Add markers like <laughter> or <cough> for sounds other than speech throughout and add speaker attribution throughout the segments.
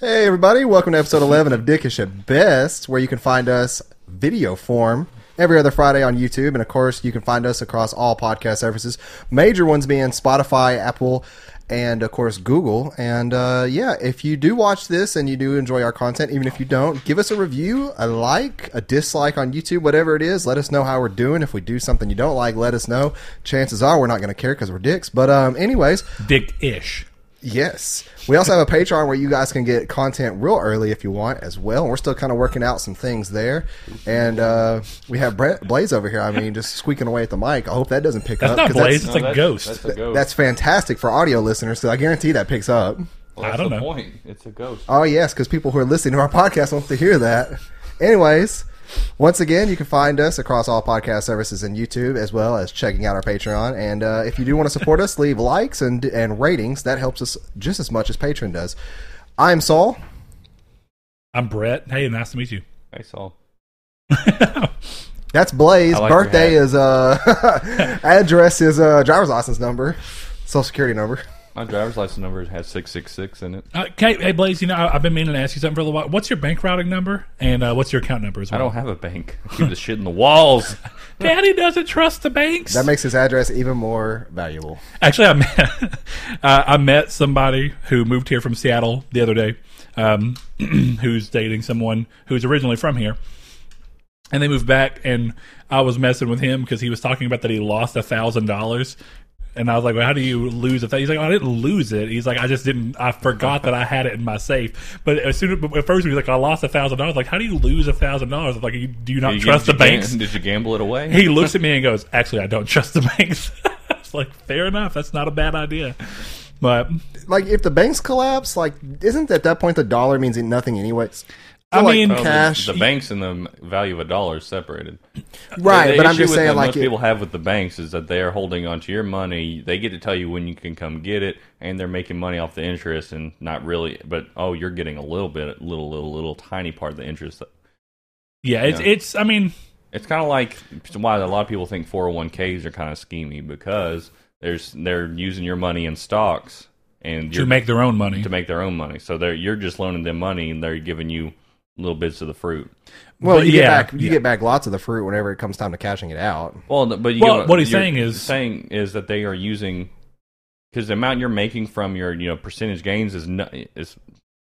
Speaker 1: Hey, everybody. Welcome to episode 11 of Dickish at Best, where you can find us video form every other Friday on YouTube. And of course, you can find us across all podcast services, major ones being Spotify, Apple, and of course, Google. And uh, yeah, if you do watch this and you do enjoy our content, even if you don't, give us a review, a like, a dislike on YouTube, whatever it is. Let us know how we're doing. If we do something you don't like, let us know. Chances are we're not going to care because we're dicks. But, um, anyways,
Speaker 2: Dick ish.
Speaker 1: Yes. We also have a Patreon where you guys can get content real early if you want as well. We're still kind of working out some things there. And uh, we have Brett Blaze over here. I mean, just squeaking away at the mic. I hope that doesn't pick
Speaker 2: That's
Speaker 1: up.
Speaker 2: not
Speaker 1: Oh, 'cause
Speaker 2: Blaze,
Speaker 1: That's,
Speaker 2: it's a ghost.
Speaker 3: That's a ghost.
Speaker 1: that's fantastic for audio listeners because I guarantee that picks up.
Speaker 3: Well, that's
Speaker 2: I don't
Speaker 3: the
Speaker 2: know.
Speaker 3: point. It's a ghost.
Speaker 1: Oh, yes, because people who are listening to our podcast want to hear that. Anyways, once again, you can find us across all podcast services and YouTube, as well as checking out our Patreon. And uh, if you do want to support us, leave likes and, and ratings. That helps us just as much as Patreon does. I'm Saul.
Speaker 2: I'm Brett. Hey, nice to meet you.
Speaker 3: I saw.
Speaker 1: That's Blaze.
Speaker 3: I like your
Speaker 1: Birthday
Speaker 3: hat.
Speaker 1: is uh <laughs> address is uh driver's license number, social security number.
Speaker 3: My driver's license number has six six six in it.
Speaker 2: Okay, Uh, hey Blaze, you know I, I've been meaning to ask you something for a little while. What's your bank routing number and uh, what's your account number as
Speaker 3: I
Speaker 2: well?
Speaker 3: don't have a bank. <laughs> I keep the shit in
Speaker 2: <laughs>
Speaker 3: the walls.
Speaker 2: Daddy doesn't trust the banks.
Speaker 1: That makes his address even more valuable.
Speaker 2: Actually, I met, <laughs> uh, I met somebody who moved here from Seattle the other day, um, <clears throat> who's dating someone who's originally from here, and they moved back. And I was messing with him because he was talking about that he lost a thousand dollars, and I was like, "Well, how do you lose a thousand? He's like, "Oh, "I didn't lose it." He's like, "I just didn't. I forgot that I had it in my safe." But as soon as, at first he was like, "I lost a thousand dollars." Like, how do you lose a thousand dollars? Like, you, do you not
Speaker 3: Did you-
Speaker 2: trust the
Speaker 3: did you
Speaker 2: banks?
Speaker 3: gam- <laughs> Did you gamble it away?
Speaker 2: he looks at me and goes, "Actually, I don't trust the banks." <laughs> it's like fair enough. That's not a bad idea. But
Speaker 1: Like if the banks collapse, like isn't at that point the dollar means nothing anyways?
Speaker 2: I
Speaker 1: like,
Speaker 2: mean,
Speaker 3: Well, the-
Speaker 1: cash.
Speaker 3: The, banks and the value of a dollar is separated.
Speaker 1: Right,
Speaker 3: The
Speaker 1: but I'm
Speaker 3: issue
Speaker 1: just
Speaker 3: with
Speaker 1: saying
Speaker 3: that
Speaker 1: like
Speaker 3: most
Speaker 1: it-
Speaker 3: people have with the banks is that they are holding onto your money. They get to tell you when you can come get it, and they're making money off the interest and not really. But oh, you're getting a little bit, little, little, little tiny part of the interest.
Speaker 2: yeah, it's
Speaker 3: Yeah.
Speaker 2: it's. I mean,
Speaker 3: It's kind of like why a lot of people think 401ks are kind of schemy because there's they're using your money in stocks and
Speaker 2: to
Speaker 3: you're-
Speaker 2: make their own money.
Speaker 3: to make their own money. So they're you're just loaning them money and they're giving you little bits of the fruit.
Speaker 1: well
Speaker 2: but
Speaker 1: you
Speaker 2: yeah,
Speaker 1: get back you
Speaker 2: yeah.
Speaker 1: get back lots of the fruit whenever it comes time to cashing it out.
Speaker 3: Well, th- but you
Speaker 2: Well,
Speaker 3: get
Speaker 2: what he's
Speaker 3: you're
Speaker 2: saying is-
Speaker 3: saying is that they are using because the amount you're making from your you know percentage gains is no, is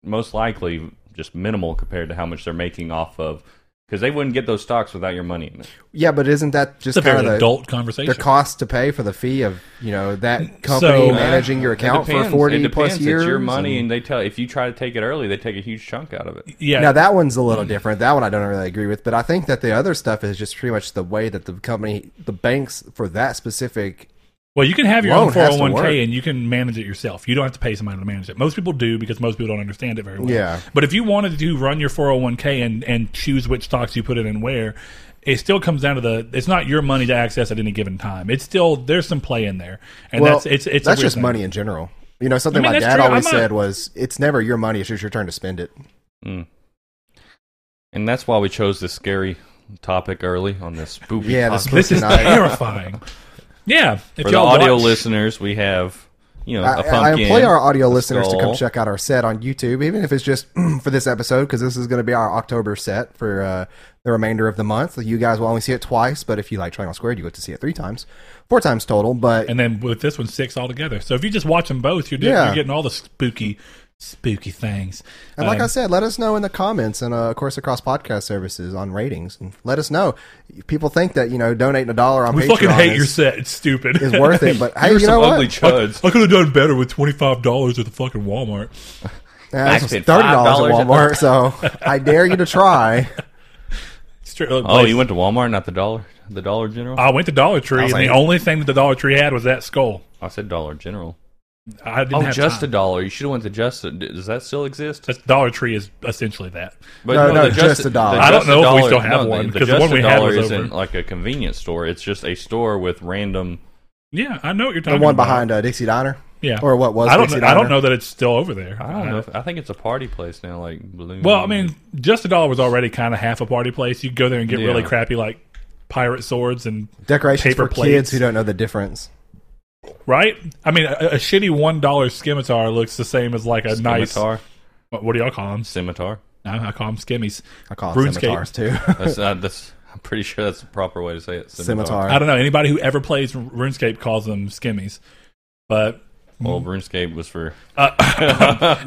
Speaker 3: most likely just minimal compared to how much they're making off of because they wouldn't get those stocks without your money in it.
Speaker 1: Yeah, but isn't that
Speaker 2: it's a
Speaker 1: just kind
Speaker 2: very
Speaker 1: of the,
Speaker 2: adult conversation.
Speaker 1: the cost to pay for the fee of, you know, that company
Speaker 2: So-
Speaker 1: managing your
Speaker 3: It
Speaker 1: account for
Speaker 3: depends.
Speaker 1: forty
Speaker 3: it
Speaker 1: plus
Speaker 3: depends.
Speaker 1: years?
Speaker 3: It's your money,
Speaker 1: and-
Speaker 3: and they tell if you try to take it early, they take a huge chunk out of it.
Speaker 2: yeah,
Speaker 1: Now that one's a little different. That one I don't really agree with, but I think that the other stuff is just pretty much the way that the company, the banks for that specific.
Speaker 2: Well, you can have your
Speaker 1: Loan
Speaker 2: own
Speaker 1: has to work.
Speaker 2: 401k and you can manage it yourself. You don't have to pay somebody to manage it. Most people do because most people don't understand it very well.
Speaker 1: Yeah.
Speaker 2: But if you wanted to run your 401k and, and choose which stocks you put in and where, it still comes down to the it's not your money to access at any given time. It's still there's some play in there. And
Speaker 1: Well,
Speaker 2: that's it's it's a
Speaker 1: that's
Speaker 2: weird
Speaker 1: just
Speaker 2: thing.
Speaker 1: money in general. You know, something
Speaker 2: I mean,
Speaker 1: my
Speaker 2: that's
Speaker 1: dad
Speaker 2: true.
Speaker 1: always
Speaker 2: I'm not-
Speaker 1: said was, "It's never your money; it's just your turn to spend it."
Speaker 3: Mm. And that's why we chose this scary topic early on this spooky.
Speaker 1: Yeah, the
Speaker 3: podcast.
Speaker 1: spooky <laughs>
Speaker 2: This is
Speaker 1: night.
Speaker 2: terrifying. Yeah. If
Speaker 3: for the audio
Speaker 2: watch-
Speaker 3: listeners, we have you know
Speaker 1: I,
Speaker 3: a
Speaker 1: I
Speaker 3: pumpkin.
Speaker 1: employ our audio listeners to come
Speaker 3: skull.
Speaker 1: check out our set on YouTube, even if it's just <clears throat> for this episode, because this is going to be our October set for uh, the remainder of the month. You guys will only see it twice, but if you like Triangle Squared, you get to see it three times, four times total. But
Speaker 2: and then with this one six altogether. So if you just watch them both, you're, doing,
Speaker 1: Yeah.
Speaker 2: you're getting all the spooky spooky things.
Speaker 1: And like
Speaker 2: Um,
Speaker 1: I said, let us know in the comments and uh, of course across podcast services on ratings. And let us know. People think that you know donating a dollar on
Speaker 2: we
Speaker 1: Patreon
Speaker 2: fucking hate
Speaker 1: is,
Speaker 2: your set. It's stupid. <laughs>
Speaker 1: is worth it, but hey,
Speaker 3: You're
Speaker 1: you know
Speaker 3: some
Speaker 1: what?
Speaker 3: ugly chuds.
Speaker 2: I could have done better with twenty five dollars at the fucking Walmart.
Speaker 1: Nah, this
Speaker 3: I
Speaker 1: was
Speaker 3: paid
Speaker 1: thirty dollars at
Speaker 3: $5
Speaker 1: Walmart, so <laughs> I dare you to
Speaker 2: <laughs>
Speaker 1: try.
Speaker 2: Straight,
Speaker 3: Oh, you went to Walmart, not the Dollar, the Dollar General.
Speaker 2: I went to Dollar Tree,
Speaker 1: I
Speaker 2: and
Speaker 1: was
Speaker 2: the
Speaker 1: like-
Speaker 2: only thing that the Dollar Tree had was that skull.
Speaker 3: I said Dollar General.
Speaker 2: I didn't
Speaker 3: Oh,
Speaker 2: have
Speaker 3: just
Speaker 2: time.
Speaker 3: a dollar. You should have went to just. A, does that still exist?
Speaker 2: That's- Dollar Tree is essentially that.
Speaker 3: But
Speaker 1: No, no,
Speaker 3: the
Speaker 1: just a dollar.
Speaker 3: the
Speaker 2: I don't
Speaker 3: just
Speaker 2: know
Speaker 3: a
Speaker 2: if we
Speaker 3: dollar-
Speaker 2: still have one,
Speaker 3: the-
Speaker 2: because the
Speaker 3: just
Speaker 2: one
Speaker 3: a
Speaker 2: we had
Speaker 3: dollar
Speaker 2: was
Speaker 3: isn't
Speaker 2: over.
Speaker 3: like a convenience store. It's just a store with random.
Speaker 2: Yeah, I know what you're
Speaker 1: The
Speaker 2: talking.
Speaker 1: one
Speaker 2: about.
Speaker 1: behind uh, Dixie Diner,
Speaker 2: yeah,
Speaker 1: or what was
Speaker 2: I don't.
Speaker 1: Dixie
Speaker 2: Know, I
Speaker 1: Diner.
Speaker 2: don't know that it's still over there. Uh,
Speaker 3: I don't know. If, I think it's a party place now, like balloon.
Speaker 2: Well, I mean, just a dollar was already kind of half a party place. You could go there and get really
Speaker 3: Yeah.
Speaker 2: crappy like pirate swords and
Speaker 1: Decorations
Speaker 2: Paper
Speaker 1: for kids
Speaker 2: plates.
Speaker 1: who don't know the difference.
Speaker 2: right. I mean, a, a shitty one dollar scimitar looks the same as like a nice
Speaker 3: Scimitar.
Speaker 2: What, what do y'all call them?
Speaker 3: Scimitar.
Speaker 2: I, I call them skimmies.
Speaker 1: I call them
Speaker 2: RuneScape.
Speaker 1: scimitars
Speaker 2: <laughs>
Speaker 1: too.
Speaker 3: That's, uh, that's. I'm pretty sure that's the proper way to say it.
Speaker 1: Scimitar.
Speaker 2: I don't know. Anybody who ever plays RuneScape calls them skimmies. But
Speaker 3: Well, RuneScape was for
Speaker 2: excuse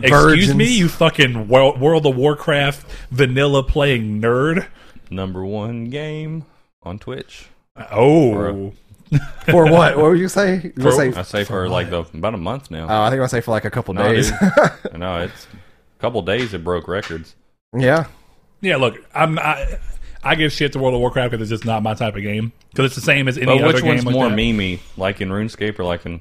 Speaker 2: me,
Speaker 1: Virgins.
Speaker 2: you fucking World, World of Warcraft vanilla playing nerd.
Speaker 3: number one game on Twitch.
Speaker 2: Oh,
Speaker 1: for what? What would you say? You would say?
Speaker 3: I say for, like the about a month now.
Speaker 1: Oh, I think I say for like a couple
Speaker 3: No,
Speaker 1: days. <laughs>
Speaker 3: dude. no, it's a couple days it broke records.
Speaker 1: yeah.
Speaker 2: yeah. Look, I'm I, I give shit to World of Warcraft because it's just not my type of game. Because it's the same as any
Speaker 3: But
Speaker 2: other
Speaker 3: which
Speaker 2: game.
Speaker 3: one's
Speaker 2: like
Speaker 3: more
Speaker 2: that.
Speaker 3: memey, like in RuneScape or like in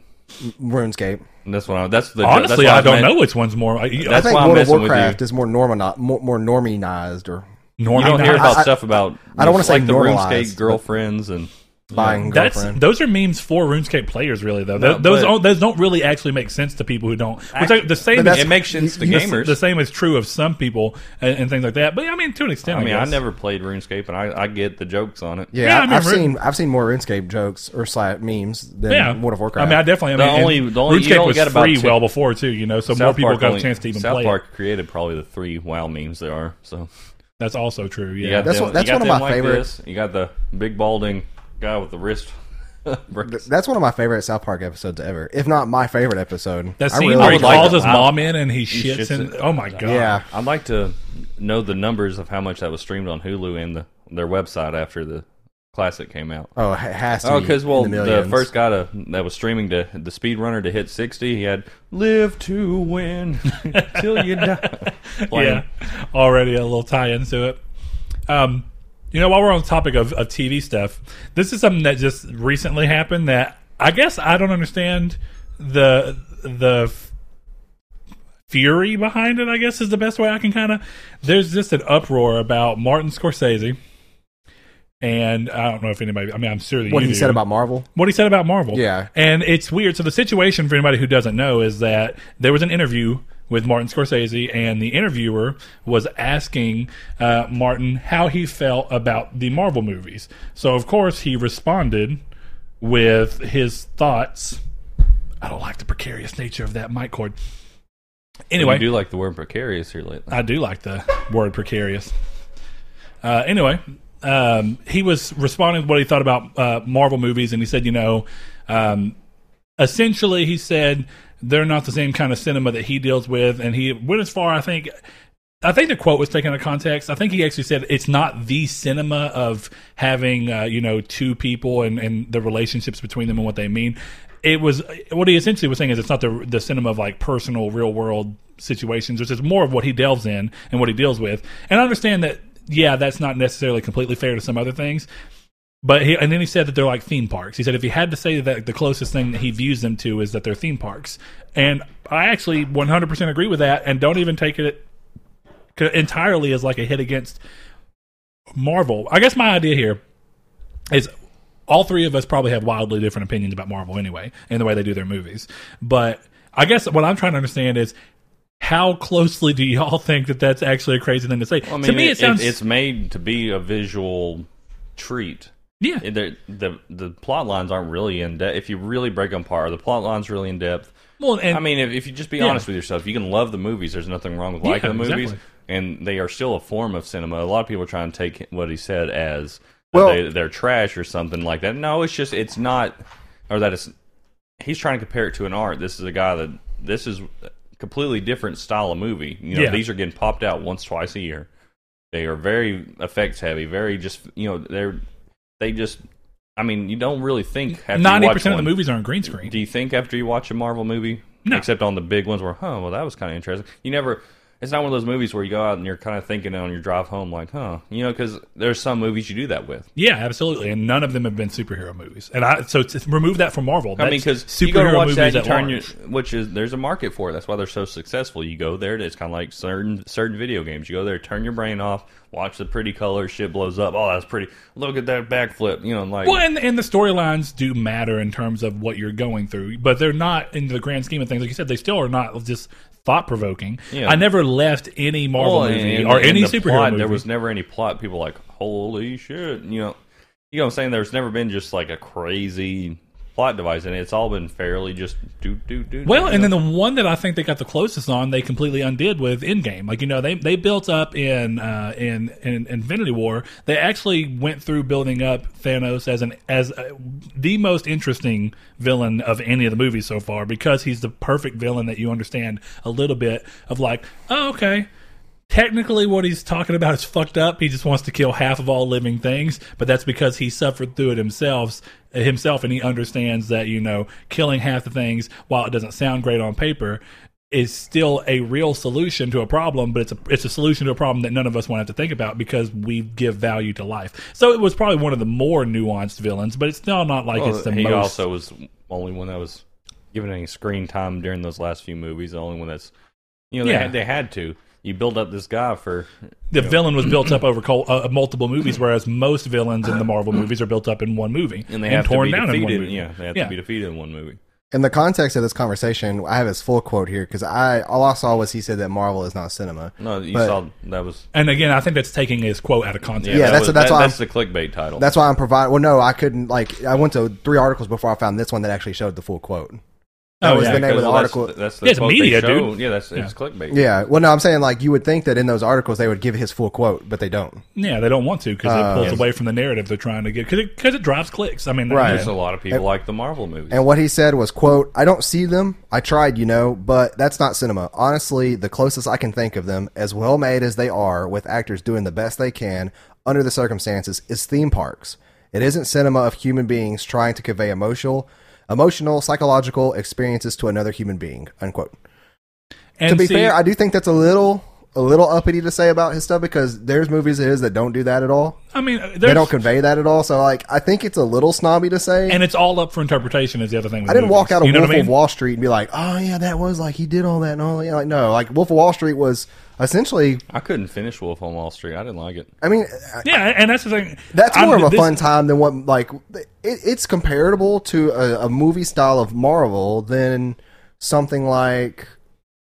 Speaker 1: RuneScape.
Speaker 3: this one? That's the that's
Speaker 2: Honestly,
Speaker 3: why
Speaker 2: I
Speaker 3: was
Speaker 2: don't
Speaker 3: mad-
Speaker 2: know which one's more. I,
Speaker 1: I
Speaker 3: That's
Speaker 1: think
Speaker 3: why I'm
Speaker 1: World of
Speaker 3: messing with
Speaker 1: Warcraft is more normal, more, more norminized or
Speaker 2: normal.
Speaker 3: You don't hear about
Speaker 1: I-
Speaker 3: stuff about.
Speaker 1: I don't wanna
Speaker 3: it's like
Speaker 1: say
Speaker 3: the
Speaker 1: normalized,
Speaker 3: RuneScape
Speaker 1: but-
Speaker 3: girlfriends and
Speaker 1: buying
Speaker 2: That's
Speaker 1: girlfriend.
Speaker 2: those are memes for RuneScape players, really. Though Th-
Speaker 3: No,
Speaker 2: those
Speaker 3: but-
Speaker 2: don't, those don't really actually make sense to people who don't. Which are, the same
Speaker 1: But that's-
Speaker 3: it makes sense to
Speaker 2: the s-
Speaker 3: gamers.
Speaker 2: The same is true of some people and, and things like that. But I mean, to an extent, I,
Speaker 3: I mean, I
Speaker 2: guess.
Speaker 3: never played RuneScape, and I, I get the jokes on it.
Speaker 1: yeah,
Speaker 2: yeah, I
Speaker 1: I
Speaker 2: mean,
Speaker 1: have
Speaker 2: Rune-
Speaker 1: seen I've seen more RuneScape jokes or slash memes than
Speaker 2: Yeah,
Speaker 1: World of Warcraft.
Speaker 2: I mean, I definitely. I
Speaker 3: The
Speaker 2: mean, and
Speaker 3: only- the only- you
Speaker 2: RuneScape
Speaker 3: only
Speaker 2: was
Speaker 3: got about
Speaker 2: free
Speaker 3: two-
Speaker 2: well before too. You know, so more people got a chance to even
Speaker 3: South
Speaker 2: play.
Speaker 3: Park
Speaker 2: It.
Speaker 3: created probably the three WoW memes there are. So
Speaker 2: That's also true.
Speaker 3: you
Speaker 2: Yeah,
Speaker 3: got
Speaker 1: That's
Speaker 3: them-
Speaker 1: one- that's
Speaker 3: you
Speaker 1: one
Speaker 3: got
Speaker 1: of
Speaker 3: them
Speaker 1: my
Speaker 3: like
Speaker 1: favorite-
Speaker 3: This. You got the big balding guy with the wrist. <laughs> brace.
Speaker 1: that's one of my favorite South Park episodes ever, if not my favorite episode.
Speaker 2: that
Speaker 1: I
Speaker 2: scene
Speaker 1: really
Speaker 2: where he
Speaker 1: like
Speaker 3: would like
Speaker 2: calls
Speaker 3: to-
Speaker 2: his
Speaker 3: I-
Speaker 2: mom in and he shits,
Speaker 3: shits
Speaker 2: in.
Speaker 3: it.
Speaker 2: Oh my god!
Speaker 1: Yeah,
Speaker 3: I'd like to know the numbers of how much that was streamed on Hulu and the, their website after the classic came out.
Speaker 1: Oh, it has to.
Speaker 3: Oh,
Speaker 1: be
Speaker 3: because well,
Speaker 1: in the,
Speaker 3: the,
Speaker 1: millions.
Speaker 3: first guy to, that was streaming to the speedrunner to hit sixty, he had "Live to win <laughs> till you die."
Speaker 2: yeah,
Speaker 3: Playing.
Speaker 2: already a little tie into it. Um, you know, while we're on the topic of, of TV stuff, this is something that just recently happened that I guess I don't understand the the f- fury behind it. I guess is the best way I can kind of. There's just an uproar about Martin Scorsese, and I don't know if anybody. I mean, I'm sure that
Speaker 1: what
Speaker 2: you
Speaker 1: he
Speaker 2: do
Speaker 1: said about Marvel.
Speaker 2: what he said about Marvel.
Speaker 1: Yeah.
Speaker 2: And it's weird. So the situation for anybody who doesn't know is that there was an interview with Martin Scorsese, and the interviewer was asking uh, Martin how he felt about the Marvel movies. So of course he responded with his thoughts. I don't like the precarious nature of that mic cord. Anyway,
Speaker 3: You do like the word precarious here lately.
Speaker 2: I do like the word precarious. Uh, anyway, um, he was responding to what he thought about uh, Marvel movies, and he said, you know, um, essentially, he said they're not the same kind of cinema that he deals with, and he went as far, I think. I think the quote was taken out of context. I think he actually said it's not the cinema of having uh, you know two people and, and the relationships between them and what they mean. It was what he essentially was saying is it's not the the cinema of like personal real world situations, which is more of what he delves in and what he deals with. And I understand that yeah, that's not necessarily completely fair to some other things. But he, and then he said that they're like theme parks. He said if he had to say that the closest thing that he views them to is that they're theme parks, and I actually 100% agree with that, and don't even take it c- entirely as like a hit against Marvel. I guess my idea here is all three of us probably have wildly different opinions about Marvel anyway, and the way they do their movies. But I guess what I'm trying to understand is how closely do y'all think that that's actually a crazy thing to say?
Speaker 3: I mean,
Speaker 2: to me, it, sounds
Speaker 3: it's made to be a visual treat.
Speaker 2: yeah.
Speaker 3: It- The, the the plot lines aren't really in depth. If you really break them apart, are the plot lines really in depth?
Speaker 2: well, and,
Speaker 3: I mean, if, if you just be
Speaker 2: Yeah.
Speaker 3: honest with yourself, you can love the movies. There's nothing wrong with
Speaker 2: Yeah,
Speaker 3: liking the movies,
Speaker 2: exactly.
Speaker 3: and they are still a form of cinema. A lot of people are trying to take what he said as that
Speaker 1: Well-
Speaker 3: they, they're trash or something like that. No, it's just it's not, or that it's. He's trying to compare it to an art. This is a guy that this is a completely different style of movie. You know,
Speaker 2: Yeah.
Speaker 3: these are getting popped out once twice a year. They are very effects heavy, very just you know they're they just. I mean, you don't really think after you watch
Speaker 2: Ninety percent of the
Speaker 3: one.
Speaker 2: movies are on green screen.
Speaker 3: Do you think after you watch a Marvel movie,
Speaker 2: No.
Speaker 3: except on the big ones, where huh, well that was kind of interesting. You never. It's not one of those movies where you go out and you're kind of thinking on your drive home, like, huh, you know, because there's some movies you do that with.
Speaker 2: Yeah, absolutely. And none of them have been superhero movies. And I so to remove that from Marvel.
Speaker 3: I mean,
Speaker 2: that's
Speaker 3: because you go to watch that, you
Speaker 2: at
Speaker 3: turn your,
Speaker 2: large.
Speaker 3: which is there's a market for it. That's why they're so successful. You go there, it's kind of like certain certain video games. You go there, turn your brain off, watch the pretty colors, shit blows up. Oh, that's pretty. Look at that backflip. You know, like
Speaker 2: Well, and, and the storylines do matter in terms of what you're going through, but they're not in the grand scheme of things. Like you said, they still are not just thought provoking.
Speaker 3: Yeah.
Speaker 2: I never left any Marvel
Speaker 3: Well,
Speaker 2: movie
Speaker 3: and-
Speaker 2: or
Speaker 3: and
Speaker 2: any
Speaker 3: the
Speaker 2: superhero
Speaker 3: plot,
Speaker 2: movie.
Speaker 3: There was never any plot. People like, holy shit, you know, you know what I'm saying. There's never been just like a crazy plot device, and it's all been fairly just do do do.
Speaker 2: Well, and then the one that I think they got the closest on, they completely undid with Endgame. Like you know, they they built up in uh, in in Infinity War. They actually went through building up Thanos as an as uh the most interesting villain of any of the movies so far because he's the perfect villain that you understand a little bit of like, oh okay. Technically, what he's talking about is fucked up. He just wants to kill half of all living things, but that's because he suffered through it himself. Himself, and he understands that you know killing half the things, while it doesn't sound great on paper, is still a real solution to a problem. But it's a it's a solution to a problem that none of us want to have to think about because we give value to life. So it was probably one of the more nuanced villains, but it's still not like
Speaker 3: Well,
Speaker 2: it's the
Speaker 3: he
Speaker 2: most.
Speaker 3: also was the only one that was given any screen time during those last few movies. The only one that's you know they
Speaker 2: Yeah.
Speaker 3: had they had to. You build up this guy for
Speaker 2: the villain was
Speaker 3: <clears throat>
Speaker 2: built up over col- uh, multiple movies, whereas most villains in the Marvel movies are built up in one movie
Speaker 3: and they have
Speaker 2: torn
Speaker 3: to be
Speaker 2: down in one
Speaker 3: defeated.
Speaker 2: movie.
Speaker 3: yeah, they have
Speaker 2: Yeah.
Speaker 3: to be defeated in one movie.
Speaker 1: In the context of this conversation, I have his full quote here because I all I saw was he said that Marvel is not cinema.
Speaker 3: No, you
Speaker 1: But-
Speaker 3: saw that was
Speaker 2: And again, I think that's taking his quote out of
Speaker 3: yeah,
Speaker 2: context.
Speaker 1: Yeah,
Speaker 3: that
Speaker 1: that's-
Speaker 3: was,
Speaker 1: that's
Speaker 3: that,
Speaker 1: why
Speaker 3: that's the clickbait title.
Speaker 1: That's why I'm providing. Well, no, I couldn't. Like, I went to three articles before I found this one that actually showed the full quote. That
Speaker 2: Oh,
Speaker 1: was
Speaker 2: yeah.
Speaker 1: the name of the
Speaker 3: Because
Speaker 1: article.
Speaker 3: That's, that's the
Speaker 2: Yeah, it's
Speaker 3: quote they
Speaker 2: media, dude.
Speaker 3: showed. Yeah, that's it's
Speaker 2: Yeah.
Speaker 3: clickbait.
Speaker 1: Yeah. Well, no, I'm saying like you would think that in those articles they would give his full quote, but they don't.
Speaker 2: Yeah, they don't want to because it pulls
Speaker 1: Uh,
Speaker 2: away from the narrative they're trying to get because it, 'cause it drives clicks. I mean,
Speaker 1: Right.
Speaker 3: There's a lot of people like the Marvel movies.
Speaker 1: And what he said was, "quote I don't see them. I tried, you know, but that's not cinema. Honestly, the closest I can think of them, as well made as they are, with actors doing the best they can under the circumstances, is theme parks. It isn't cinema of human beings trying to convey emotional, emotional, psychological experiences to another human being." Unquote.
Speaker 2: and
Speaker 1: to be
Speaker 2: see-
Speaker 1: fair, I do think that's a little a little uppity to say about his stuff because there's movies of his that don't do that at all.
Speaker 2: I mean,
Speaker 1: They
Speaker 2: there's-
Speaker 1: don't convey that at all. So like, I think it's a little snobby to say.
Speaker 2: and it's all up for interpretation. Is the other thing. With
Speaker 1: I didn't walk
Speaker 2: movies.
Speaker 1: out of
Speaker 2: you know
Speaker 1: Wolf
Speaker 2: what I mean?
Speaker 1: of Wall Street and be like, oh yeah, that was like he did all that and all that. Like no, like Wolf of Wall Street was essentially.
Speaker 3: I couldn't finish Wolf on Wall Street. I didn't like it.
Speaker 1: I mean,
Speaker 2: Yeah, and that's the thing.
Speaker 1: that's
Speaker 2: I'm-
Speaker 1: more of a
Speaker 2: this-
Speaker 1: fun time than what like it, it's comparable to a, a movie style of Marvel than something like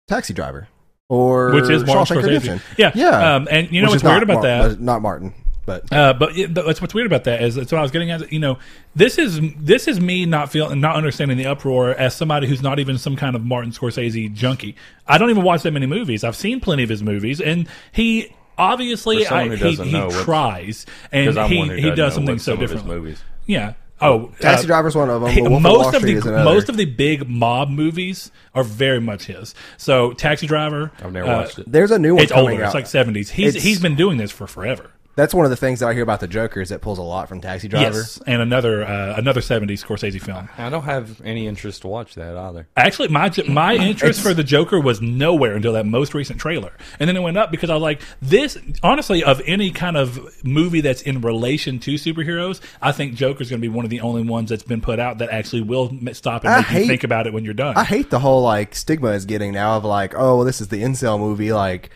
Speaker 1: Taxi Driver or
Speaker 2: which is Martin
Speaker 1: Shawshank
Speaker 2: Scorsese.
Speaker 1: Redemption.
Speaker 2: Yeah,
Speaker 1: yeah.
Speaker 2: Um, and you know
Speaker 1: Which
Speaker 2: what's
Speaker 1: is not
Speaker 2: weird about
Speaker 1: Mar-
Speaker 2: that?
Speaker 1: uh, Not Martin, but
Speaker 2: Uh, but it- but that's what's weird about that is that's what I was getting at. You know, this is this is me not feeling, not understanding the uproar as somebody who's not even some kind of Martin Scorsese junkie. I don't even watch that many movies. I've seen plenty of his movies, and he obviously
Speaker 3: For someone
Speaker 2: I,
Speaker 3: who
Speaker 2: he,
Speaker 3: doesn't know
Speaker 2: he
Speaker 3: what's-
Speaker 2: tries
Speaker 3: Because
Speaker 2: and
Speaker 3: I'm
Speaker 2: he,
Speaker 3: one who
Speaker 2: he
Speaker 3: doesn't know
Speaker 2: does something
Speaker 3: what
Speaker 2: so
Speaker 3: some of his
Speaker 2: different.
Speaker 3: movies.
Speaker 2: Yeah. Oh,
Speaker 1: Taxi
Speaker 2: uh,
Speaker 1: Driver's one of them.
Speaker 2: he-
Speaker 1: but Wolf of Wall
Speaker 2: most of
Speaker 1: Street
Speaker 2: the
Speaker 1: is another.
Speaker 2: most of the big mob movies are very much his. So Taxi Driver, uh,
Speaker 3: I've never watched it.
Speaker 1: There's a new one
Speaker 2: It's
Speaker 1: coming
Speaker 2: older.
Speaker 1: out.
Speaker 2: It's like seventies. He's
Speaker 1: It's-
Speaker 2: he's been doing this for forever.
Speaker 1: That's one of the things that I hear about the Joker is that pulls a lot from Taxi Driver.
Speaker 2: Yes, and another uh, another seventies Scorsese film.
Speaker 3: I don't have any interest to watch that either.
Speaker 2: Actually, my my interest for the Joker was nowhere until that most recent trailer, and then it went up because I was like, this. Honestly, of any kind of movie that's in relation to superheroes, I think Joker's going to be one of the only ones that's been put out that actually will m- stop and
Speaker 1: I
Speaker 2: make you
Speaker 1: hate-
Speaker 2: think about it when you're done.
Speaker 1: I hate the whole like stigma is getting now of like, oh, well, this is the incel movie. Like,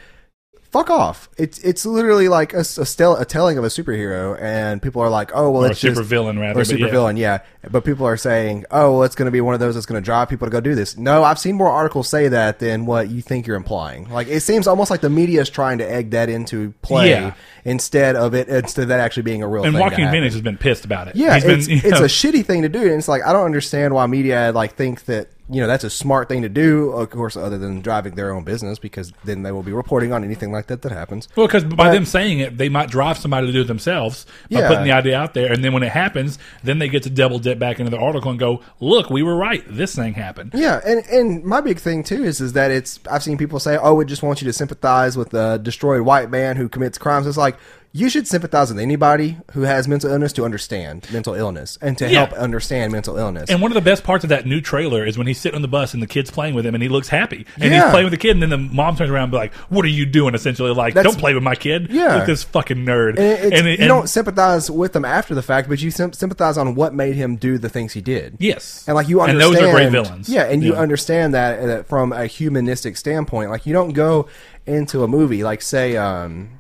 Speaker 1: fuck off. It's it's literally like a, s- a, stel- a telling of a superhero, and people are like, oh, well,
Speaker 2: or a
Speaker 1: it's just
Speaker 2: supervillain, rather.
Speaker 1: or
Speaker 2: but yeah.
Speaker 1: supervillain, yeah. But people are saying, oh, well, it's going to be one of those that's going to drive people to go do this. No, I've seen more articles say that than what you think you're implying. Like it seems almost like the media is trying to egg that into play
Speaker 2: Yeah.
Speaker 1: instead of it instead of that actually being a real.
Speaker 2: And
Speaker 1: thing to
Speaker 2: Joaquin
Speaker 1: happen.
Speaker 2: Phoenix has been pissed about it.
Speaker 1: Yeah,
Speaker 2: He's been,
Speaker 1: it's,
Speaker 2: you
Speaker 1: it's
Speaker 2: know-
Speaker 1: a shitty thing to do, and it's like I don't understand why media like think that you know that's a smart thing to do. Of course, other than driving their own business, because then they will be reporting on anything like that that happens.
Speaker 2: Well, because by
Speaker 1: But-
Speaker 2: them saying it, they might drive somebody to do it themselves by
Speaker 1: Yeah.
Speaker 2: putting the idea out there, and then when it happens, then they get to double dip back into the article and go, "Look, we were right. This thing happened."
Speaker 1: Yeah, and and my big thing too is is that it's I've seen people say, oh, we just want you to sympathize with the destroyed white man who commits crimes. It's like you should sympathize with anybody who has mental illness to understand mental illness and to
Speaker 2: Yeah.
Speaker 1: help understand mental illness.
Speaker 2: And one of the best parts of that new trailer is when he's sitting on the bus and the kid's playing with him, and he looks happy, and
Speaker 1: Yeah.
Speaker 2: he's playing with the kid, and then the mom turns around and be like, "What are you doing?" Essentially, like,
Speaker 1: That's-
Speaker 2: "Don't play with my kid."
Speaker 1: Yeah.
Speaker 2: Look, this fucking
Speaker 1: And
Speaker 2: nerd.
Speaker 1: it's,
Speaker 2: it-
Speaker 1: you don't sympathize with them after the fact, but you sym- sympathize on what made him do the things he did.
Speaker 2: yes,
Speaker 1: And like you
Speaker 2: and
Speaker 1: understand,
Speaker 2: those are great villains.
Speaker 1: Yeah, and you understand that, that from a humanistic standpoint. Like you don't go into a movie like say um,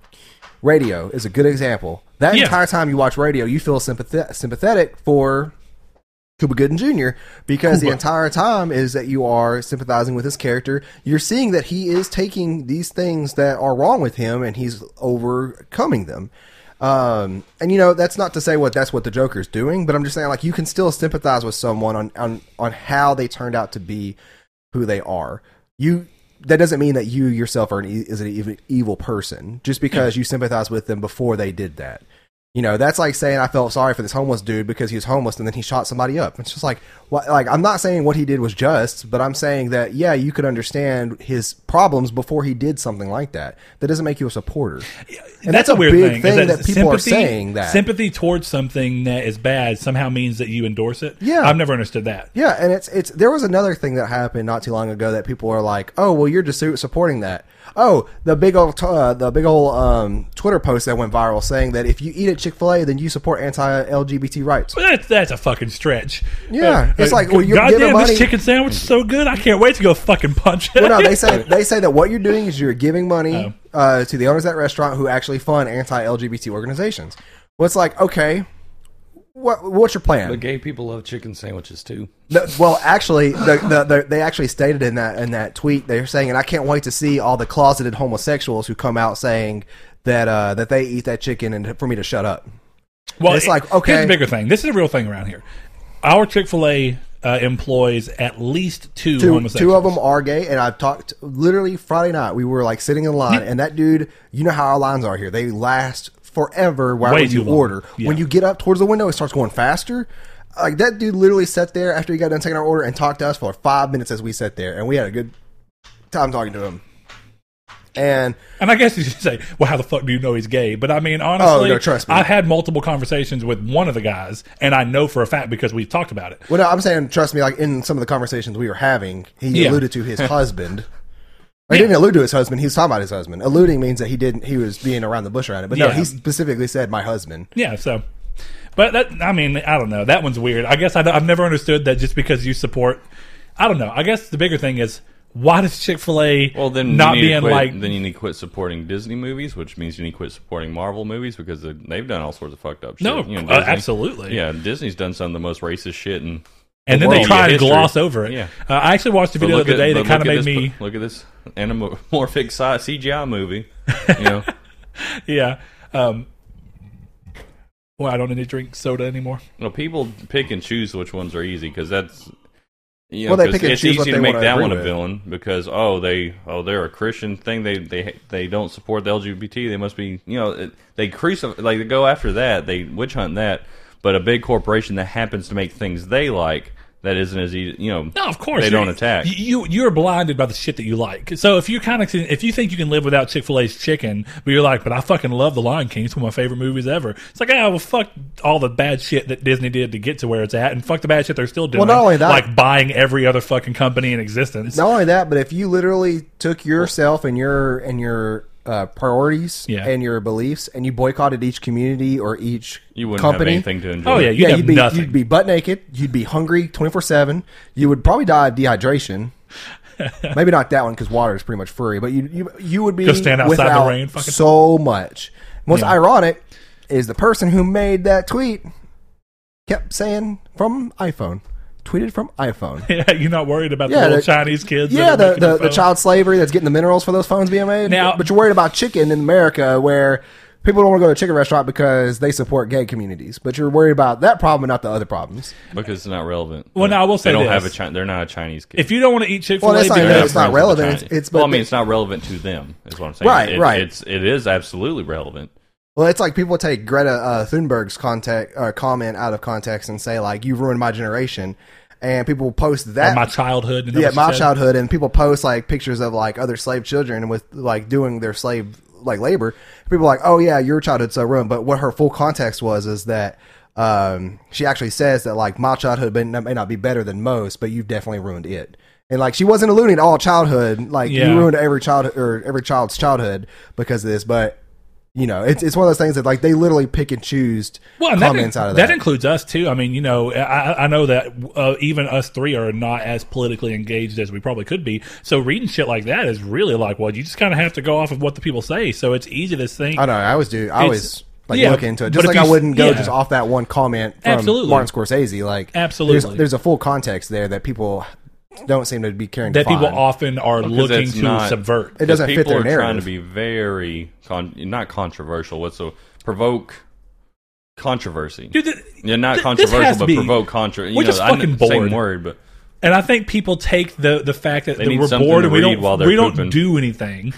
Speaker 1: Radio is a good example. That
Speaker 2: Yeah.
Speaker 1: entire time you watch Radio, you feel sympath- sympathetic for Cuba Gooden Jr. because the
Speaker 2: Cuba.
Speaker 1: entire time is that you are sympathizing with his character. You're seeing that he is taking these things that are wrong with him and he's overcoming them. Um, and you know that's not to say what that's what the Joker's doing, but I'm just saying like you can still sympathize with someone on on on how they turned out to be who they are. You that doesn't mean that you yourself are an e- is an evil, evil person just because you sympathize with them before they did that. You know, that's like saying I felt sorry for this homeless dude because he was homeless and then he shot somebody up. It's just like, wha- like I'm not saying what he did was just, but I'm saying that yeah, you could understand his problems before he did something like that. That doesn't make you a supporter. And
Speaker 2: that's, a, weird
Speaker 1: big
Speaker 2: thing, is
Speaker 1: thing that people are saying that.
Speaker 2: sympathy towards something that is bad somehow means that you endorse it.
Speaker 1: Yeah.
Speaker 2: I've never understood that.
Speaker 1: Yeah, and it's it's there was another thing that happened not too long ago that people are like, "Oh, well, you're just su- supporting that." Oh, the big old t- uh, the big old um, Twitter post that went viral saying that if you eat at Chick Fil A, then you support anti LGBT rights.
Speaker 2: But that's, that's a fucking stretch.
Speaker 1: Yeah, it's like, well, you're
Speaker 2: God
Speaker 1: giving
Speaker 2: damn,
Speaker 1: money-
Speaker 2: this chicken sandwich is so good. I can't wait to go fucking punch it.
Speaker 1: Well, no, they say they say that what you're doing is you're giving money uh, to the owners of that restaurant who actually fund anti LGBT organizations. Well, it's like, okay, what what's your plan?
Speaker 4: But gay people love chicken sandwiches too.
Speaker 1: No, well, actually, the, the, the, they actually stated in that in that tweet they're saying, and I can't wait to see all the closeted homosexuals who come out saying that uh, that they eat that chicken and for me to shut up.
Speaker 2: <laughs> Well,
Speaker 1: It's
Speaker 2: it-
Speaker 1: like, okay.
Speaker 2: Here's a bigger thing. This is a real thing around here. Our Chick Fil A uh, employs at least two,
Speaker 1: Two,
Speaker 2: homosexuals.
Speaker 1: two of them are gay, and I've talked literally Friday night. We were like sitting in line, and that dude, you know how our lines are here; they last forever. Why
Speaker 2: Way
Speaker 1: would you
Speaker 2: too long.
Speaker 1: order?
Speaker 2: Yeah.
Speaker 1: When you get up towards the window, it starts going faster. Like that dude literally sat there after he got done taking our order and talked to us for five minutes as we sat there, and we had a good time talking to him. And
Speaker 2: And I guess you should say, well, how the fuck do you know he's gay? But I mean,
Speaker 1: Oh,
Speaker 2: honestly,
Speaker 1: no, trust me.
Speaker 2: I've had multiple conversations with one of the guys, and I know for a fact because we've talked about it.
Speaker 1: Well, no, I'm saying, trust me, like in some of the conversations we were having, he
Speaker 2: Yeah.
Speaker 1: alluded to
Speaker 3: <laughs>
Speaker 1: his husband. He didn't allude to his husband. He was talking about his husband. Alluding means that he didn't. He was being around the bush around it. But no,
Speaker 2: Yeah.
Speaker 1: he specifically said my husband.
Speaker 2: Yeah, so. But that, I mean, I don't know. That one's weird. I guess I, have never understood that just because you support. I don't know. I guess the bigger thing is why does Chick Fil A
Speaker 3: Well, then
Speaker 2: not
Speaker 3: you need
Speaker 2: being
Speaker 3: to quit,
Speaker 2: like
Speaker 3: then you need to quit supporting Disney movies, which means you need to quit supporting Marvel movies because they- they've done all sorts of fucked up shit.
Speaker 2: No,
Speaker 3: you know,
Speaker 2: uh,
Speaker 3: Disney.
Speaker 2: absolutely.
Speaker 3: Yeah, Disney's done some of the most racist shit, and
Speaker 2: and then
Speaker 3: the
Speaker 2: they
Speaker 3: world
Speaker 2: try
Speaker 3: of
Speaker 2: and
Speaker 3: history.
Speaker 2: gloss over it.
Speaker 3: Yeah.
Speaker 2: Uh, I actually watched a
Speaker 3: but
Speaker 2: video the
Speaker 3: look
Speaker 2: other
Speaker 3: at-
Speaker 2: day
Speaker 3: but
Speaker 2: that kind of
Speaker 3: look at
Speaker 2: made me.
Speaker 3: this- look at this anamorphic sci- CGI
Speaker 2: <laughs>
Speaker 3: movie. You know,
Speaker 2: Yeah. <laughs> Um, well, I don't need to drink soda anymore.
Speaker 3: well, people pick and choose which ones are easy because that's you know,
Speaker 1: Well, they
Speaker 3: 'cause
Speaker 1: pick and
Speaker 3: it's
Speaker 1: choose
Speaker 3: easy
Speaker 1: what
Speaker 3: to
Speaker 1: they
Speaker 3: make
Speaker 1: wanna
Speaker 3: that
Speaker 1: agree
Speaker 3: one a
Speaker 1: with.
Speaker 3: villain because oh they oh they're a Christian thing they they they don't support the LGBT they must be you know it- they crucify like they go after that they witch hunt that but a big corporation that happens to make things they like that isn't as easy you know
Speaker 2: No, of course
Speaker 3: they
Speaker 2: you're-
Speaker 3: don't attack
Speaker 2: You you're blinded by the shit that you like. So if you kind of if you think you can live without Chick Fil A's chicken, but you're like, but I fucking love The Lion King. It's one of my favorite movies ever. It's like, ah, well, fuck all the bad shit that Disney did to get to where it's at, and fuck the bad shit they're still doing.
Speaker 1: not only that-
Speaker 2: like buying every other fucking company in existence.
Speaker 1: Not only that, but if you literally took yourself and your and your uh, priorities
Speaker 2: Yeah.
Speaker 1: and your beliefs and you boycotted each community or each
Speaker 3: you wouldn't
Speaker 1: company,
Speaker 3: have anything to enjoy
Speaker 2: Oh, yeah,
Speaker 1: yeah,
Speaker 2: have
Speaker 1: you'd be
Speaker 2: nothing.
Speaker 1: you'd be butt naked. You'd be hungry twenty four seven. You would probably die of
Speaker 2: <laughs>
Speaker 1: dehydration. Maybe not that one because water is pretty much free. But you you, you would be
Speaker 2: Just stand outside the
Speaker 1: without
Speaker 2: rain, fucking-
Speaker 1: so much. What's
Speaker 2: Yeah.
Speaker 1: ironic is the person who made that tweet kept saying from iPhone, tweeted from
Speaker 2: <laughs>
Speaker 1: iPhone.
Speaker 2: you're not worried about
Speaker 1: Yeah,
Speaker 2: the little
Speaker 1: the-
Speaker 2: Chinese kids.
Speaker 1: Yeah,
Speaker 2: that are
Speaker 1: the,
Speaker 2: making
Speaker 1: the, the
Speaker 2: phone.
Speaker 1: child slavery that's getting the minerals for those phones being made.
Speaker 2: Now-
Speaker 1: but you're worried about chicken in America where people don't want to go to a chicken restaurant because they support gay communities. But you're worried about that problem and not the other problems.
Speaker 3: because it's not relevant
Speaker 2: Well, no, I will say
Speaker 3: they don't
Speaker 2: this.
Speaker 3: have a Chi- they're not a Chinese kid
Speaker 2: If you don't want to eat Chick Fil A,
Speaker 1: Well, that's not-
Speaker 3: They're
Speaker 1: it's not
Speaker 3: friends with
Speaker 1: relevant.
Speaker 3: the
Speaker 1: It's-
Speaker 3: Chinese.
Speaker 1: it's-
Speaker 3: well, I
Speaker 1: but-
Speaker 3: mean, it's not relevant to them. Is what I'm saying.
Speaker 1: Right,
Speaker 3: It-
Speaker 1: right.
Speaker 3: It's it is absolutely relevant.
Speaker 1: Well, it's like people take Greta uh, Thunberg's contact uh, comment out of context and say like, "You ruined my generation," and people post that.
Speaker 2: my childhood. and
Speaker 1: yeah,
Speaker 2: what she
Speaker 1: my
Speaker 2: said.
Speaker 1: childhood, and people post like pictures of like other slave children with like doing their slave like labor. People are like, "Oh yeah, your childhood's so ruined." But what her full context was is that um, she actually says that like my childhood may not, may not be better than most, but you've definitely ruined it. And like she wasn't alluding to all childhood, like
Speaker 2: Yeah.
Speaker 1: you ruined every child or every child's childhood because of this, but you know, it's it's one of those things that like they literally pick and choose
Speaker 2: well, and that,
Speaker 1: comments out of
Speaker 2: that
Speaker 1: that.
Speaker 2: includes us too. I mean, you know, I, I know that uh, even us three are not as politically engaged as we probably could be. So reading shit like that is really like, well, you just kind of have to go off of what the people say. So it's easy to think.
Speaker 1: I don't know. I always do. I
Speaker 2: It's-
Speaker 1: always like
Speaker 2: yeah,
Speaker 1: look into it,
Speaker 2: but
Speaker 1: just
Speaker 2: if
Speaker 1: like I
Speaker 2: you-
Speaker 1: wouldn't go
Speaker 2: yeah.
Speaker 1: just off that one comment from
Speaker 2: Absolutely.
Speaker 1: Martin Scorsese. Like there's,
Speaker 2: Absolutely.
Speaker 1: there's a full context there that people don't seem to be caring.
Speaker 2: that
Speaker 1: to
Speaker 2: people
Speaker 1: find.
Speaker 2: often are looking
Speaker 3: that's
Speaker 2: to
Speaker 3: not-
Speaker 2: subvert.
Speaker 1: it doesn't
Speaker 3: Because
Speaker 1: fit
Speaker 3: people
Speaker 1: their
Speaker 3: are trying to
Speaker 1: narrative.
Speaker 3: be very con- not controversial whatsoever. provoke controversy.
Speaker 2: Dude, th-
Speaker 3: yeah, not
Speaker 2: th- this has
Speaker 3: controversial,
Speaker 2: to
Speaker 3: but
Speaker 2: be-
Speaker 3: provoke controversy.
Speaker 2: We're just fucking
Speaker 3: Same
Speaker 2: bored.
Speaker 3: word, but
Speaker 2: and I think people take the the fact that,
Speaker 3: They
Speaker 2: that
Speaker 3: need
Speaker 2: we're
Speaker 3: something
Speaker 2: bored
Speaker 3: to
Speaker 2: and we
Speaker 3: read
Speaker 2: don't
Speaker 3: while they're
Speaker 2: we don't
Speaker 3: pooping.
Speaker 2: do anything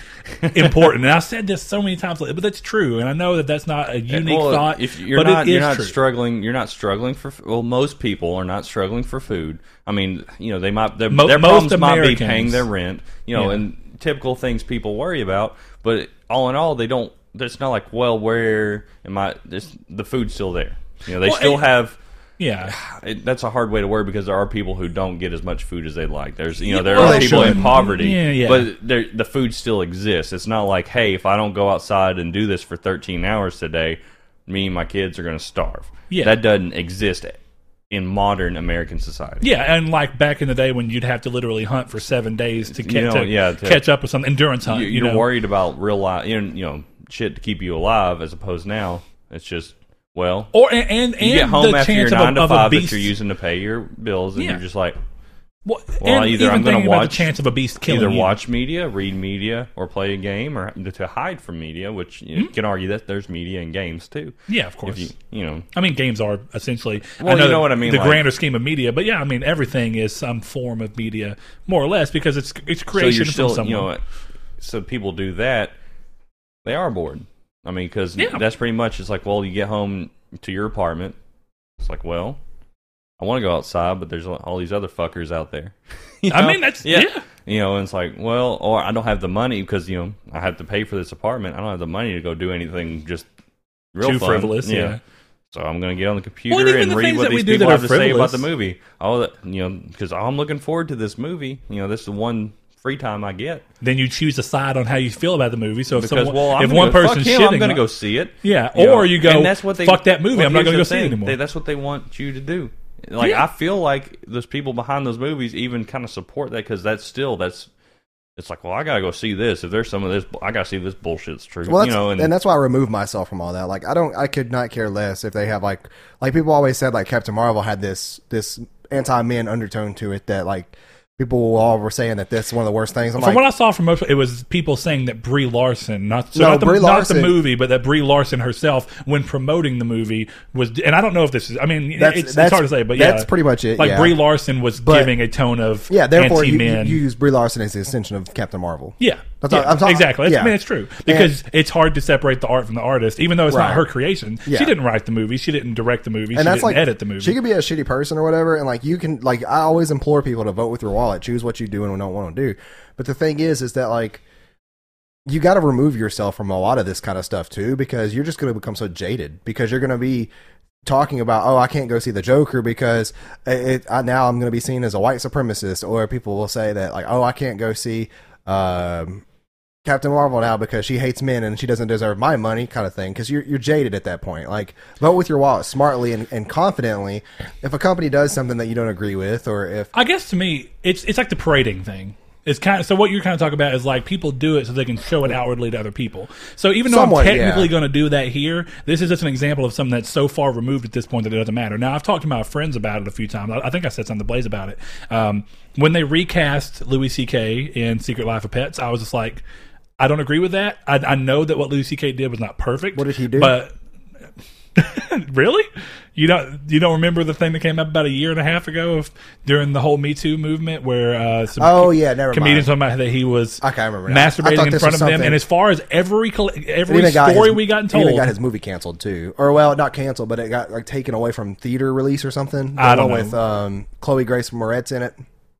Speaker 2: important. and I've said this so many times, but that's true. And I know that that's not a unique
Speaker 3: Eh, Well,
Speaker 2: thought.
Speaker 3: If you're
Speaker 2: but
Speaker 3: not,
Speaker 2: it is
Speaker 3: you're not
Speaker 2: true.
Speaker 3: struggling. You're not struggling for. Well, most people are not struggling for food. I mean, you know, they might their,
Speaker 2: Mo-
Speaker 3: their
Speaker 2: most
Speaker 3: problems might be
Speaker 2: Americans.
Speaker 3: paying their rent. You know,
Speaker 2: Yeah.
Speaker 3: and typical things people worry about. But all in all, they don't. It's not like, well, where am I? This, the food's still there. You know, they
Speaker 2: Well,
Speaker 3: still
Speaker 2: it-
Speaker 3: have.
Speaker 2: yeah.
Speaker 3: It, that's a hard way to word because there are people who don't get as much food as they'd like. There's, you know, there
Speaker 2: well,
Speaker 3: are
Speaker 2: they
Speaker 3: people in
Speaker 2: should.
Speaker 3: poverty,
Speaker 2: Yeah, yeah.
Speaker 3: but there, the food still exists. It's not like, hey, if I don't go outside and do this for 13 hours today, me and my kids are going to starve.
Speaker 2: Yeah.
Speaker 3: that doesn't exist in modern American society.
Speaker 2: Yeah, and like back in the day when you'd have to literally hunt for seven days to, ca-
Speaker 3: You know,
Speaker 2: to
Speaker 3: yeah, to-
Speaker 2: catch up with some endurance hunt.
Speaker 3: you,
Speaker 2: You,
Speaker 3: you're
Speaker 2: know?
Speaker 3: worried about real life, you know, you know, shit to keep you alive, as opposed now it's just, well,
Speaker 2: or and and,
Speaker 3: you get
Speaker 2: Oh, and
Speaker 3: home
Speaker 2: the
Speaker 3: after your
Speaker 2: chance of
Speaker 3: nine
Speaker 2: a,
Speaker 3: to
Speaker 2: of a
Speaker 3: five that
Speaker 2: beast.
Speaker 3: you're using to pay your bills, and
Speaker 2: Yeah.
Speaker 3: you're just like.
Speaker 2: well,
Speaker 3: Well,
Speaker 2: and even
Speaker 3: either I'm gonna
Speaker 2: thinking about
Speaker 3: watch-
Speaker 2: the chance of a beast killing
Speaker 3: either
Speaker 2: you.
Speaker 3: watch media, read media, or play a game, or to hide from media. Which you can argue that there's media in games too.
Speaker 2: Hmm? Yeah, of course.
Speaker 3: If you, you know,
Speaker 2: I mean, games are essentially.
Speaker 3: Well,
Speaker 2: I know
Speaker 3: you know
Speaker 2: the-
Speaker 3: what I mean,
Speaker 2: The
Speaker 3: like-
Speaker 2: grander scheme of media, but yeah, I mean everything is some form of media, more or less, because it's it's
Speaker 3: so
Speaker 2: creation
Speaker 3: you're still,
Speaker 2: from someone.
Speaker 3: you know, so people do that. They are bored. I mean, because
Speaker 2: Yeah.
Speaker 3: that's pretty much. It's like, well, you get home to your apartment. It's like, well, I want to go outside, but there's all these other fuckers out there. <laughs> You
Speaker 2: I
Speaker 3: know?
Speaker 2: mean, that's yeah.
Speaker 3: You know, and it's like, well, or I don't have the money because you know I have to pay for this apartment. I don't have the money to go do anything just real
Speaker 2: Too
Speaker 3: fun.
Speaker 2: frivolous, yeah.
Speaker 3: So I'm going to get on the computer
Speaker 2: Well, and even
Speaker 3: and
Speaker 2: the
Speaker 3: read
Speaker 2: things
Speaker 3: what
Speaker 2: that we
Speaker 3: these
Speaker 2: do
Speaker 3: people
Speaker 2: that
Speaker 3: have
Speaker 2: are
Speaker 3: to say about
Speaker 2: frivolous.
Speaker 3: the movie. All that you know, because I'm looking forward to this movie. You know, this is the one free time I get.
Speaker 2: Then you choose a side on how you feel about the movie. So if
Speaker 3: Because
Speaker 2: someone,
Speaker 3: well, I'm
Speaker 2: if
Speaker 3: gonna
Speaker 2: one
Speaker 3: go,
Speaker 2: person's
Speaker 3: fuck him,
Speaker 2: shitting,
Speaker 3: I'm going to
Speaker 2: on-
Speaker 3: go see it.
Speaker 2: Yeah,
Speaker 3: You
Speaker 2: or you go,
Speaker 3: and that's what they,
Speaker 2: "Fuck that movie, I'm not
Speaker 3: here's
Speaker 2: gonna
Speaker 3: the
Speaker 2: go see it
Speaker 3: thing.
Speaker 2: anymore."
Speaker 3: They- that's what they want you to do. Like
Speaker 2: Yeah.
Speaker 3: I feel like those people behind those movies even kind of support that because that's still that's. It's like, well, I gotta go see this. If there's some of this, I gotta see this bullshit's true.
Speaker 1: Well,
Speaker 3: you
Speaker 1: that's-
Speaker 3: know,
Speaker 1: and, that's why I remove myself from all that. Like, I don't, I could not care less if they have like, like people always said, like Captain Marvel had this this anti men undertone to it that like people all were saying that that's one of the worst things. I'm
Speaker 2: From
Speaker 1: like,
Speaker 2: what I saw from most, it was people saying that Brie Larson, not so
Speaker 1: No,
Speaker 2: not, the,
Speaker 1: Brie
Speaker 2: not the
Speaker 1: Larson-
Speaker 2: movie, but that Brie Larson herself, when promoting the movie, was. And I don't know if this is. I mean,
Speaker 1: That's-
Speaker 2: it's,
Speaker 1: that's-
Speaker 2: it's hard to say, but yeah,
Speaker 1: that's pretty much it,
Speaker 2: Like
Speaker 1: yeah.
Speaker 2: Brie Larson was giving a tone of
Speaker 1: yeah, therefore you, you
Speaker 2: anti-men.
Speaker 1: you use Brie Larson as the extension of Captain Marvel.
Speaker 2: yeah,
Speaker 1: That's
Speaker 2: yeah,
Speaker 1: all- I'm talking-
Speaker 2: exactly. It's- I
Speaker 1: yeah.
Speaker 2: mean, it's true because it's hard to separate the art from the artist, even though it's
Speaker 1: Right.
Speaker 2: not her creation.
Speaker 1: Yeah.
Speaker 2: She didn't write the movie. She didn't direct the movie. she
Speaker 1: and that's
Speaker 2: didn't
Speaker 1: like
Speaker 2: edit the movie.
Speaker 1: She could be a shitty person or whatever, and like you can like I always implore people to vote with your wallet, choose what you do and don't want to do. But the thing is, is that like you got to remove yourself from a lot of this kind of stuff too, because you're just going to become so jaded because you're going to be talking about oh I can't go see the Joker because it, I, now I'm going to be seen as a white supremacist, or people will say that like oh I can't go see. Um, Captain Marvel now because she hates men and she doesn't deserve my money, kind of thing. Because you're you're jaded at that point. Like vote with your wallet smartly and, and confidently. If a company does something that you don't agree with, or if
Speaker 2: I guess to me, it's it's like the parading thing. It's kind of so what you're kind of talking about is like people do it so they can show it outwardly to other people. So even though
Speaker 1: Somewhat,
Speaker 2: I'm technically
Speaker 1: yeah.
Speaker 2: going to do that here, this is just an example of something that's so far removed at this point that it doesn't matter. Now I've talked to my friends about it a few times. I, I think I said something to Blaze about it um, when they recast Louis C.K. in Secret Life of Pets. I was just like, I don't agree with that. I, I know that what Louis C.K. did was not perfect.
Speaker 1: What did he do?
Speaker 2: But really? You don't you don't remember the thing that came up about a year and a half ago of during the whole Me Too movement where uh, some
Speaker 1: Oh, yeah, never mind.
Speaker 2: comedians talking about that he was
Speaker 1: I can't remember now. I thought
Speaker 2: masturbating in
Speaker 1: this
Speaker 2: front
Speaker 1: was
Speaker 2: of them
Speaker 1: something-
Speaker 2: and as far as every coll-
Speaker 1: it
Speaker 2: every
Speaker 1: even got
Speaker 2: story
Speaker 1: his-
Speaker 2: we gotten
Speaker 1: it even
Speaker 2: told
Speaker 1: got his movie canceled too, or well, not canceled, but it got like taken away from theater release or something. The
Speaker 2: I don't
Speaker 1: one
Speaker 2: know.
Speaker 1: with um, Chloe Grace Moretz in it.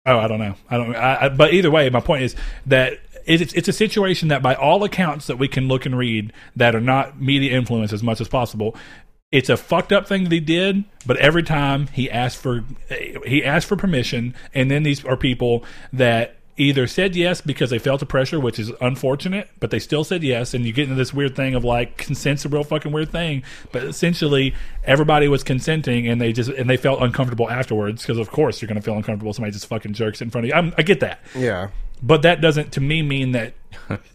Speaker 2: Oh, I don't know. I don't. I, I, but either way, my point is that it's, it's a situation that, by all accounts that we can look and read, that are not media influence as much as possible. It's a fucked up thing that he did, but every time he asked for he asked for permission, and then these are people that either said yes because they felt the pressure, which is unfortunate, but they still said yes, and you get into this weird thing of like consent's a real fucking weird thing, but essentially everybody was consenting and they just and they felt uncomfortable afterwards because of course you're gonna feel uncomfortable if somebody just fucking jerks in front of you. I'm, I get that,
Speaker 1: Yeah,
Speaker 2: but that <laughs> doesn't to me mean that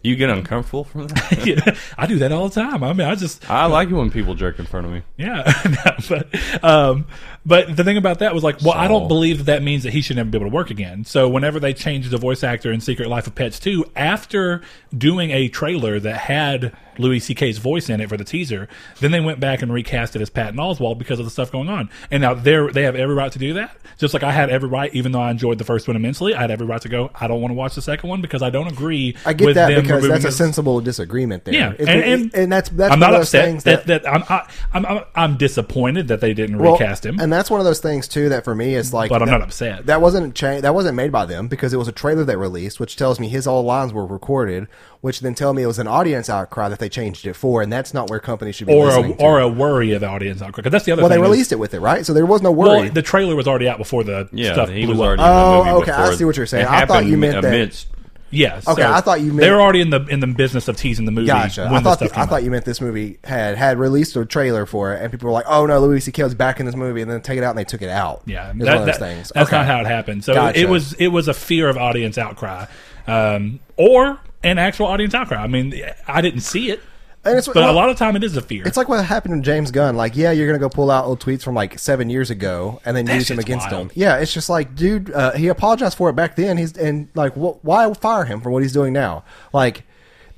Speaker 3: You get uncomfortable from that?
Speaker 2: Yeah, I do that all the time. I mean, I just
Speaker 3: I like it when people jerk in front of me.
Speaker 2: yeah. <laughs> No, but um, but the thing about that was like, well, I don't
Speaker 3: So-
Speaker 2: believe that that means that he should never be able to work again. So whenever they changed the voice actor in Secret Life of Pets two, after doing a trailer that had Louis C.K.'s voice in it for the teaser, then they went back and recast it as Patton Oswald because of the stuff going on. And now they are they have every right to do that. Just like I had every right, even though I enjoyed the first one immensely, I had every right to go. I don't want to watch the second one because I don't agree.
Speaker 1: I get
Speaker 2: with
Speaker 1: that
Speaker 2: them
Speaker 1: because
Speaker 2: removing
Speaker 1: that's a
Speaker 2: his-
Speaker 1: sensible disagreement there.
Speaker 2: yeah,
Speaker 1: It's-
Speaker 2: and,
Speaker 1: it-
Speaker 2: and,
Speaker 1: and that's that's
Speaker 2: I'm
Speaker 1: one
Speaker 2: not
Speaker 1: of those
Speaker 2: upset
Speaker 1: things
Speaker 2: that, that, I'm, I, I'm I'm I'm disappointed that they didn't
Speaker 1: well,
Speaker 2: recast him,
Speaker 1: and that's one of those things too that for me is like.
Speaker 2: but I'm
Speaker 1: that-
Speaker 2: not upset.
Speaker 1: That wasn't cha- that wasn't made by them because it was a trailer they released, which tells me his all lines were recorded, which then tell me it was an audience outcry that they changed it for, and that's not where companies should be.
Speaker 2: or a
Speaker 1: listening to.
Speaker 2: or a worry of the audience outcry. 'Cause that's the other
Speaker 1: well, they
Speaker 2: thing. is-
Speaker 1: released it with it, right? So there was no worry.
Speaker 2: well, the trailer was already out before the
Speaker 3: Yeah,
Speaker 2: stuff
Speaker 3: he
Speaker 2: blew
Speaker 3: was
Speaker 2: up.
Speaker 3: already.
Speaker 1: Oh,
Speaker 3: in the movie
Speaker 1: okay, I
Speaker 3: before.
Speaker 1: see what you're saying.
Speaker 3: It
Speaker 1: I thought
Speaker 3: happened
Speaker 1: you meant that-
Speaker 3: amidst,
Speaker 2: Yes.
Speaker 1: Okay,
Speaker 2: so
Speaker 1: I thought you
Speaker 2: they
Speaker 1: meant-
Speaker 2: were already in the in the business of teasing the movie.
Speaker 1: Gotcha.
Speaker 2: When
Speaker 1: I thought
Speaker 2: the
Speaker 1: th-
Speaker 2: stuff
Speaker 1: I
Speaker 2: came out.
Speaker 1: thought you meant this movie had had released a trailer for it, and people were like, "Oh no, Louis C.K. was back in this movie," and then take it out, and they took it out.
Speaker 2: Yeah,
Speaker 1: it's
Speaker 2: that-
Speaker 1: one of those
Speaker 2: that-
Speaker 1: things.
Speaker 2: That's
Speaker 1: Okay.
Speaker 2: not how it happened. So
Speaker 1: Gotcha.
Speaker 2: it was it was a fear of audience outcry, um, or an actual audience outcry. I mean, I didn't see it,
Speaker 1: And it's-
Speaker 2: but a lot of time it is a fear.
Speaker 1: It's like what happened to James Gunn. Like, yeah, you're gonna go pull out old tweets from like seven years ago and then use them
Speaker 2: shit's
Speaker 1: against
Speaker 2: wild.
Speaker 1: him. Yeah, it's just like, dude, uh, he apologized for it back then. He's and like, wh- why fire him for what he's doing now? Like,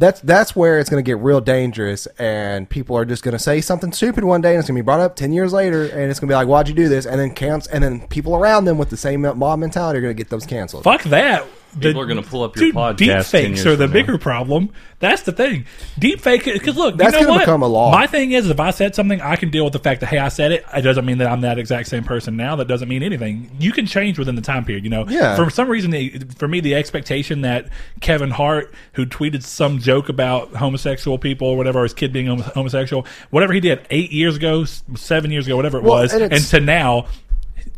Speaker 1: that's that's where it's gonna get real dangerous, and people are just gonna say something stupid one day, and it's gonna be brought up ten years later, and it's gonna be like, why'd you do this? And then counts, and then people around them with the same mob mentality are gonna get those canceled.
Speaker 2: Fuck that.
Speaker 3: People are gonna pull up your podcast 10
Speaker 2: Deepfakes
Speaker 3: years
Speaker 2: are the
Speaker 3: from now.
Speaker 2: bigger problem. That's the thing. Deepfake because look,
Speaker 1: That's
Speaker 2: you know
Speaker 1: gonna
Speaker 2: what?
Speaker 1: become a law.
Speaker 2: My thing is, if I said something, I can deal with the fact that hey, I said it. It doesn't mean that I'm that exact same person now. That doesn't mean anything. You can change within the time period. You know,
Speaker 1: Yeah.
Speaker 2: For some reason, it- for me, the expectation that Kevin Hart, who tweeted some joke about homosexual people or whatever, or his kid being homo- homosexual, whatever he did eight years ago, s- seven years ago, whatever it
Speaker 1: Well,
Speaker 2: was,
Speaker 1: and
Speaker 2: and,
Speaker 1: it's-
Speaker 2: to now.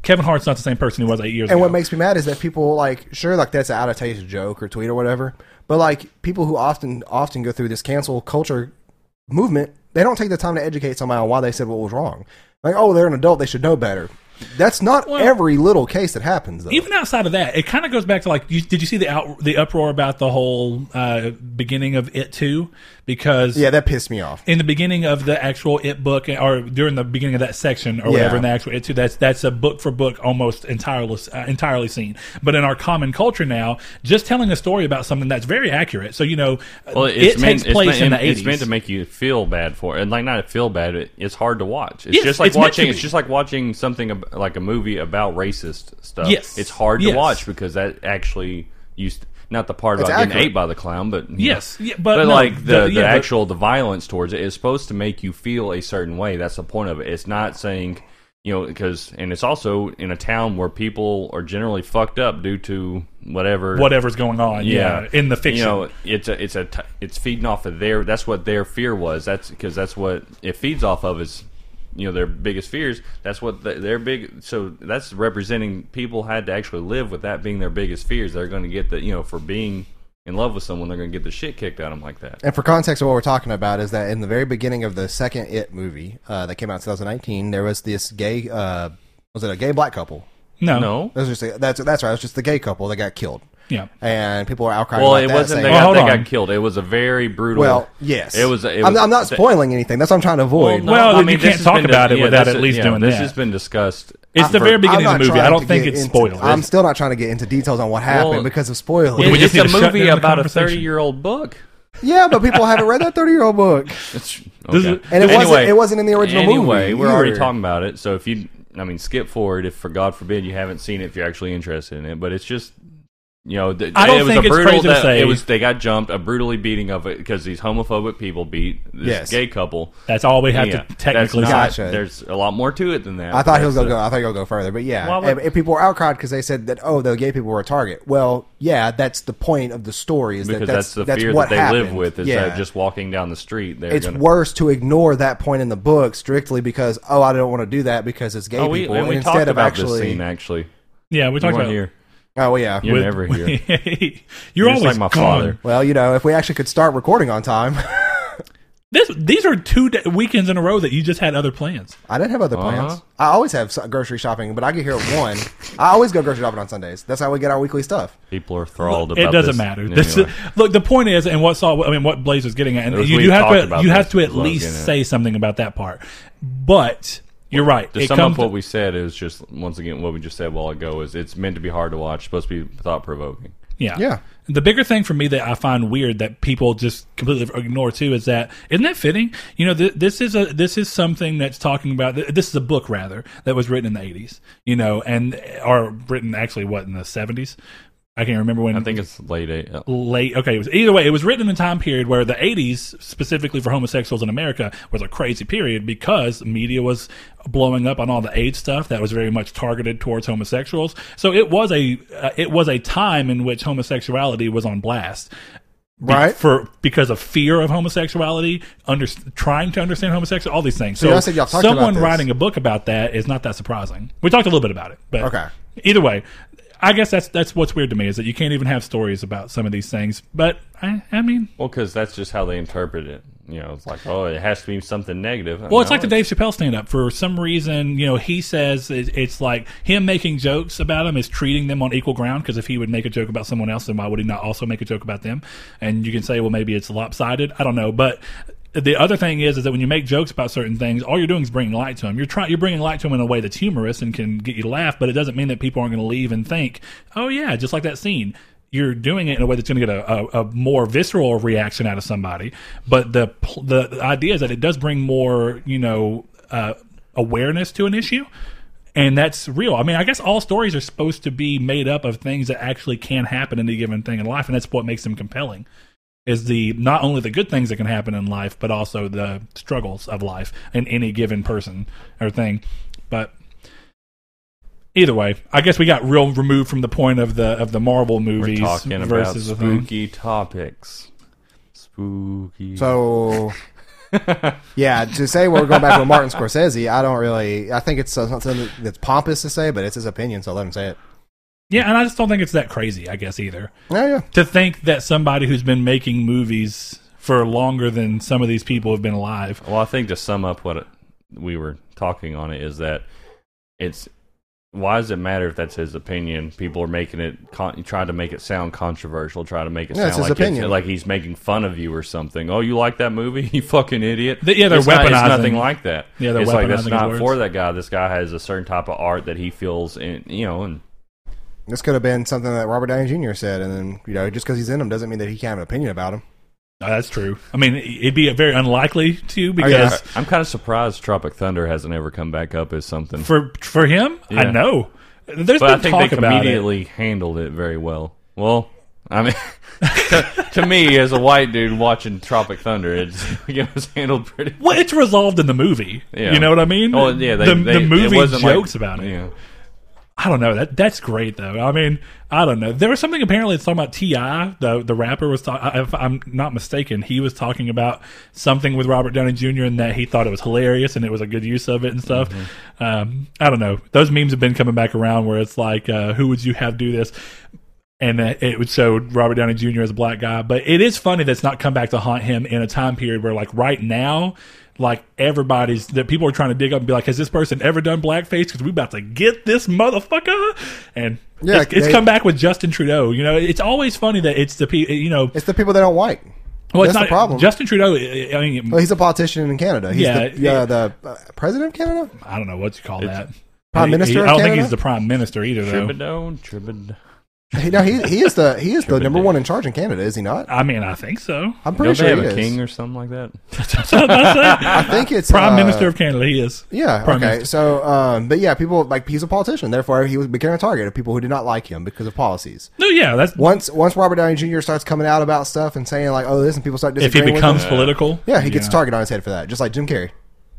Speaker 2: Kevin Hart's not the same person he was eight years
Speaker 1: And
Speaker 2: ago.
Speaker 1: what makes me mad is that people like sure like that's an out of taste joke or tweet or whatever, but like people who often often go through this cancel culture movement, they don't take the time to educate somebody on why they said what was wrong. Like, oh, they're an adult, they should know better. That's not every little case that happens though.
Speaker 2: even outside of that, it kind of goes back to like, you, did you see the out, the uproar about the whole uh, beginning of it too? Because
Speaker 1: yeah, that pissed me off.
Speaker 2: in the beginning of the actual it book, or during the beginning of that section, or whatever
Speaker 1: Yeah.
Speaker 2: in the actual it too, that's that's a book for book almost entirely uh, entirely seen. But in our common culture now, just telling a story about something that's very accurate. So you know,
Speaker 3: Well, it's
Speaker 2: it
Speaker 3: meant,
Speaker 2: takes place
Speaker 3: it's meant,
Speaker 2: in the
Speaker 3: it's
Speaker 2: eighties.
Speaker 3: meant to make you feel bad for it, and like not feel bad. It, it's hard to watch. It's
Speaker 2: Yes,
Speaker 3: just like
Speaker 2: it's meant to
Speaker 3: watching.
Speaker 2: be.
Speaker 3: It's just like watching something ab- like a movie about racist stuff.
Speaker 2: Yes.
Speaker 3: it's hard
Speaker 2: Yes.
Speaker 3: to watch because that actually used not the part
Speaker 1: It's
Speaker 3: about
Speaker 1: accurate.
Speaker 3: getting ate by the clown, but you
Speaker 2: Yes.
Speaker 3: know.
Speaker 2: Yeah, but no,
Speaker 3: like the,
Speaker 2: the-
Speaker 3: the,
Speaker 2: yeah, but-
Speaker 3: actual the violence towards it is supposed to make you feel a certain way. That's the point of it. It's not saying. You know, because and it's also in a town where people are generally fucked up due to whatever
Speaker 2: whatever's going on. Yeah, in the fiction.
Speaker 3: you know, it's a, it's a, t- it's feeding off of their. That's what their fear was. That's because that's what it feeds off of is, you know, their biggest fears. That's what the, their big. So that's representing people had to actually live with that being their biggest fears. They're going to get the, you know, for being in love with someone, they're going to get the shit kicked out of them like that.
Speaker 1: And for context of what we're talking about is that in the very beginning of the second It movie uh, that came out in 2019, there was this gay uh, was it a gay black couple?
Speaker 2: no,
Speaker 3: No.
Speaker 1: That was just a, that's that's right. It was just the gay couple that got killed,
Speaker 2: yeah.
Speaker 1: and people were outcrying.
Speaker 3: Well,
Speaker 1: about
Speaker 3: it
Speaker 1: that,
Speaker 3: wasn't.
Speaker 1: saying-
Speaker 3: They,
Speaker 2: Well,
Speaker 3: got,
Speaker 2: hold
Speaker 3: they
Speaker 2: on.
Speaker 3: got killed. It was a very brutal.
Speaker 1: Well, yes.
Speaker 3: It was. It was
Speaker 1: I'm, I'm not
Speaker 3: th-
Speaker 1: spoiling anything. That's what I'm trying to avoid.
Speaker 3: no,
Speaker 2: Well,
Speaker 3: I
Speaker 2: you
Speaker 3: mean,
Speaker 2: can't
Speaker 3: this has
Speaker 2: talk
Speaker 3: been
Speaker 2: about
Speaker 3: dis-
Speaker 2: it
Speaker 3: yeah,
Speaker 2: without
Speaker 3: this
Speaker 2: at
Speaker 3: is-
Speaker 2: least
Speaker 3: yeah,
Speaker 2: doing
Speaker 3: This
Speaker 2: that.
Speaker 3: has been discussed.
Speaker 2: It's the
Speaker 3: for-
Speaker 2: very beginning
Speaker 1: I'm
Speaker 2: of the
Speaker 1: not
Speaker 2: movie. I
Speaker 1: trying
Speaker 2: don't
Speaker 1: to
Speaker 2: think
Speaker 1: get
Speaker 2: it's
Speaker 1: into-
Speaker 2: spoilers.
Speaker 1: I'm still not trying to get into details on what happened
Speaker 3: Well,
Speaker 1: because of spoilers.
Speaker 2: We just
Speaker 3: It's
Speaker 2: need
Speaker 3: a
Speaker 2: to shut down
Speaker 3: movie
Speaker 2: the
Speaker 3: about a
Speaker 2: conversation.
Speaker 3: thirty-year-old book.
Speaker 1: yeah, but people haven't read that 30 year old book,
Speaker 3: It's,
Speaker 2: This
Speaker 3: okay.
Speaker 2: is-
Speaker 1: and it
Speaker 3: Anyway.
Speaker 1: wasn't. It wasn't in the original movie.
Speaker 3: anyway, we're already
Speaker 1: either.
Speaker 3: talking about it. So if you, I mean, skip forward if, for God forbid, you haven't seen it, if you're actually interested in it. But it's just, you know, th-
Speaker 2: I don't
Speaker 3: it was
Speaker 2: think
Speaker 3: a
Speaker 2: it's
Speaker 3: brutal.
Speaker 2: crazy to
Speaker 3: that-
Speaker 2: say-
Speaker 3: It was they got jumped, a brutally beating of it because these homophobic people beat this
Speaker 1: Yes.
Speaker 3: gay couple.
Speaker 2: That's all we have
Speaker 3: Yeah,
Speaker 2: to
Speaker 3: that's
Speaker 2: technically
Speaker 3: not-
Speaker 2: say.
Speaker 1: Gotcha.
Speaker 3: There's a lot more to it than that.
Speaker 1: I thought he was
Speaker 3: That's
Speaker 1: gonna
Speaker 3: a-
Speaker 1: go. I thought he'll go further, but yeah,
Speaker 3: Why would-
Speaker 1: and, and people were outcried because they said that oh, the gay people were a target. Well, yeah, that's the point of the story is that
Speaker 3: Because
Speaker 1: that's,
Speaker 3: that's, the fear
Speaker 1: what
Speaker 3: that they
Speaker 1: happened.
Speaker 3: live with is
Speaker 1: yeah.
Speaker 3: that just walking down the street, they're
Speaker 1: it's
Speaker 3: gonna,
Speaker 1: worse to ignore that point in the book strictly because oh, I don't want to do that because it's gay
Speaker 3: Oh, we,
Speaker 1: people.
Speaker 3: and we
Speaker 1: instead
Speaker 3: talked
Speaker 1: of
Speaker 3: about
Speaker 1: actually,
Speaker 3: this scene actually.
Speaker 2: Yeah, we
Speaker 3: You
Speaker 2: talked
Speaker 3: weren't
Speaker 2: about
Speaker 3: here.
Speaker 1: oh yeah,
Speaker 2: <laughs>
Speaker 3: You're never here.
Speaker 2: you're,
Speaker 3: You're just
Speaker 2: always
Speaker 3: like my
Speaker 2: gone.
Speaker 3: father.
Speaker 1: Well, you know, if we actually could start recording on time,
Speaker 2: This these are two da weekends in a row that you just had other plans.
Speaker 1: <laughs> I didn't have other plans.
Speaker 3: Uh-huh.
Speaker 1: I always have s- grocery shopping, but I get here at one. I always go grocery shopping on Sundays. That's how we get our weekly stuff.
Speaker 3: People are thralled about
Speaker 2: It doesn't
Speaker 3: this.
Speaker 2: matter.
Speaker 3: Anyway.
Speaker 2: This look, the point is, and what Saul, I mean, what Blaze was getting at, and
Speaker 3: It was-
Speaker 2: you
Speaker 3: we
Speaker 2: do have
Speaker 3: talked
Speaker 2: to,
Speaker 3: about
Speaker 2: you
Speaker 3: this
Speaker 2: have to at
Speaker 3: is what I was getting
Speaker 2: least
Speaker 3: at.
Speaker 2: say something about that part. But you're right.
Speaker 3: to
Speaker 2: it
Speaker 3: sum
Speaker 2: comes
Speaker 3: up what we said is just once again what we just said a while ago is it's meant to be hard to watch, supposed to be thought provoking.
Speaker 2: Yeah.
Speaker 1: Yeah.
Speaker 2: The bigger thing for me that I find weird that people just completely ignore too is that isn't that fitting? You know, th- this is a this is something that's talking about th- this is a book rather that was written in the 80s, you know, and or written actually what in the 70s? I can't remember when
Speaker 3: I think it's late eight. uh,
Speaker 2: late okay, it was either way, it was written in a time period where the 80s specifically for homosexuals in America was a crazy period because media was blowing up on all the AIDS stuff that was very much targeted towards homosexuals. So it was a uh, it was a time in which homosexuality was on blast be-
Speaker 1: Right.
Speaker 2: for because of fear of homosexuality, under, trying to understand homosexuality, all these things. So,
Speaker 1: y'all said y'all talked about
Speaker 2: someone
Speaker 1: this.
Speaker 2: writing a book about that is not that surprising. We talked a little bit about it, but
Speaker 1: Okay.
Speaker 2: Either way, I guess that's that's what's weird to me is that you can't even have stories about some of these things. But I, I mean,
Speaker 3: Well, because that's just how they interpret it. You know, it's like, oh, it has to be something negative.
Speaker 2: Well, it's like the Dave Chappelle stand up. For some reason, you know, he says it, it's like him making jokes about them is treating them on equal ground because if he would make a joke about someone else, then why would he not also make a joke about them? And you can say, well, maybe it's lopsided. I don't know. But the other thing is, is that when you make jokes about certain things, all you're doing is bringing light to them. You're trying, you're bringing light to them in a way that's humorous and can get you to laugh, but it doesn't mean that people aren't going to leave and think, oh yeah, just like that scene you're doing it in a way that's going to get a, a, a more visceral reaction out of somebody. But the pl- the the idea is that it does bring more, you know, uh, awareness to an issue, and that's real. I mean, I guess all stories are supposed to be made up of things that actually can happen in a given thing in life, and that's what makes them compelling. Is the not only the good things that can happen in life, but also the struggles of life in any given person or thing. But either way, I guess we got real removed from the point of the of the Marvel
Speaker 3: we're
Speaker 2: movies
Speaker 3: talking about
Speaker 2: versus the thing.
Speaker 3: spooky topics. Spooky.
Speaker 1: So,
Speaker 2: <laughs>
Speaker 1: yeah, to say we're going back to Martin Scorsese, I don't really. I think it's uh, something that's pompous to say, but it's his opinion, so let him say it.
Speaker 2: Yeah, and I just don't think it's that crazy. I guess either
Speaker 1: Yeah, yeah.
Speaker 2: to think that somebody who's been making movies for longer than some of these people have been alive.
Speaker 3: Well, I think to sum up what it- we were talking on it is that it's why does it matter if that's his opinion? People are making it con- trying to make it sound controversial, try to make it
Speaker 1: Yeah, it's
Speaker 3: sound
Speaker 1: his
Speaker 3: like
Speaker 1: opinion.
Speaker 3: like he's making fun of you or something. Oh, you like that movie? <laughs> You fucking idiot!
Speaker 2: They- yeah, they're
Speaker 3: it's
Speaker 2: weaponizing-
Speaker 3: Not, it's nothing like that.
Speaker 2: Yeah, they're
Speaker 3: it's like that's
Speaker 2: weaponizing his
Speaker 3: not for
Speaker 2: words.
Speaker 3: that guy. This guy has a certain type of art that he feels, in, you know, and
Speaker 1: This could have been something that Robert Downey Jr. said, and then you know, just because he's in him doesn't mean that he can't have an opinion about him.
Speaker 2: No, uh, that's true. I mean, it'd be very unlikely to
Speaker 3: Oh,
Speaker 2: because
Speaker 1: yeah.
Speaker 3: I'm kind of surprised Tropic Thunder hasn't ever come back up as something.
Speaker 2: for for him, I
Speaker 3: Yeah.
Speaker 2: know. There's
Speaker 3: but I
Speaker 2: been
Speaker 3: think they
Speaker 2: talk about it.
Speaker 3: immediately handled it very well. Well, I mean, <laughs> to, to me as a white dude watching Tropic Thunder, it's, <laughs> it was handled pretty.
Speaker 2: Well, it's resolved in the movie.
Speaker 3: Yeah.
Speaker 2: You know what I mean?
Speaker 3: Oh yeah, they,
Speaker 2: the,
Speaker 3: they,
Speaker 2: the
Speaker 3: it
Speaker 2: movie
Speaker 3: wasn't like-
Speaker 2: jokes about it.
Speaker 3: Yeah.
Speaker 2: I don't know. That that's great though. I mean, I don't know. There was something apparently it's talking about Ti. The the rapper was talking. If I'm not mistaken, he was talking about something with Robert Downey Jr. and that he thought it was hilarious and it was a good use of it and stuff.
Speaker 3: Mm-hmm.
Speaker 2: Um, I don't know. Those memes have been coming back around where it's like, uh, who would you have do this? and that it would show Robert Downey Jr. as a black guy. But it is funny that's not come back to haunt him in a time period where, like, right now, like everybody's that people are trying to dig up and be like, has this person ever done blackface? Because we about to get this motherfucker. And
Speaker 1: Yeah,
Speaker 2: it's, it's
Speaker 1: they-
Speaker 2: come back with Justin Trudeau. You know, it's always funny that it's the people. You know,
Speaker 1: It's the people they don't like.
Speaker 2: well,
Speaker 1: that's
Speaker 2: it's not
Speaker 1: the problem.
Speaker 2: Justin Trudeau. I I mean,
Speaker 1: Well, he's a politician in Canada. He's
Speaker 2: Yeah,
Speaker 1: the,
Speaker 2: yeah.
Speaker 1: uh, the uh, president of Canada.
Speaker 2: I don't know what you call that.
Speaker 1: Prime
Speaker 2: He- he-
Speaker 1: Minister
Speaker 2: I
Speaker 1: of
Speaker 2: don't think
Speaker 1: Canada?
Speaker 2: he's the prime minister either, though.
Speaker 3: Tribidone, Tribidone.
Speaker 1: He, <laughs> no, he, he is the he is the number one in charge in Canada. Is he not?
Speaker 2: I mean, I think so. <laughs>
Speaker 1: I'm pretty
Speaker 3: Don't
Speaker 1: sure
Speaker 3: they have
Speaker 1: he
Speaker 3: a
Speaker 1: is.
Speaker 3: king or something like that?
Speaker 2: That's what I'm
Speaker 1: <laughs>
Speaker 2: about to say.
Speaker 1: I think it's
Speaker 2: prime
Speaker 1: uh,
Speaker 2: minister of Canada. He is.
Speaker 1: Yeah.
Speaker 2: Prime
Speaker 1: okay.
Speaker 2: Minister.
Speaker 1: So, um, but yeah, people like he's a politician. Therefore, he was became a target of people who did not like him because of policies.
Speaker 2: No, yeah, that's
Speaker 1: Once once Robert Downey Jr. starts coming out about stuff and saying like, "Oh, this," and people start
Speaker 2: if he
Speaker 1: disagreeing
Speaker 2: becomes
Speaker 1: with him,
Speaker 2: political.
Speaker 1: yeah, he gets a target on his head for that, just like Jim Carrey.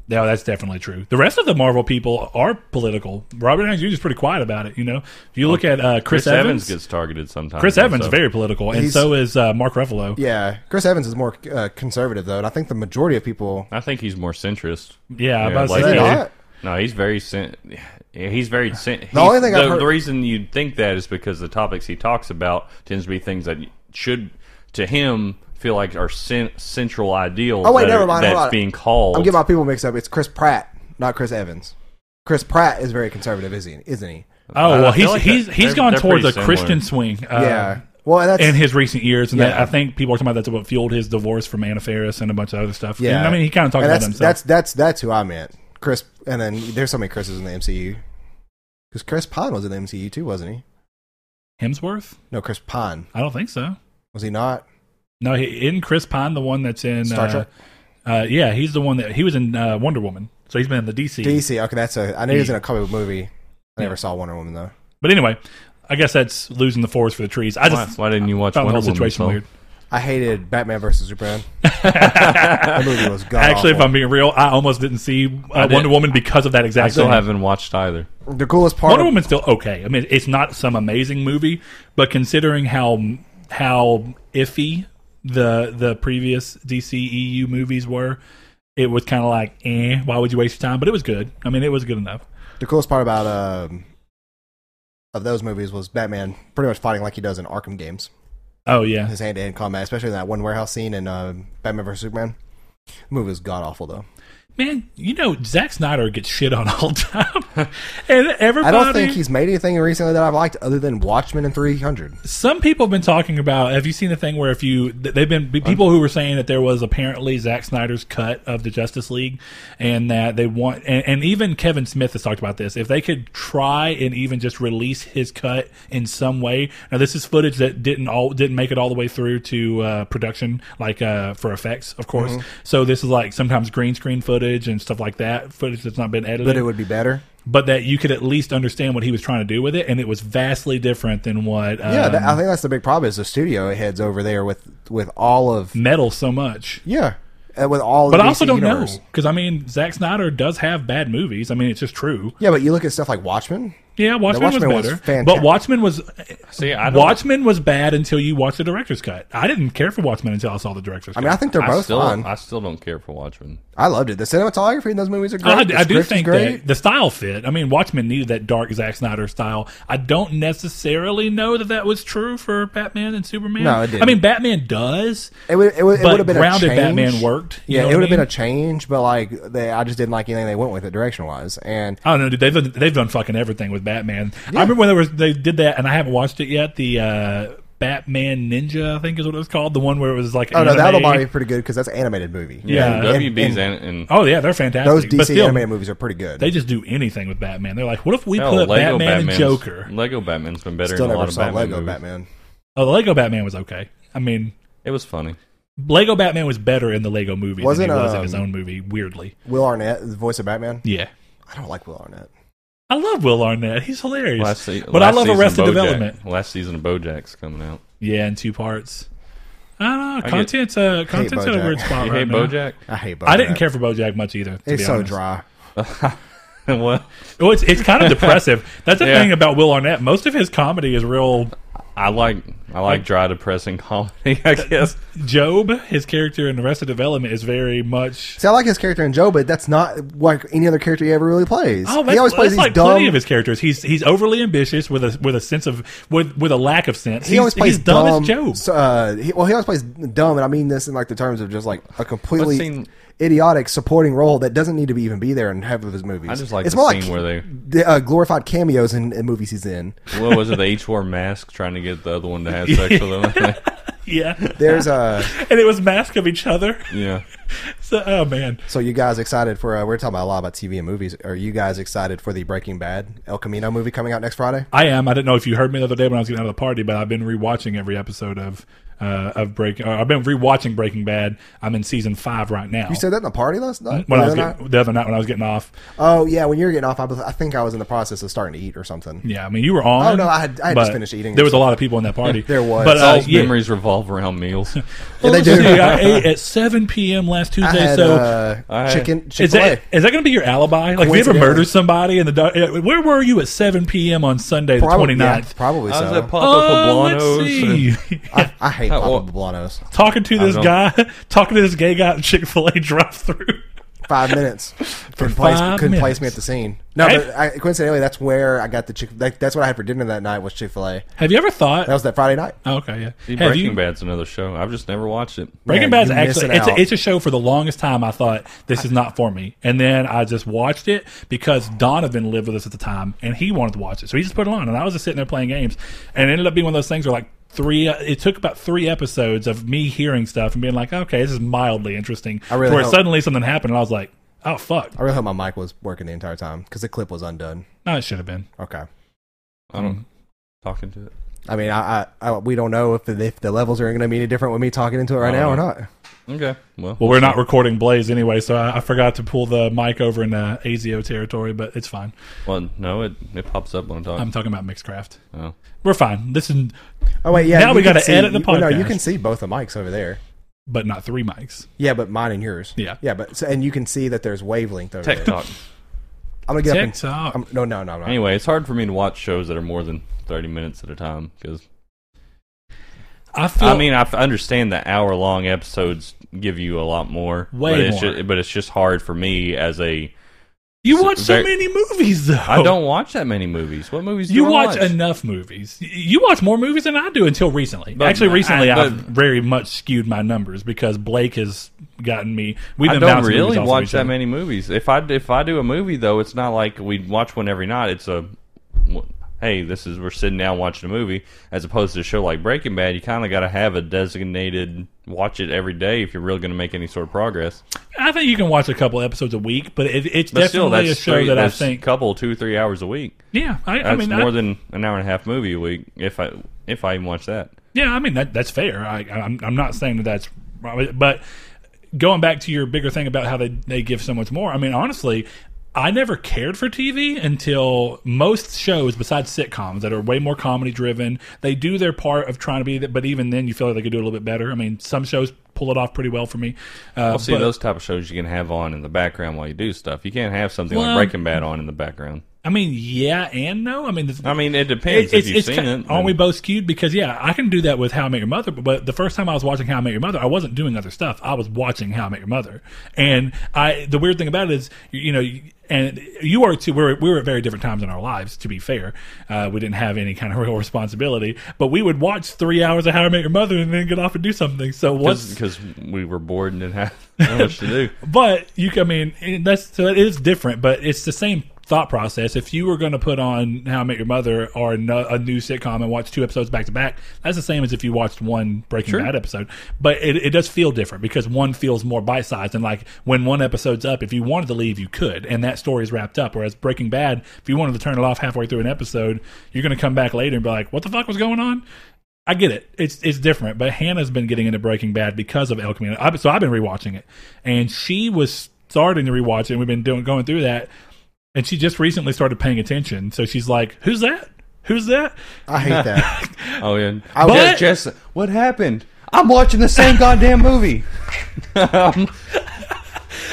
Speaker 2: No, that's definitely true. The rest of the Marvel people are political. Robert Downey Jr. is pretty quiet about it. You know, if you look at uh, Chris,
Speaker 3: Chris Evans
Speaker 2: Evans,
Speaker 3: gets targeted sometimes.
Speaker 2: Chris Evans
Speaker 3: also.
Speaker 2: is very political, and
Speaker 1: He's-
Speaker 2: so is uh, Mark Ruffalo. Yeah,
Speaker 1: Yeah, Chris Evans is more uh, conservative though, and I think the majority of people.
Speaker 3: I think he's more centrist.
Speaker 2: I'm about to
Speaker 3: like-
Speaker 1: Is
Speaker 2: say.
Speaker 1: he not?
Speaker 3: No, he's very cent- yeah, he's very cent- he's,
Speaker 1: only thing
Speaker 3: the,
Speaker 1: I've heard-
Speaker 3: the reason you'd think that is because the topics he talks about tends to be things that should to him feel like are cen- central ideals
Speaker 1: Oh, wait,
Speaker 3: that
Speaker 1: never
Speaker 3: are-
Speaker 1: mind, hold
Speaker 3: that's
Speaker 1: on.
Speaker 3: being called.
Speaker 1: I'm getting my people mixed up. It's Chris Pratt, not Chris Evans. Chris Pratt is very conservative, isn't he? Isn't he?
Speaker 2: Oh
Speaker 3: I
Speaker 2: well, he's
Speaker 3: feel like
Speaker 2: he's
Speaker 3: they're-
Speaker 2: he's
Speaker 3: they're-
Speaker 2: gone
Speaker 3: they're
Speaker 2: towards a
Speaker 3: pretty
Speaker 2: Christian
Speaker 3: similar.
Speaker 2: swing. Uh,
Speaker 1: yeah. Well, that's
Speaker 2: in his recent years, and that,
Speaker 1: Yeah.
Speaker 2: I think people are talking about that's what fueled his divorce from Anna Faris and a bunch of other stuff.
Speaker 1: yeah.
Speaker 2: And, I mean, he kind of talked
Speaker 1: And
Speaker 2: about
Speaker 1: that's,
Speaker 2: himself.
Speaker 1: That's that's that's who I meant. Chris, and then there's so many Chris's in the MCU. Because Chris Pine was in the MCU too, wasn't he?
Speaker 2: Hemsworth?
Speaker 1: No, Chris Pine
Speaker 2: I don't think so.
Speaker 1: was he not?
Speaker 2: No, he, in Chris Pine, the one that's in
Speaker 1: Star
Speaker 2: uh,
Speaker 1: Trek?
Speaker 2: Uh, yeah, he's the one that he was in uh, Wonder Woman, so he's been in the DC.
Speaker 1: DC. Okay, that's a. I knew he was in a comic book movie. I
Speaker 2: Yeah.
Speaker 1: never saw Wonder Woman though.
Speaker 2: But anyway, I guess that's losing the forest for the trees. I
Speaker 3: why,
Speaker 2: just
Speaker 3: why didn't you watch
Speaker 2: found the
Speaker 3: Wonder
Speaker 2: whole
Speaker 3: Woman,
Speaker 2: situation
Speaker 3: so?
Speaker 2: weird.
Speaker 1: I hated Batman versus
Speaker 2: <laughs>
Speaker 1: Superman. that movie was god
Speaker 2: Actually, if
Speaker 1: awful.
Speaker 2: I'm being real, I almost didn't see uh,
Speaker 3: did.
Speaker 2: Wonder Woman because of that
Speaker 3: I
Speaker 2: exact.
Speaker 3: still
Speaker 2: thing.
Speaker 3: haven't watched either.
Speaker 1: the coolest part.
Speaker 2: Wonder
Speaker 1: Of,
Speaker 2: Woman's still okay. I mean, it's not some amazing movie, but considering how how iffy the the previous DCEU movies were, it was kind of like, eh, why would you waste your time? But it was good. I mean, it was good enough.
Speaker 1: the coolest part about um, of those movies was Batman pretty much fighting like he does in Arkham games.
Speaker 2: Oh yeah,
Speaker 1: His hand to hand combat, especially in that one warehouse scene in uh, Batman versus Superman. The movie was god awful though.
Speaker 2: man, you know Zack Snyder gets shit on all <laughs> the time, and
Speaker 1: I
Speaker 2: everybody.
Speaker 1: don't think he's made anything recently that I've liked other than Watchmen and 300.
Speaker 2: some people have been talking about. Have you seen the thing where if you th- they've been b- people who were saying that there was apparently Zack Snyder's cut of the Justice League, and that they want and, and even Kevin Smith has talked about this. If they could try and even just release his cut in some way. Now this is footage that didn't all didn't make it all the way through to uh, production, like uh, for effects, of course.
Speaker 1: Mm-hmm.
Speaker 2: So this is like sometimes green screen footage and stuff like that, footage that's not been edited
Speaker 1: But it would be better.
Speaker 2: but that you could at least understand what he was trying to do with it, and it was vastly different than what um,
Speaker 1: yeah, that, I think that's the big problem is the studio heads over there with with all of
Speaker 2: metal so much.
Speaker 1: yeah, uh, with all.
Speaker 2: But
Speaker 1: of
Speaker 2: I also
Speaker 1: DC
Speaker 2: don't know
Speaker 1: universe.
Speaker 2: because I mean, Zack Snyder does have bad movies. I mean, it's just true.
Speaker 1: Yeah, but you look at stuff like Watchmen.
Speaker 2: Yeah, Watchmen,
Speaker 1: Watchmen was
Speaker 2: was better,
Speaker 1: fantastic.
Speaker 2: but Watchmen was
Speaker 3: See, I don't.
Speaker 2: Watchmen was bad until you watched the director's cut. I didn't care for Watchmen until I saw the director's
Speaker 1: I
Speaker 2: cut.
Speaker 1: mean, I think they're
Speaker 3: I
Speaker 1: both
Speaker 3: still,
Speaker 1: fun.
Speaker 3: I still don't care for Watchmen.
Speaker 1: I loved it. The cinematography in those movies are great.
Speaker 2: I,
Speaker 1: The
Speaker 2: I do
Speaker 1: script is
Speaker 2: think
Speaker 1: great.
Speaker 2: that the style fit. I mean, Watchmen needed that dark Zack Snyder style. I don't necessarily know that that was true for Batman and Superman.
Speaker 1: No, it didn't.
Speaker 2: I mean, Batman does.
Speaker 1: it would it would, it
Speaker 2: but
Speaker 1: would have been
Speaker 2: grounded
Speaker 1: a change.
Speaker 2: Batman worked, you
Speaker 1: Yeah,
Speaker 2: know
Speaker 1: it
Speaker 2: what
Speaker 1: would
Speaker 2: I
Speaker 1: have been
Speaker 2: mean?
Speaker 1: a change, but like they, I just didn't like anything they went with it direction wise. And
Speaker 2: I don't know, dude. They've done, they've done fucking everything with Batman. I remember when they was they did that, and I haven't watched it yet. The uh, Batman Ninja, I think, is what it was called. The one where it was like,
Speaker 1: oh no, that'll
Speaker 2: anime.
Speaker 1: probably be pretty good because that's an animated movie.
Speaker 2: Yeah.
Speaker 1: And-
Speaker 3: WB's
Speaker 1: and
Speaker 3: and, and
Speaker 2: Oh yeah, they're fantastic.
Speaker 1: those DC
Speaker 2: but still,
Speaker 1: animated movies are pretty good.
Speaker 2: they just do anything with Batman. They're like, what if we
Speaker 3: hell,
Speaker 2: put
Speaker 3: Oh, Lego
Speaker 2: Batman
Speaker 3: Batman's,
Speaker 2: and Joker?
Speaker 3: Lego Batman's been better
Speaker 1: still
Speaker 3: than
Speaker 1: never
Speaker 3: a lot of
Speaker 1: saw
Speaker 3: Batman
Speaker 1: Lego
Speaker 3: movies.
Speaker 1: Batman.
Speaker 2: Oh, the Lego Batman was okay. I mean,
Speaker 3: It was funny.
Speaker 2: Lego Batman was better in the Lego movie
Speaker 1: Wasn't,
Speaker 2: than he was in
Speaker 1: um,
Speaker 2: his own movie. Weirdly,
Speaker 1: Will Arnett, the voice of Batman.
Speaker 2: yeah.
Speaker 1: I don't like Will Arnett.
Speaker 2: I love Will Arnett. He's hilarious.
Speaker 3: Last se-
Speaker 2: but I
Speaker 3: last
Speaker 2: love
Speaker 3: season of
Speaker 2: Arrested
Speaker 3: BoJack-
Speaker 2: Development.
Speaker 3: Last season of BoJack's coming out.
Speaker 2: Yeah, in two parts. I don't know.
Speaker 3: I get-
Speaker 2: Content's, uh, content's at a
Speaker 1: BoJack.
Speaker 2: weird spot
Speaker 3: You
Speaker 2: right
Speaker 3: hate
Speaker 2: now.
Speaker 3: BoJack? <laughs>
Speaker 1: I hate. Bojack.
Speaker 2: I didn't care for BoJack much either. to be
Speaker 1: It's so
Speaker 2: honest.
Speaker 1: dry.
Speaker 3: what?
Speaker 2: Well, it's
Speaker 1: <laughs>
Speaker 2: it's kind of depressive. That's the
Speaker 3: Yeah.
Speaker 2: thing about Will Arnett. Most of his comedy is
Speaker 1: <laughs>
Speaker 2: real.
Speaker 3: I like I like dry depressing comedy. I guess
Speaker 2: Job, his character in Arrested Development, is very much.
Speaker 1: See, I like his character in Joe, but that's not like any other character he ever really plays.
Speaker 2: Oh, that's,
Speaker 1: he always plays these
Speaker 2: that's like
Speaker 1: dumb.
Speaker 2: plenty of his characters. He's he's overly ambitious with a with a sense of with with a lack of sense.
Speaker 1: he
Speaker 2: he's,
Speaker 1: always plays
Speaker 2: he's dumb, as Job.
Speaker 1: so, uh, he, well, he always plays dumb, and I mean this in like the terms of just like a completely
Speaker 3: What scene-
Speaker 1: idiotic supporting role that doesn't need to be even be there in half of his movies.
Speaker 3: I just like
Speaker 1: it's
Speaker 3: the
Speaker 1: more
Speaker 3: scene where they-
Speaker 1: the, uh, glorified cameos in, in movies he's in.
Speaker 3: <laughs> what was it? They each wore masks trying to get the other one to have sex with <laughs> them.
Speaker 2: <laughs> yeah,
Speaker 1: There's uh,
Speaker 2: <laughs> and it was mask of each other. <laughs>
Speaker 3: yeah,
Speaker 2: So, oh man,
Speaker 1: so you guys excited for? Uh, we're talking about a lot about TV and movies. Are you guys excited for the Breaking Bad El Camino movie coming out next Friday?
Speaker 2: I am. I didn't know if you heard me the other day when I was getting out of the party, but I've been rewatching every episode of uh, of Break. Uh, I've been rewatching Breaking Bad. I'm in season five right now.
Speaker 1: You said that in the party last night.
Speaker 2: when I
Speaker 1: The
Speaker 2: was
Speaker 1: other
Speaker 2: getting, the other night when I was getting off.
Speaker 1: Oh yeah, when you were getting off, I, was, I think I was in the process of starting to eat or something.
Speaker 2: Yeah, I mean you were on.
Speaker 1: Oh, no, I had- I had just
Speaker 2: but
Speaker 1: finished eating.
Speaker 2: There was a lot of people in that
Speaker 1: <laughs>
Speaker 2: party.
Speaker 1: There was.
Speaker 2: but uh,
Speaker 3: Saul's
Speaker 2: yeah. Oh,
Speaker 3: memories revolve around meals.
Speaker 1: Yeah, they
Speaker 2: Let's see,
Speaker 1: do.
Speaker 2: I ate at seven p.m. last
Speaker 1: I
Speaker 2: Tuesday.
Speaker 1: had
Speaker 2: so
Speaker 1: uh,
Speaker 3: I-
Speaker 1: chicken
Speaker 2: is
Speaker 1: Chick Fil
Speaker 2: that
Speaker 1: A.
Speaker 2: is that going to be your alibi? Like, if you ever
Speaker 1: Coincidentally.
Speaker 2: murdered somebody in the dark, uh, where were you at seven p.m. on Sunday the 29th? ninth?
Speaker 1: probably
Speaker 3: I was
Speaker 1: so.
Speaker 3: at Papa
Speaker 2: Uh,
Speaker 3: Poblano's.
Speaker 2: let's see.
Speaker 1: <laughs> I, <laughs> I hate
Speaker 3: Oh,
Speaker 1: Papa
Speaker 3: well.
Speaker 1: Poblanos.
Speaker 2: <laughs> talking to this
Speaker 3: don't-
Speaker 2: guy, talking to this gay guy at Chick Fil A drive-through.
Speaker 1: five
Speaker 2: <laughs>
Speaker 1: minutes. couldn't place,
Speaker 2: five
Speaker 1: couldn't
Speaker 2: minutes.
Speaker 1: place me at the scene. No,
Speaker 2: Hey.
Speaker 1: but I, coincidentally, that's where I got the chick. That, that's what I had for dinner that night was Chick Fil A.
Speaker 2: Have you ever thought?
Speaker 1: That was that Friday night.
Speaker 2: oh, okay, yeah.
Speaker 3: See,
Speaker 2: Have
Speaker 3: Breaking
Speaker 2: you-
Speaker 3: Bad's another show. I've just never watched it.
Speaker 1: Man,
Speaker 2: Breaking Bad's
Speaker 1: you're
Speaker 2: actually
Speaker 1: missing
Speaker 2: it's a,
Speaker 1: out.
Speaker 2: it's a show for the longest time. I thought this is not for me, and then I just watched it because Donovan lived with us at the time, and he wanted to watch it, so he just put it on, and I was just sitting there playing games, and it ended up being one of those things where like three. uh, It took about three episodes of me hearing stuff and being like, okay, this is mildly interesting.
Speaker 1: I really
Speaker 2: where
Speaker 1: hope-
Speaker 2: suddenly something happened, and I was like, oh fuck,
Speaker 1: I really hope my mic was working the entire time because the clip was undone.
Speaker 2: no, it should have been.
Speaker 1: Okay.
Speaker 3: I don't talking to it.
Speaker 1: I mean, I, I, I we don't know if the, if the levels are going to be any different with me talking into it right
Speaker 3: I
Speaker 1: now or
Speaker 3: don't
Speaker 1: not.
Speaker 3: Okay. Well,
Speaker 2: Well, we're not recording Blaze anyway, so I, I forgot to pull the mic over in uh, AZO territory, but it's fine.
Speaker 3: well, no, it it pops up when I'm talking.
Speaker 2: I'm talking about Mixcraft.
Speaker 3: oh.
Speaker 2: We're fine. This is,
Speaker 1: Oh wait, yeah.
Speaker 2: Now
Speaker 1: you
Speaker 2: we
Speaker 1: can
Speaker 2: gotta
Speaker 1: see-
Speaker 2: edit the
Speaker 1: you- well, no, you
Speaker 2: podcast.
Speaker 1: can see both the mics over there.
Speaker 2: but not three mics.
Speaker 1: Yeah, but mine and yours.
Speaker 2: Yeah.
Speaker 1: yeah, but so, and you can see that there's wavelength over
Speaker 3: Tech
Speaker 1: there.
Speaker 3: talk.
Speaker 1: I'm gonna get
Speaker 2: TikTok.
Speaker 1: up. And, I'm, no, no, no, I'm not.
Speaker 3: Anyway, it's hard for me to watch shows that are more than thirty minutes at a time because
Speaker 2: I feel.
Speaker 3: I mean, I f- understand that hour long episodes give you a lot more.
Speaker 2: Way
Speaker 3: but it's
Speaker 2: more.
Speaker 3: Just, but it's just hard for me as a.
Speaker 2: you watch so
Speaker 3: very-
Speaker 2: many movies, though.
Speaker 3: I don't watch that many movies. What movies do
Speaker 2: You
Speaker 3: I
Speaker 2: watch, enough movies. Y- You watch more movies than I do until recently.
Speaker 3: But
Speaker 2: Actually, recently I,
Speaker 3: I-
Speaker 2: have
Speaker 3: but-
Speaker 2: very much skewed my numbers because Blake has gotten me. We've
Speaker 3: I
Speaker 2: been
Speaker 3: don't
Speaker 2: bouncing movies
Speaker 3: really
Speaker 2: off of
Speaker 3: watch
Speaker 2: each
Speaker 3: that
Speaker 2: other.
Speaker 3: many movies. If I if I do a movie though, it's not like we watch one every night. It's a hey, this is we're sitting down watching a movie as opposed to a show like Breaking Bad. You kind of got to have a designated watch it every day if you're really going to make any sort of progress.
Speaker 2: I think you can watch a couple episodes a week, but it, it's
Speaker 3: But still,
Speaker 2: definitely
Speaker 3: that's
Speaker 2: a show
Speaker 3: three-
Speaker 2: that I
Speaker 3: that's
Speaker 2: think.
Speaker 3: couple two three hours a week.
Speaker 2: Yeah, I, I
Speaker 3: That's
Speaker 2: mean,
Speaker 3: more
Speaker 2: I,
Speaker 3: than an hour and a half movie a week. If I if I even watch that,
Speaker 2: yeah, I mean that that's fair. I, I'm I'm not saying that that's, but going back to your bigger thing about how they they give so much more. I mean, honestly. I never cared for TV until most shows, besides sitcoms that are way more comedy driven, they do their part of trying to be. But even then, you feel like they could do a little bit better. I mean, some shows pull it off pretty well for me. Uh,
Speaker 3: I'll see
Speaker 2: but-
Speaker 3: those type of shows you can have on in the background while you do stuff. You can't have something
Speaker 2: Well-
Speaker 3: like Breaking Bad on in the background.
Speaker 2: I mean, yeah and no. I mean, the-
Speaker 3: I mean, it depends if you've seen
Speaker 2: ki-
Speaker 3: it.
Speaker 2: Aren't we
Speaker 3: then-
Speaker 2: both skewed? Because yeah, I can do that with How I Met Your Mother, but, but the first time I was watching How I Met Your Mother, I wasn't doing other stuff. I was watching How I Met Your Mother, and I. The weird thing about it is, you, you know, you- and you are too. We're we were at very different times in our lives. To be fair, uh, we didn't have any kind of <laughs> real responsibility, but we would watch three hours of How I Met Your Mother and then get off and do something. So what's
Speaker 3: because we were bored and didn't have <laughs> not much to do.
Speaker 2: but you, can- I mean, and that's so it is different, but it's the same thought process. If you were going to put on How I Met Your Mother or no, a new sitcom and watch two episodes back to back, that's the same as if you watched one Breaking Bad episode. But it, it does feel different because one feels more bite sized, and like when one episode's up, if you wanted to leave, you could, and that story is wrapped up. Whereas Breaking Bad, if you wanted to turn it off halfway through an episode, you're going to come back later and be like, "What the fuck was going on?" I get it. It's it's different, but Hannah's been getting into Breaking Bad because of El Camino. I, so I've been rewatching it, and she was starting to rewatch it. and We've been doing going through that, and she just recently started paying attention. So she's like, "Who's that? Who's that?"
Speaker 1: I hate
Speaker 2: <laughs>
Speaker 1: that.
Speaker 3: Oh yeah,
Speaker 1: I was-
Speaker 2: But-
Speaker 3: Jess, what happened? I'm watching the same goddamn movie. <laughs> um,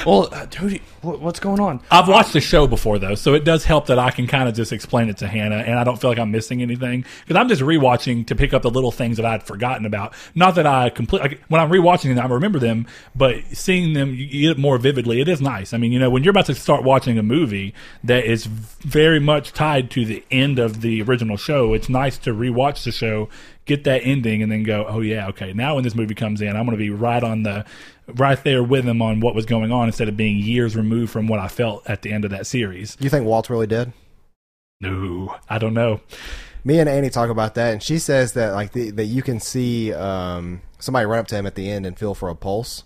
Speaker 3: well, uh, dude, what, what's going on?
Speaker 2: I've watched the show before though, so it does help that I can kind of just explain it to Hannah, and I don't feel like I'm missing anything because I'm just rewatching to pick up the little things that I'd forgotten about. Not that I complete like when I'm rewatching them, I remember them, but seeing them you get it more vividly, it is nice. I mean, you know, when you're about to start watching a movie that is very much tied to the end of the original show, it's nice to rewatch the show, get that ending, and then go, oh yeah, okay. Now when this movie comes in, I'm going to be right on the right there with him on what was going on instead of being years removed from what I felt at the end of that series.
Speaker 1: you think Walt's really dead?
Speaker 2: No, I don't know.
Speaker 1: Me and Annie talk about that, and she says that like the, that you can see um, somebody run up to him at the end and feel for a pulse.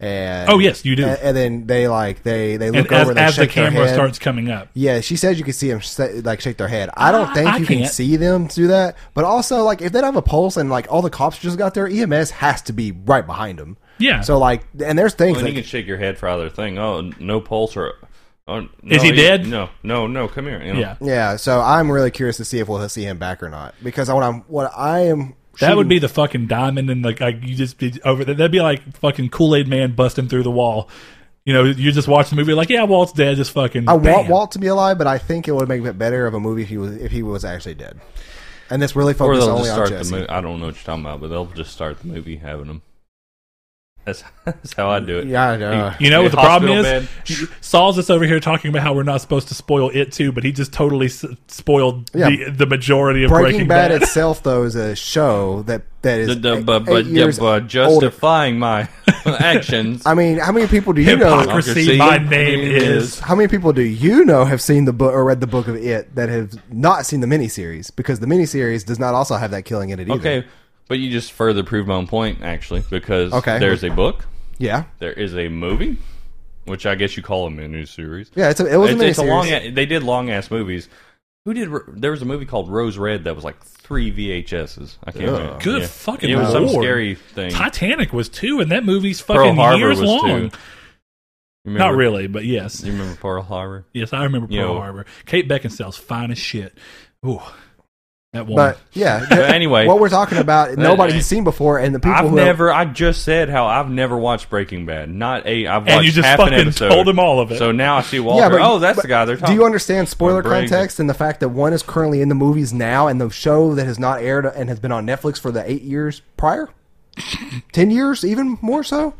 Speaker 1: And
Speaker 2: Oh, yes, you do.
Speaker 1: And, and then they like they they
Speaker 2: And
Speaker 1: look
Speaker 2: as,
Speaker 1: over they
Speaker 2: as the
Speaker 1: shake their
Speaker 2: camera
Speaker 1: head.
Speaker 2: starts coming up,
Speaker 1: Yeah, she says you can see them sh- like shake their head. I don't
Speaker 2: Ah,
Speaker 1: think
Speaker 2: I
Speaker 1: you can
Speaker 2: can't.
Speaker 1: see them do that. But also, like if they don't have a pulse and like all the cops just got there, EMS has to be right behind them.
Speaker 2: yeah.
Speaker 1: So like, and there's things
Speaker 3: Well, you
Speaker 1: like
Speaker 3: can shake your head for other thing. Oh, no pulse or. Oh, no,
Speaker 2: Is he dead?
Speaker 3: No, no, no. Come here. you know.
Speaker 2: yeah,
Speaker 1: yeah. So I'm really curious to see if we'll see him back or not because what I'm what I am
Speaker 2: that would be the fucking diamond, and like, like you just be over. That'd be like fucking Kool Aid Man busting through the wall. You know, you just watch the movie like, yeah, Walt's dead. Just fucking.
Speaker 1: I want
Speaker 2: bam.
Speaker 1: Walt to be alive, but I think it would make it better of a movie if he was if he was actually dead. And this really
Speaker 3: Or
Speaker 1: focuses
Speaker 3: they'll
Speaker 1: only
Speaker 3: just
Speaker 1: on
Speaker 3: start the
Speaker 1: Jesse.
Speaker 3: movie. I don't know what you're talking about, but they'll just start the movie having them. That's, <laughs> that's how I do it.
Speaker 1: Yeah, I know.
Speaker 2: You know what the problem
Speaker 3: Hospital
Speaker 2: is? Saul's just over here talking about how we're not supposed to spoil it too, but he just totally s- spoiled
Speaker 1: Yeah.
Speaker 2: the, the majority of
Speaker 1: Breaking,
Speaker 2: Breaking,
Speaker 1: Bad, itself, though, is a show that that is
Speaker 3: The- the-
Speaker 1: eight-
Speaker 3: but- but-
Speaker 1: eight years
Speaker 3: yeah, but
Speaker 1: older. <laughs>
Speaker 3: justifying my <laughs> actions.
Speaker 1: I mean, how many people do you know?
Speaker 2: Hypocrisy,
Speaker 3: Hypocrisy,
Speaker 2: my name
Speaker 3: it
Speaker 2: is.
Speaker 3: is.
Speaker 1: How many people do you know have seen the book or read the book of it that have not seen the miniseries? Because the miniseries does not also have that killing in it either.
Speaker 3: Okay, but you just further proved my own point actually because
Speaker 1: Okay.
Speaker 3: there's a book,
Speaker 1: Yeah.
Speaker 3: there is a movie, which I guess you call a mini series.
Speaker 1: Yeah, it's a, it was
Speaker 3: It's,
Speaker 1: a miniseries.
Speaker 3: it's a long. They did long ass movies. Who did? There was a movie called Rose Red that was like three VHSs. I can't. remember.
Speaker 2: Good
Speaker 3: Yeah.
Speaker 2: fucking
Speaker 3: It was some
Speaker 2: lord.
Speaker 3: scary thing.
Speaker 2: Titanic was two, and that movie's
Speaker 3: Pearl
Speaker 2: fucking
Speaker 3: Harbor
Speaker 2: years
Speaker 3: was
Speaker 2: long.
Speaker 3: too. You remember-
Speaker 2: Not really, but yes.
Speaker 3: You remember Pearl Harbor?
Speaker 2: Yes, I remember Pearl
Speaker 3: Yeah.
Speaker 2: Harbor. Kate Beckinsale's fine as shit. Ooh, that woman.
Speaker 1: but yeah,
Speaker 3: But <laughs> anyway,
Speaker 1: what we're talking about, nobody's
Speaker 3: anyway.
Speaker 1: seen before, and the people
Speaker 3: I've
Speaker 1: who
Speaker 3: never. I just said how I've never watched Breaking Bad. Not a. I've watched
Speaker 2: and you just
Speaker 3: half
Speaker 2: fucking
Speaker 3: an episode.
Speaker 2: told him all of it.
Speaker 3: So now I see Walter.
Speaker 1: but-
Speaker 3: oh, that's
Speaker 1: but
Speaker 3: the guy they're
Speaker 1: do
Speaker 3: talking.
Speaker 1: you understand spoiler
Speaker 3: Or Brady.
Speaker 1: context and the fact that one is currently in the movies now, and the show that has not aired and has been on Netflix for the eight years prior, ten years, even more so.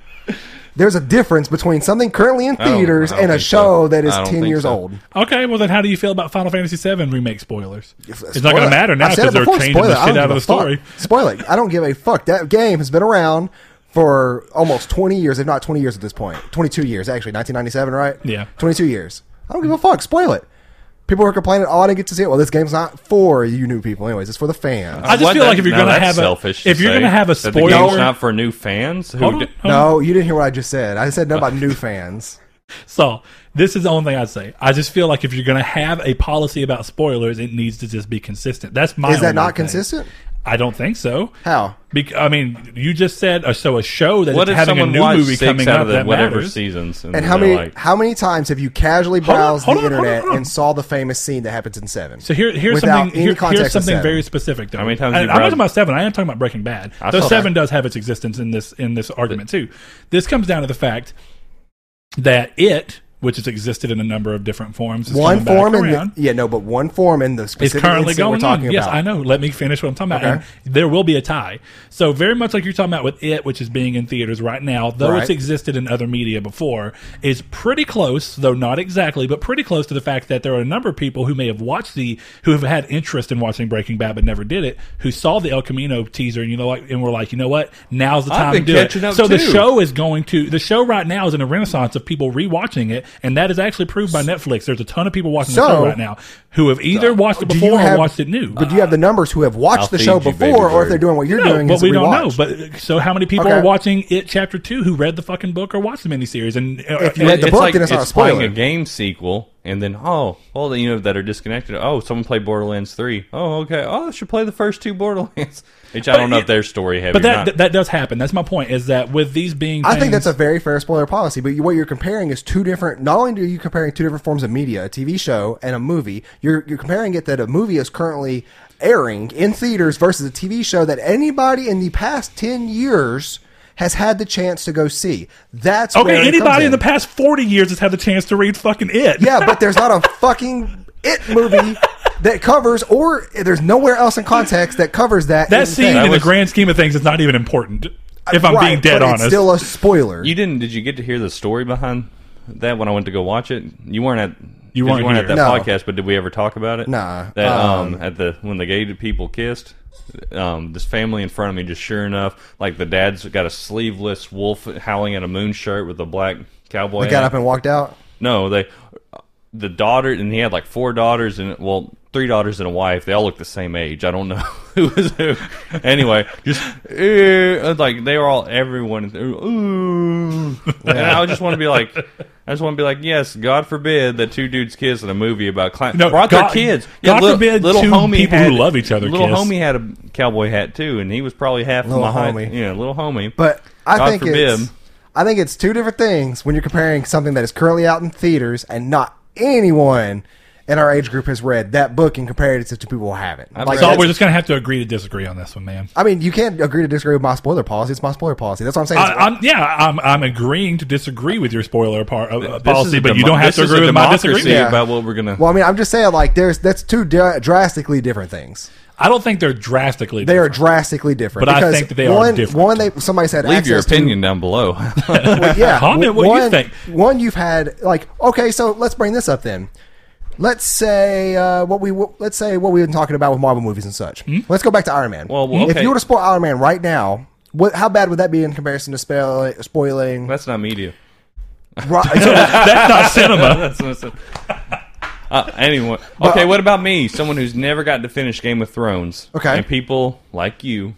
Speaker 1: There's a difference between something currently in
Speaker 3: don't- I
Speaker 1: theaters
Speaker 3: don't
Speaker 1: and a
Speaker 3: think
Speaker 1: show
Speaker 3: so.
Speaker 1: that is
Speaker 3: I don't
Speaker 1: ten
Speaker 3: think
Speaker 1: years
Speaker 3: so.
Speaker 1: old.
Speaker 2: okay, well then, how do you feel about Final Fantasy VII remake spoilers? It's not
Speaker 1: Spoil
Speaker 2: going
Speaker 1: it.
Speaker 2: to matter now
Speaker 1: I've said
Speaker 2: because
Speaker 1: it
Speaker 2: they're
Speaker 1: before,
Speaker 2: changing
Speaker 1: spoil it.
Speaker 2: the
Speaker 1: uh, I
Speaker 2: shit
Speaker 1: don't
Speaker 2: out of the
Speaker 1: give a fuck.
Speaker 2: story.
Speaker 1: Spoil it. I don't give a fuck. That game has been around for almost 20 years, if not 20 years at this point. 22 years, actually. 1997, right?
Speaker 2: Yeah.
Speaker 1: 22 years. I don't give a fuck. Spoil it. People are complaining, oh, I didn't get to see it. Well, this game's not for you new people, anyways. It's for the fans.
Speaker 2: I just
Speaker 3: What
Speaker 2: feel
Speaker 3: the-
Speaker 2: like if you're
Speaker 3: no,
Speaker 2: gonna
Speaker 3: that's
Speaker 2: have a-
Speaker 3: selfish to
Speaker 2: if you're
Speaker 3: say
Speaker 2: gonna have a
Speaker 3: that the game's
Speaker 2: spoiler-
Speaker 3: not for new fans. Who
Speaker 2: Hold on,
Speaker 3: d-
Speaker 2: hold on.
Speaker 1: no, you didn't hear what I just said. I said nothing about
Speaker 2: uh,
Speaker 1: new
Speaker 2: <laughs>
Speaker 1: fans.
Speaker 2: So this is the only thing I'd say. I just feel like if you're going to have a policy about spoilers, it needs to just be consistent. That's my.
Speaker 1: Is that
Speaker 2: only
Speaker 1: not
Speaker 2: thing.
Speaker 1: consistent?
Speaker 2: I don't think so.
Speaker 1: How?
Speaker 2: Bec- I mean, you just said uh, so a show that
Speaker 3: What
Speaker 2: it's
Speaker 3: if
Speaker 2: having a
Speaker 3: someone
Speaker 2: new
Speaker 3: watched
Speaker 2: movie
Speaker 3: six
Speaker 2: coming
Speaker 3: out
Speaker 2: up
Speaker 3: of the
Speaker 2: that
Speaker 3: whatever
Speaker 2: matters.
Speaker 3: seasons? And,
Speaker 1: And how
Speaker 3: they're
Speaker 1: many
Speaker 3: Like,
Speaker 1: how many times have you casually
Speaker 2: on,
Speaker 1: browsed
Speaker 2: hold
Speaker 1: the
Speaker 2: on, hold on,
Speaker 1: internet
Speaker 2: hold on.
Speaker 1: and saw the famous scene that happens in Seven?
Speaker 2: So here, here's
Speaker 1: Without
Speaker 2: something.
Speaker 1: any
Speaker 2: Here,
Speaker 1: context
Speaker 2: here's
Speaker 1: of
Speaker 2: something
Speaker 1: Seven.
Speaker 2: very specific. Though.
Speaker 3: How many times
Speaker 2: I,
Speaker 3: you
Speaker 2: I'm not
Speaker 3: browse-
Speaker 2: talking about Seven. I am talking about Breaking Bad.
Speaker 3: I
Speaker 2: Though
Speaker 3: saw
Speaker 2: Seven does have its existence in this in this argument too. This comes down to the fact that it, which has existed in a number of different forms, is
Speaker 1: one
Speaker 2: coming back
Speaker 1: form in the,
Speaker 2: around.
Speaker 1: yeah no but one form in the
Speaker 2: It's
Speaker 1: specific
Speaker 2: currently
Speaker 1: incident
Speaker 2: going
Speaker 1: we're talking
Speaker 2: on. Yes,
Speaker 1: about
Speaker 2: I know. Let me finish what I'm talking about.
Speaker 1: Okay.
Speaker 2: And there will be a tie. So very much like you're talking about with it, which is being in theaters right now, though
Speaker 1: Right.
Speaker 2: it's existed in other media before, is pretty close, though not exactly, but pretty close to the fact that there are a number of people who may have watched the who have had interest in watching Breaking Bad but never did it, who saw the El Camino teaser and you know like and were like, you know what, now's the
Speaker 3: I've
Speaker 2: time to
Speaker 3: been
Speaker 2: do it.
Speaker 3: catching up,
Speaker 2: So the
Speaker 3: too.
Speaker 2: show is going to the show right now is in a renaissance of people rewatching it, and that is actually proved by Netflix. There's a ton of people watching the
Speaker 1: So-
Speaker 2: show right now who have either watched it
Speaker 1: Do you
Speaker 2: before
Speaker 1: have-
Speaker 2: or watched it new.
Speaker 1: but do you have the numbers who have watched
Speaker 3: I'll
Speaker 1: the
Speaker 3: feed
Speaker 1: show
Speaker 3: you,
Speaker 1: before
Speaker 3: baby
Speaker 1: or if
Speaker 3: bird.
Speaker 1: they're doing what you're
Speaker 2: no,
Speaker 1: doing
Speaker 2: but
Speaker 1: is
Speaker 2: we don't know.
Speaker 1: rewatch.
Speaker 2: But so, how many people
Speaker 1: Okay.
Speaker 2: are watching it chapter two who read the fucking book or watched the miniseries? And uh,
Speaker 1: If you
Speaker 2: and-
Speaker 1: read the
Speaker 3: it's
Speaker 1: book,
Speaker 3: like
Speaker 1: then it's not a
Speaker 3: playing
Speaker 1: spoiler.
Speaker 3: a game sequel, and then oh, all the you know that are disconnected. Oh, someone played Borderlands three. Oh, okay. Oh, I should play the first two Borderlands. <laughs> Which I don't know
Speaker 2: it-
Speaker 3: if they're story heavy.
Speaker 2: but
Speaker 3: or
Speaker 2: that
Speaker 3: not.
Speaker 2: that does happen. That's my point. Is that with these being,
Speaker 1: I think
Speaker 2: things-
Speaker 1: that's a very fair spoiler policy, but you, what you're comparing is two different. Not only are you comparing two different forms of media, a TV show and a movie, you're you're comparing it that a movie is currently airing in theaters versus a TV show that anybody in the past ten years has had the chance to go see. That's where it
Speaker 2: okay.
Speaker 1: comes
Speaker 2: Anybody in the
Speaker 1: in.
Speaker 2: past forty years has had the chance to read fucking it.
Speaker 1: Yeah, but there's not a fucking it movie that covers, or there's nowhere else in context that covers that.
Speaker 2: that
Speaker 1: in
Speaker 2: scene
Speaker 1: thing.
Speaker 2: in the
Speaker 3: was-
Speaker 2: grand scheme of things is not even important. If I'm
Speaker 1: Right,
Speaker 2: being dead
Speaker 1: but
Speaker 2: honest,
Speaker 1: it's still a spoiler.
Speaker 3: you didn't. Did you get to hear the story behind that when I went to go watch it? You weren't at.
Speaker 2: You
Speaker 3: 'cause
Speaker 2: weren't
Speaker 3: at
Speaker 2: here.
Speaker 3: that
Speaker 1: No.
Speaker 3: podcast, but did we ever talk about it?
Speaker 1: Nah.
Speaker 3: That um,
Speaker 1: Um,
Speaker 3: at the when the gay people kissed, um, this family in front of me just sure enough, like the dad's got a sleeveless wolf howling at a moon shirt with a black cowboy.
Speaker 1: Got
Speaker 3: hat.
Speaker 1: up and walked out.
Speaker 3: No, they the daughter and he had like four daughters and well three daughters and a wife. They all look the same age. I don't know <laughs> who was who. Anyway, just eh, like they were all everyone. Ooh, and I just want to be like. I just want to be like, yes. God forbid that two dudes kiss in a movie about climate.
Speaker 2: No,
Speaker 3: brought
Speaker 2: God-
Speaker 3: their kids.
Speaker 2: God forbid two people who love each other
Speaker 3: Little
Speaker 2: kiss.
Speaker 3: homie had a cowboy hat too, and he was probably half
Speaker 1: Little
Speaker 3: my height.
Speaker 1: homie.
Speaker 3: Yeah, little homie.
Speaker 1: But I
Speaker 3: God
Speaker 1: think it's
Speaker 3: forbid.
Speaker 1: I think it's two different things when you're comparing something that is currently out in theaters and not anyone in our age group has read that book and compared it to people who haven't.
Speaker 3: I've
Speaker 1: Like,
Speaker 2: So
Speaker 3: read
Speaker 1: that's-
Speaker 2: we're just gonna have to agree to disagree on this one, man.
Speaker 1: I mean, you can't agree to disagree with my spoiler policy. It's my spoiler policy. That's what I'm saying.
Speaker 2: I, I'm, yeah, I'm, I'm agreeing to disagree with your spoiler par- uh, uh,
Speaker 3: This is
Speaker 2: policy,
Speaker 3: a
Speaker 2: but you
Speaker 3: demo-
Speaker 2: don't have
Speaker 3: this
Speaker 2: to
Speaker 3: is
Speaker 2: agree
Speaker 3: a
Speaker 2: with my
Speaker 3: democracy
Speaker 2: disagreement.
Speaker 3: <laughs>
Speaker 1: Yeah.
Speaker 3: about what we're gonna.
Speaker 1: well, I mean, I'm just saying like there's that's two di- drastically different things.
Speaker 2: I don't think they're drastically.
Speaker 1: They are
Speaker 2: different.
Speaker 1: drastically different.
Speaker 2: But I
Speaker 1: because
Speaker 2: think that they are
Speaker 1: one,
Speaker 2: different.
Speaker 1: One, they somebody said
Speaker 3: leave your
Speaker 1: access to-
Speaker 3: opinion down below.
Speaker 1: Well, yeah,
Speaker 2: <laughs> Comment what you
Speaker 1: one,
Speaker 2: think.
Speaker 1: One you've had like okay, so let's bring this up then. Let's say uh, what we let's say what we've been talking about with Marvel movies and such.
Speaker 2: Hmm?
Speaker 1: Let's go back to Iron Man.
Speaker 3: Well, well,
Speaker 1: if
Speaker 3: okay.
Speaker 1: you were to spoil Iron Man right now, what, how bad would that be in comparison to spoil, spoiling?
Speaker 3: <laughs> That's not media. <laughs>
Speaker 1: Ro- so-
Speaker 2: That's not cinema.
Speaker 3: That's what I said. Uh,
Speaker 1: <laughs>
Speaker 3: anyone? Okay, what about me? Someone who's never got to finish Game of Thrones.
Speaker 1: Okay.
Speaker 3: and people like you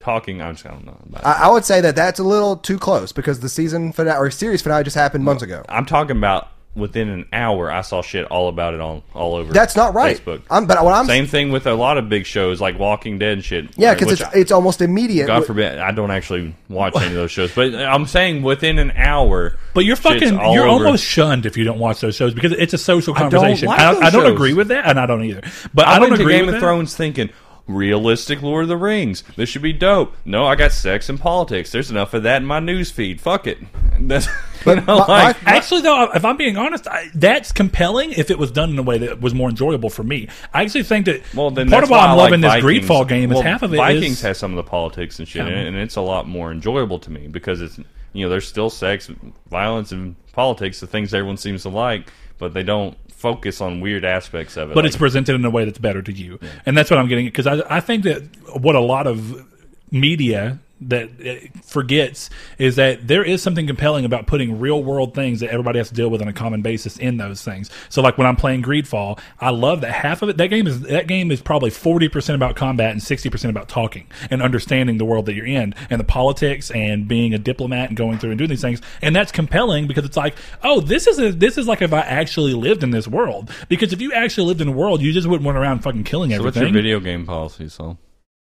Speaker 3: talking. I'm just, I don't know. About
Speaker 1: I, I would say that that's a little too close because the season finale or series finale just happened months ago.
Speaker 3: I'm talking about within an hour. I saw shit all about it on all over.
Speaker 1: That's not right.
Speaker 3: Facebook.
Speaker 1: I'm, but what I'm
Speaker 3: Same thing with a lot of big shows like Walking Dead and shit.
Speaker 1: yeah,
Speaker 3: like,
Speaker 1: because
Speaker 3: which
Speaker 1: it's
Speaker 3: I-
Speaker 1: it's almost immediate.
Speaker 3: God forbid, I don't actually watch any of those shows, but I'm saying within an hour.
Speaker 2: But you're
Speaker 3: shit's
Speaker 2: fucking.
Speaker 3: all
Speaker 2: You're
Speaker 3: over.
Speaker 2: almost shunned if you don't watch those shows because it's a social
Speaker 3: don't
Speaker 2: conversation.
Speaker 3: like
Speaker 2: I,
Speaker 3: those
Speaker 2: I don't
Speaker 3: shows.
Speaker 2: agree with that, and I don't either. But
Speaker 3: I,
Speaker 2: I, don't
Speaker 3: went to
Speaker 2: agree
Speaker 3: Game
Speaker 2: with
Speaker 3: of
Speaker 2: that.
Speaker 3: Thrones thinking realistic Lord of the Rings. This should be dope. No, I got sex and politics. There's enough of that in my news feed. Fuck it. <laughs> That's you know,
Speaker 1: my- my-
Speaker 3: like,
Speaker 2: Actually, though, if I'm being honest, I, that's compelling if it was done in a way that was more enjoyable for me. I actually think that
Speaker 3: well, then
Speaker 2: part
Speaker 3: that's
Speaker 2: of why I'm
Speaker 3: I like
Speaker 2: loving this
Speaker 3: Vikings.
Speaker 2: Greedfall game
Speaker 3: Well,
Speaker 2: is half of it is
Speaker 3: Vikings has some of the politics and shit, in it, and it's a lot more enjoyable to me because it's you know there's still sex, violence, and politics, the things everyone seems to like, but they don't focus on weird aspects of it.
Speaker 2: but
Speaker 3: like-
Speaker 2: it's presented in a way that's better to you, and that's what I'm getting. Because I, I think that what a lot of media that uh, forgets is that there is something compelling about putting real world things that everybody has to deal with on a common basis in those things. So like when I'm playing Greedfall, I love that half of it that game is that game is probably 40% about combat and 60% about talking and understanding the world that you're in and the politics and being a diplomat and going through and doing these things. And that's compelling because it's like, oh, this is a, this is like if I actually lived in this world. Because if you actually lived in the world, you just wouldn't run around fucking killing
Speaker 3: So what's
Speaker 2: everything.
Speaker 3: your video game policy, so?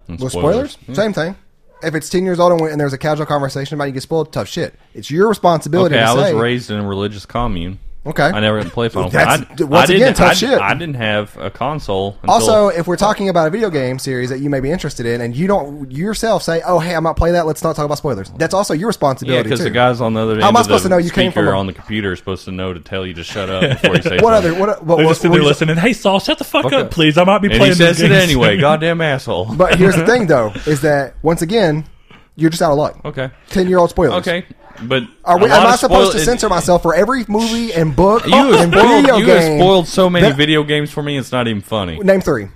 Speaker 3: And
Speaker 1: Well, spoilers,
Speaker 3: Yeah.
Speaker 1: same thing. If it's ten years old and, we- and there's a casual conversation about it, you get spoiled, tough shit. It's your responsibility.
Speaker 3: Okay,
Speaker 1: to
Speaker 3: I was
Speaker 1: say,
Speaker 3: raised in a religious commune.
Speaker 1: Okay.
Speaker 3: I never had to play Final
Speaker 1: That's-
Speaker 3: Fantasy. I,
Speaker 1: once
Speaker 3: I
Speaker 1: again,
Speaker 3: didn't,
Speaker 1: tough
Speaker 3: I,
Speaker 1: shit.
Speaker 3: I didn't have a console. Until,
Speaker 1: also, if we're talking about a video game series that you may be interested in, and you don't yourself say, "Oh, hey, I'm not playing that. Let's not talk about spoilers." That's also your
Speaker 3: yeah,
Speaker 1: responsibility.
Speaker 3: because
Speaker 1: too.
Speaker 3: the guys on the other end
Speaker 1: How am I
Speaker 3: of
Speaker 1: supposed
Speaker 3: the
Speaker 1: to know you came
Speaker 3: speaker
Speaker 1: from a-
Speaker 3: on the computer is supposed to know to tell you to shut up
Speaker 1: <laughs>
Speaker 3: before you say
Speaker 1: what other?
Speaker 3: something.
Speaker 1: What? What?
Speaker 2: They're
Speaker 1: what,
Speaker 2: just sitting
Speaker 1: what
Speaker 2: there
Speaker 1: was-
Speaker 2: listening. Hey, Saul, shut the fuck,
Speaker 3: Fuck
Speaker 2: up,
Speaker 3: up.
Speaker 2: please. I might be
Speaker 3: And
Speaker 2: playing
Speaker 3: he says
Speaker 2: this
Speaker 3: it
Speaker 2: game <laughs>
Speaker 3: anyway.
Speaker 1: <laughs>
Speaker 2: soon.
Speaker 3: Goddamn asshole.
Speaker 1: But here's the thing, though, is that once again, you're just out of luck.
Speaker 3: <laughs> okay,
Speaker 1: Ten-year-old spoilers.
Speaker 3: okay, but
Speaker 1: Are we,
Speaker 3: a lot
Speaker 1: am I
Speaker 3: of spoil-
Speaker 1: supposed to
Speaker 3: it-
Speaker 1: censor myself for every movie and book
Speaker 3: You have
Speaker 1: and video
Speaker 3: spoiled, you have
Speaker 1: game?
Speaker 3: spoiled so many
Speaker 1: that-
Speaker 3: video games for me. It's not even funny.
Speaker 1: Name three.